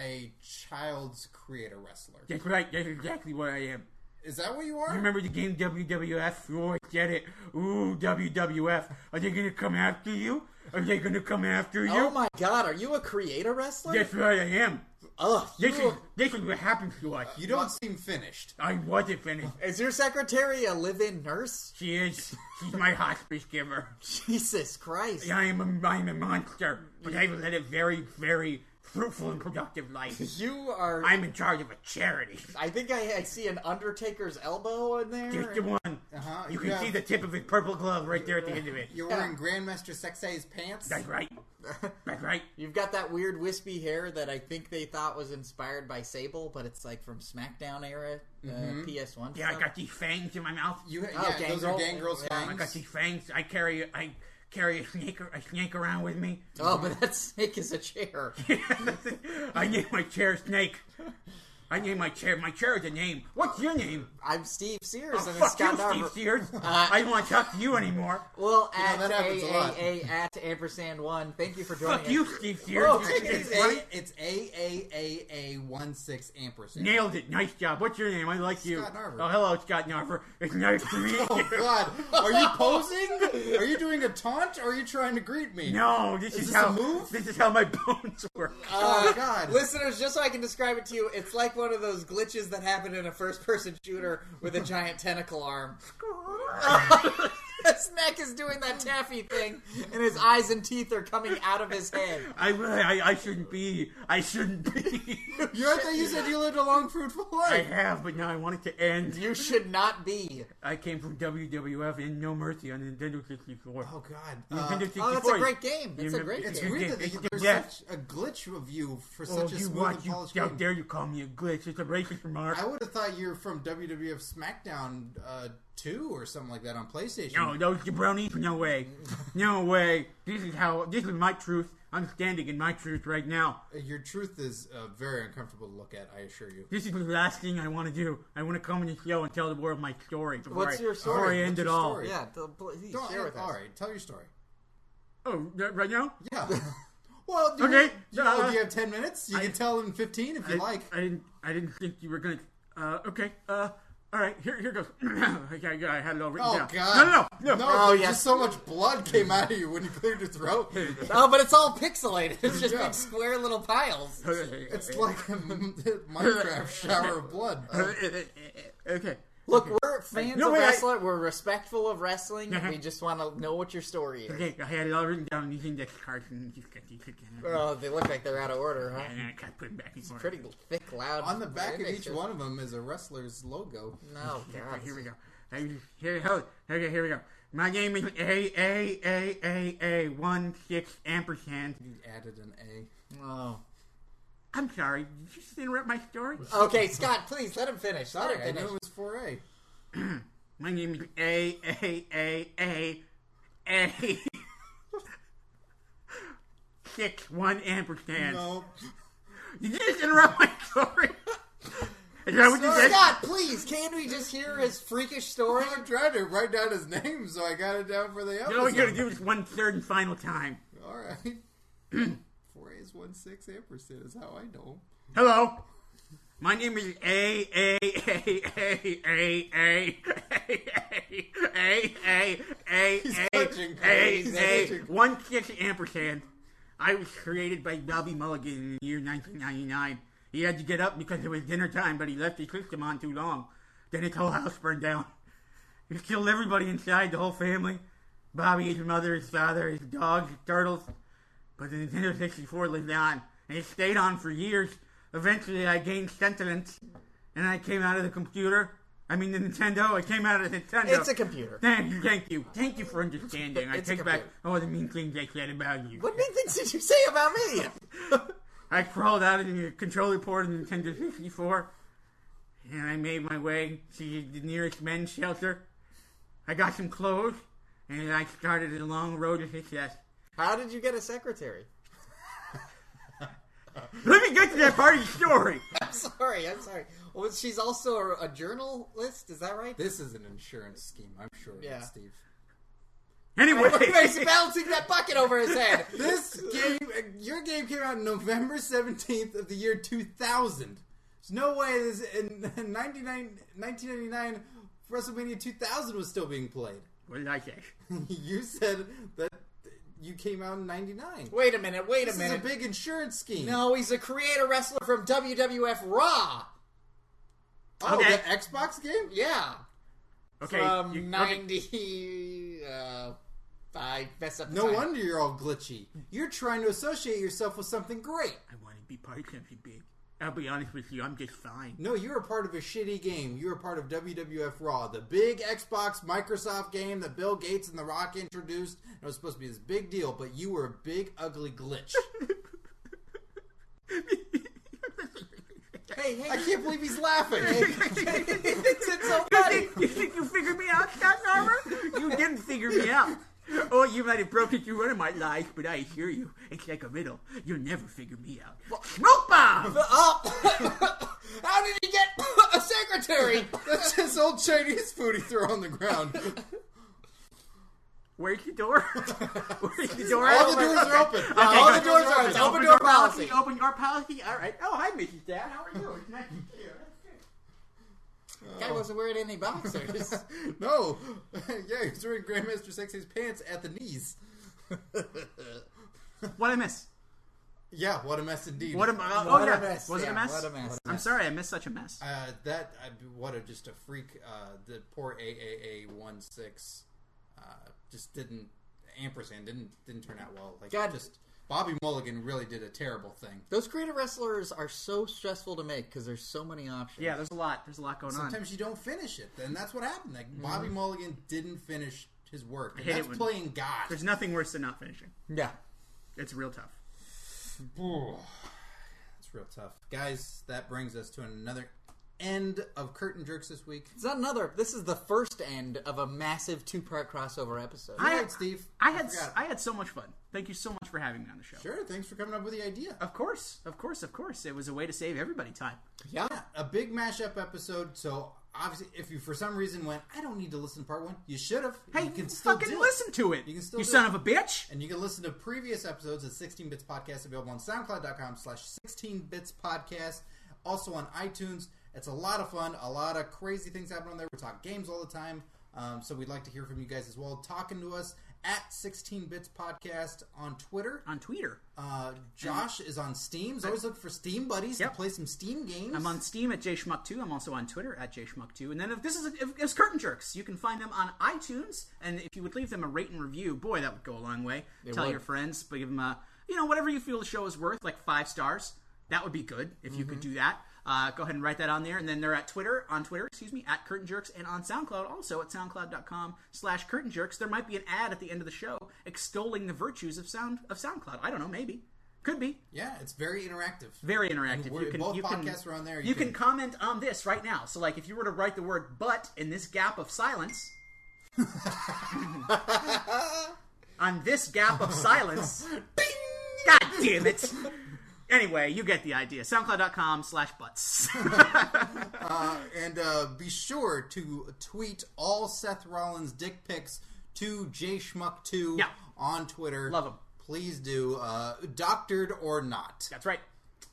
[SPEAKER 1] a child's creator wrestler.
[SPEAKER 5] That's right. That's exactly what I am.
[SPEAKER 1] Is that what you are?
[SPEAKER 5] Remember the game WWF? Oh, I get it. Ooh, WWF. Are they gonna come after you? Are they gonna come after you?
[SPEAKER 2] Oh my God, are you a creator wrestler?
[SPEAKER 5] That's right, I am.
[SPEAKER 2] Ugh,
[SPEAKER 5] This
[SPEAKER 2] you-
[SPEAKER 5] is this is what happens to us.
[SPEAKER 1] you don't seem finished.
[SPEAKER 5] I wasn't finished.
[SPEAKER 2] is your secretary a live-in nurse?
[SPEAKER 5] She is. She's my hospice giver.
[SPEAKER 2] Jesus Christ!
[SPEAKER 5] I am a, I am a monster, but I've led a very, very fruitful and productive life.
[SPEAKER 2] You are. i
[SPEAKER 5] I'm in charge of a charity.
[SPEAKER 2] think I, I see an Undertaker's elbow in there.
[SPEAKER 5] Just the one.
[SPEAKER 1] Uh-huh,
[SPEAKER 5] You can
[SPEAKER 1] yeah.
[SPEAKER 5] see the tip of his purple glove right there at the end of it.
[SPEAKER 1] You're wearing Grandmaster Sexay's pants.
[SPEAKER 5] That's right. That's right.
[SPEAKER 2] You've got that weird wispy hair that I think they thought was inspired by Sable, but it's like from SmackDown era uh, PS1.
[SPEAKER 5] Mm-hmm. Yeah, I
[SPEAKER 2] stuff.
[SPEAKER 5] got these fangs in my mouth.
[SPEAKER 1] You,
[SPEAKER 2] Oh,
[SPEAKER 1] yeah, those are
[SPEAKER 2] Gangrel.
[SPEAKER 1] Gangrel's
[SPEAKER 2] Yeah.
[SPEAKER 5] I
[SPEAKER 1] fangs.
[SPEAKER 5] got these fangs. I carry. I carry a snake. A snake around with me.
[SPEAKER 2] Oh, but that snake is a chair.
[SPEAKER 5] I named my chair Snake. I named my chair. My chair is a name. What's your name?
[SPEAKER 6] I'm Steve Sears,
[SPEAKER 5] Oh,
[SPEAKER 6] and it's
[SPEAKER 5] fuck you,
[SPEAKER 6] Scott
[SPEAKER 5] Steve
[SPEAKER 6] Narver.
[SPEAKER 5] Sears. I don't want to talk to you anymore.
[SPEAKER 2] Well, at
[SPEAKER 1] that happens a lot.
[SPEAKER 2] AAA at ampersand one. Thank you for joining
[SPEAKER 5] Fuck
[SPEAKER 2] us.
[SPEAKER 5] you, Steve Sears.
[SPEAKER 1] Oh, it's
[SPEAKER 5] Funny.
[SPEAKER 1] A it's A A A A one six ampersand.
[SPEAKER 5] Nailed it. Nice job. What's your name? I like you.
[SPEAKER 1] Scott Narver.
[SPEAKER 5] Oh, hello, Scott Narver. It's nice to meet
[SPEAKER 1] Oh
[SPEAKER 5] you.
[SPEAKER 1] God! Are you posing? Are you doing a taunt? Or are you trying to greet me?
[SPEAKER 5] No, this is,
[SPEAKER 1] this
[SPEAKER 5] how
[SPEAKER 1] a move?
[SPEAKER 5] this is how my bones work.
[SPEAKER 1] Oh God!
[SPEAKER 6] Listeners, just so I can describe it to you, it's like one of those glitches that happen in a first-person shooter with a giant tentacle arm.
[SPEAKER 2] his neck is doing that taffy thing, and his eyes and teeth are coming out of his head.
[SPEAKER 5] I, really- I I shouldn't be. I shouldn't be.
[SPEAKER 1] You I thought you said you lived a long, fruitful
[SPEAKER 5] I
[SPEAKER 1] life.
[SPEAKER 5] have, but now I want it to end.
[SPEAKER 2] You should not be.
[SPEAKER 5] I came from WWF and No Mercy on Nintendo 64.
[SPEAKER 1] Oh God!
[SPEAKER 5] Nintendo
[SPEAKER 1] Uh,
[SPEAKER 5] 64.
[SPEAKER 2] Oh, that's a great game. That's a
[SPEAKER 5] remember-
[SPEAKER 2] great
[SPEAKER 1] it's
[SPEAKER 2] game.
[SPEAKER 1] weird that
[SPEAKER 5] It's a
[SPEAKER 1] there's
[SPEAKER 5] death.
[SPEAKER 1] such a glitch of you for
[SPEAKER 5] Oh,
[SPEAKER 1] such a
[SPEAKER 5] you
[SPEAKER 1] smooth
[SPEAKER 5] want
[SPEAKER 1] and
[SPEAKER 5] you?
[SPEAKER 1] polished
[SPEAKER 5] How
[SPEAKER 1] game.
[SPEAKER 5] dare you call me a glitch? It's a racist remark.
[SPEAKER 1] I would have thought you were from WWF SmackDown uh, two or something like that on PlayStation.
[SPEAKER 5] No, those jabronis? No way. No way. This is how. This is my truth. I'm standing in my truth right now.
[SPEAKER 1] Your truth is uh, very uncomfortable to look at. I assure you.
[SPEAKER 5] This is the last thing I want to do. I want to come on the show and tell the world my story. Before
[SPEAKER 2] What's
[SPEAKER 5] I,
[SPEAKER 2] your
[SPEAKER 5] before
[SPEAKER 2] story?
[SPEAKER 5] I
[SPEAKER 1] What's
[SPEAKER 5] end
[SPEAKER 1] your
[SPEAKER 5] it all.
[SPEAKER 1] story?
[SPEAKER 2] Yeah, th- please
[SPEAKER 1] Don't,
[SPEAKER 2] share with
[SPEAKER 1] all
[SPEAKER 2] us.
[SPEAKER 1] right, tell your story.
[SPEAKER 5] Oh, right right now?
[SPEAKER 1] Yeah. well, do you,
[SPEAKER 5] Okay,
[SPEAKER 1] do, you, oh,
[SPEAKER 5] uh,
[SPEAKER 1] do you have ten minutes? You
[SPEAKER 5] I-
[SPEAKER 1] can tell them fifteen if you
[SPEAKER 5] I,
[SPEAKER 1] like.
[SPEAKER 5] I didn't. I didn't think you were gonna. Uh, okay. Uh, all right. Here, here goes. okay, yeah, I had it all written
[SPEAKER 1] oh
[SPEAKER 5] down.
[SPEAKER 1] God!
[SPEAKER 5] No, no, no, no.
[SPEAKER 1] Oh,
[SPEAKER 2] yes.
[SPEAKER 1] Just so much blood came out of you when you cleared your throat.
[SPEAKER 6] Oh, but it's all pixelated. It's just
[SPEAKER 1] Yeah.
[SPEAKER 6] big square little piles.
[SPEAKER 1] It's like a Minecraft shower of blood. Uh,
[SPEAKER 5] okay.
[SPEAKER 2] Look, we're fans
[SPEAKER 5] No,
[SPEAKER 2] of
[SPEAKER 5] wait, I-
[SPEAKER 2] wrestling. We're respectful of wrestling, and
[SPEAKER 5] Uh-huh.
[SPEAKER 2] we just want to know what your story is.
[SPEAKER 5] Okay, I had it all written down using this card and just got these again.
[SPEAKER 1] Uh.
[SPEAKER 2] Oh, they look like they're out of order, huh?
[SPEAKER 5] And then I kept putting back and forth.
[SPEAKER 2] Pretty thick, loud.
[SPEAKER 1] on the back of each
[SPEAKER 2] images.
[SPEAKER 1] one of them is a wrestler's logo.
[SPEAKER 2] No,
[SPEAKER 5] Okay,
[SPEAKER 2] God.
[SPEAKER 5] here we go. Hey, Here, hold it. Okay, here we go. My name is A A A A A one six ampersand.
[SPEAKER 1] You added an A.
[SPEAKER 2] Oh.
[SPEAKER 5] I'm sorry, did you just interrupt my story?
[SPEAKER 2] Oh. Okay, Scott, please let him finish. Sorry,
[SPEAKER 1] Sorry, I knew it was four A.
[SPEAKER 5] My name is A A A A A six one ampersand.
[SPEAKER 1] No.
[SPEAKER 5] Did you just interrupt my story? Is that what you said?
[SPEAKER 2] Scott, please, can we just hear his freakish story?
[SPEAKER 1] I tried to write down his name, so I got it down for the
[SPEAKER 5] You know, All you
[SPEAKER 1] episode.
[SPEAKER 5] gotta do is one third and final time.
[SPEAKER 1] All right. Four A is one six ampersand is how I know.
[SPEAKER 5] Hello. My name is A A A A A A A A A A
[SPEAKER 1] punching
[SPEAKER 5] A
[SPEAKER 1] crazy.
[SPEAKER 5] A one six ampersand. I was created by Bobby Mulligan in the year 1999. He had to get up because it was dinner time, but he left his system on too long. Then his whole house burned down. He killed everybody inside, the whole family. Bobby, his mother, his father, his dogs, his turtles. But the Nintendo 64 lived on, and it stayed on for years. Eventually, I gained sentience, and I came out of the computer. I mean, the Nintendo. I came out of the Nintendo.
[SPEAKER 2] It's a computer.
[SPEAKER 5] Thank you, thank you, thank you for understanding. I
[SPEAKER 2] It's a
[SPEAKER 5] take back
[SPEAKER 2] computer.
[SPEAKER 5] all the mean things I said about you.
[SPEAKER 2] What mean things did you say about me?
[SPEAKER 5] I crawled out of the controller port of the Nintendo 64, and I made my way to the nearest men's shelter. I got some clothes, and I started a long road to success.
[SPEAKER 2] How did you get a secretary?
[SPEAKER 5] Let me get to that part of the story.
[SPEAKER 2] I'm sorry, I'm sorry. Well, she's also a, a journalist, is that right?
[SPEAKER 1] This is an insurance scheme, I'm sure of it,
[SPEAKER 2] Yeah.
[SPEAKER 1] Steve.
[SPEAKER 5] Anyway,
[SPEAKER 2] He's balancing that bucket over his head.
[SPEAKER 1] This game, uh, your game came out November 17th of the year 2000. There's no way this in 99 1999 WrestleMania 2000 was still being played.
[SPEAKER 5] what did I say?
[SPEAKER 1] you said that you came out in 99.
[SPEAKER 2] Wait a minute, wait a
[SPEAKER 1] this is a
[SPEAKER 2] minute.
[SPEAKER 1] big insurance scheme.
[SPEAKER 2] no, he's a creator wrestler from WWF Raw.
[SPEAKER 1] Oh,
[SPEAKER 5] Okay.
[SPEAKER 1] the Xbox game?
[SPEAKER 2] Yeah.
[SPEAKER 5] Okay,
[SPEAKER 2] from
[SPEAKER 5] you- okay.
[SPEAKER 2] 90. Uh, I mess up the
[SPEAKER 1] No
[SPEAKER 2] time.
[SPEAKER 1] wonder you're all glitchy. You're trying to associate yourself with something great.
[SPEAKER 5] I want to be part of something big. I'll be honest with you, I'm just fine.
[SPEAKER 1] No, you were part of a shitty game. You were part of WWF Raw, the big Xbox Microsoft game that Bill Gates and The Rock introduced. It was supposed to be this big deal, but you were a big, ugly glitch.
[SPEAKER 2] Hey, hey,
[SPEAKER 1] I can't believe he's laughing.
[SPEAKER 2] it's, it's so funny.
[SPEAKER 5] you think you figured me out, Scott Narver? You didn't figure me out. Oh, you might have broken through one of my lies, but I assure you, it's like a riddle. You'll never figure me out. Smoke bomb!
[SPEAKER 2] Oh,
[SPEAKER 6] How did he get a secretary?
[SPEAKER 1] That's just old Chinese food he threw on the ground.
[SPEAKER 3] Where's the door? Where's the door?
[SPEAKER 1] All the doors are open.
[SPEAKER 6] All
[SPEAKER 3] Okay,
[SPEAKER 6] the
[SPEAKER 3] good.
[SPEAKER 6] doors are open. Open door policy.
[SPEAKER 3] Open door policy. All right. Oh, hi, Mrs. Dad. How are you? It's nice to see you.
[SPEAKER 6] Guy wasn't wearing any boxers.
[SPEAKER 1] No. yeah, he was wearing Grandmaster Sexy's pants at the knees.
[SPEAKER 3] What I miss?
[SPEAKER 1] yeah, what a mess indeed.
[SPEAKER 3] What am I?
[SPEAKER 6] What
[SPEAKER 3] oh,
[SPEAKER 6] a
[SPEAKER 3] yeah.
[SPEAKER 6] mess.
[SPEAKER 3] Was it
[SPEAKER 6] Yeah,
[SPEAKER 3] a mess?
[SPEAKER 6] what a mess.
[SPEAKER 3] I'm sorry, I missed such a mess.
[SPEAKER 1] Uh, that I, what a just a freak. Uh, the poor AAA one six uh, just didn't ampersand didn't didn't turn out well. Like
[SPEAKER 6] God.
[SPEAKER 1] just Bobby Mulligan really did a terrible thing.
[SPEAKER 6] Those creative wrestlers are so stressful to make because there's so many options.
[SPEAKER 3] yeah, there's a lot. There's a lot going on.
[SPEAKER 1] Sometimes you don't finish it, then that's what happened. Like Bobby Mulligan didn't finish his work. And
[SPEAKER 3] Mm-hmm. hate it
[SPEAKER 1] that's
[SPEAKER 3] when-
[SPEAKER 1] playing God.
[SPEAKER 3] There's nothing worse than not finishing.
[SPEAKER 6] Yeah.
[SPEAKER 3] It's real tough.
[SPEAKER 1] Ooh, It's real tough, guys. That brings us to another end of curtain jerks this week.
[SPEAKER 6] It's not another. This is the first end of a massive two-part crossover episode.
[SPEAKER 1] All
[SPEAKER 3] I-
[SPEAKER 1] right, Steve.
[SPEAKER 3] I had
[SPEAKER 1] forgot.
[SPEAKER 3] I had so much fun. Thank you so much for having me on the show.
[SPEAKER 1] sure. Thanks for coming up with the idea.
[SPEAKER 3] Of course, of course, of course. It was a way to save everybody time.
[SPEAKER 1] Yeah, a big mashup episode. So obviously, if you for some reason went, I don't need to listen to part one. You should have.
[SPEAKER 3] Hey,
[SPEAKER 1] you can
[SPEAKER 3] fucking
[SPEAKER 1] do it.
[SPEAKER 3] listen to it.
[SPEAKER 1] You can still do
[SPEAKER 3] son
[SPEAKER 1] it.
[SPEAKER 3] of a bitch.
[SPEAKER 1] And you can listen to previous episodes of 16 Bits Podcast available on SoundCloud.com slash 16 Bits Podcast. Also on iTunes. It's a lot of fun. A lot of crazy things happen on there. We talk games all the time. Um, so we'd like to hear from you guys as well. Talking to us at 16 Bits Podcast on Twitter.
[SPEAKER 3] On Twitter,
[SPEAKER 1] Uh, Josh is on Steam. He's always looking for Steam buddies
[SPEAKER 3] Yep.
[SPEAKER 1] to play some Steam games.
[SPEAKER 3] I'm on Steam at jschmuck2. I'm also on Twitter at jschmuck2. And then if this is if, it's Curtain Jerks, you can find them on iTunes. And if you would leave them a rate and review, boy, that would go a long way. Tell
[SPEAKER 4] would.
[SPEAKER 3] your friends, but give them a you know whatever you feel the show is worth, like five stars. That would be good if you could do that. Uh, go ahead and write that on there, and then they're at Twitter on Twitter, excuse me, at Curtain Jerks, and on SoundCloud also at SoundCloud.com/slash Curtain Jerks. There might be an ad at the end of the show extolling the virtues of sound of SoundCloud. I don't know, maybe could be.
[SPEAKER 1] Yeah, it's very interactive.
[SPEAKER 3] Very interactive.
[SPEAKER 1] And we're-
[SPEAKER 3] you can,
[SPEAKER 1] both
[SPEAKER 3] you can-
[SPEAKER 1] podcasts are on there.
[SPEAKER 3] You, can, comment on this right now. So, like, if you were to write the word "but" in this gap of silence, on this gap of silence, bing! God damn it! Anyway, you get the idea. SoundCloud.com/slash butts.
[SPEAKER 1] and uh, be sure to tweet all Seth Rollins dick pics to jschmuck2
[SPEAKER 3] Yeah.
[SPEAKER 1] on Twitter.
[SPEAKER 3] Love 'em.
[SPEAKER 1] Please do, uh, doctored or not.
[SPEAKER 3] That's right.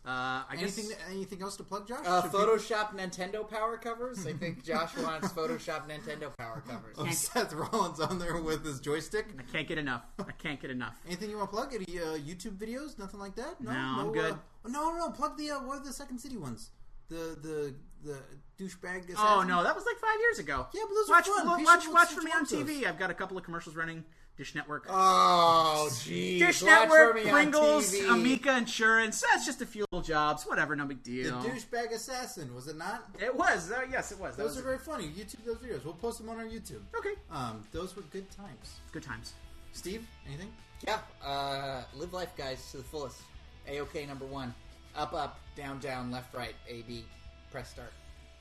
[SPEAKER 3] Uh, I guess.
[SPEAKER 1] Anything, anything else to plug, Josh?
[SPEAKER 6] Uh,
[SPEAKER 1] Should
[SPEAKER 6] Photoshop Nintendo power covers. I think Josh wants Photoshop Nintendo power covers.
[SPEAKER 1] we- Seth Rollins on there with his joystick.
[SPEAKER 3] I can't get enough. I can't get enough.
[SPEAKER 1] Anything you want to plug? Any uh, YouTube videos? Nothing like that? No,
[SPEAKER 3] No, I'm
[SPEAKER 1] uh,
[SPEAKER 3] good.
[SPEAKER 1] no, no, no. Plug the uh, what are the Second City ones? The the the douchebag. Assassin?
[SPEAKER 3] Oh no, that was like five years ago.
[SPEAKER 1] Yeah, but those are
[SPEAKER 3] watch,
[SPEAKER 1] fun.
[SPEAKER 3] wa-
[SPEAKER 1] People
[SPEAKER 3] Watch,
[SPEAKER 1] look
[SPEAKER 3] watch
[SPEAKER 1] so
[SPEAKER 3] for me
[SPEAKER 1] much
[SPEAKER 3] on
[SPEAKER 1] those.
[SPEAKER 3] TV. I've got a couple of commercials running. Dish Network.
[SPEAKER 6] Oh, jeez.
[SPEAKER 3] Dish
[SPEAKER 6] Watch
[SPEAKER 3] Network,
[SPEAKER 6] Romeo on
[SPEAKER 3] Pringles,
[SPEAKER 6] TV.
[SPEAKER 3] Amica Insurance. That's just a few little jobs. Whatever, no big
[SPEAKER 1] The
[SPEAKER 3] deal.
[SPEAKER 1] douchebag assassin was it not?
[SPEAKER 3] It was. Uh, yes, it was. That
[SPEAKER 1] Those
[SPEAKER 3] was
[SPEAKER 1] are very funny. YouTube those videos. We'll post them on our YouTube.
[SPEAKER 3] okay.
[SPEAKER 1] Um, those were good times.
[SPEAKER 3] Good times.
[SPEAKER 1] Steve, anything?
[SPEAKER 6] Yeah, uh, live life, guys, to the fullest. A OK number one. Up, up, down, down, left, right, A, B. Press start.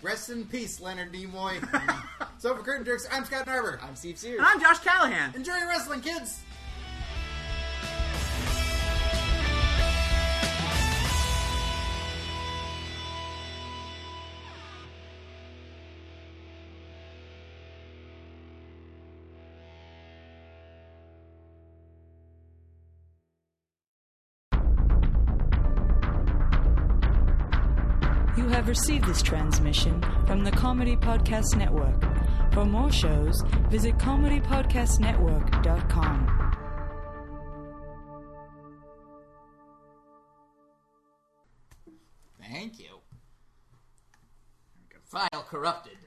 [SPEAKER 1] Rest in peace, Leonard Nimoy. so for Curtain Jerks, I'm Scott Narber.
[SPEAKER 6] I'm Steve Sears.
[SPEAKER 3] And I'm Josh Callahan.
[SPEAKER 1] Enjoy your wrestling, kids!
[SPEAKER 7] You have received this transmission from the Comedy Podcast Network. For more shows, visit comedypodcastnetwork.com.
[SPEAKER 6] Thank you. File corrupted.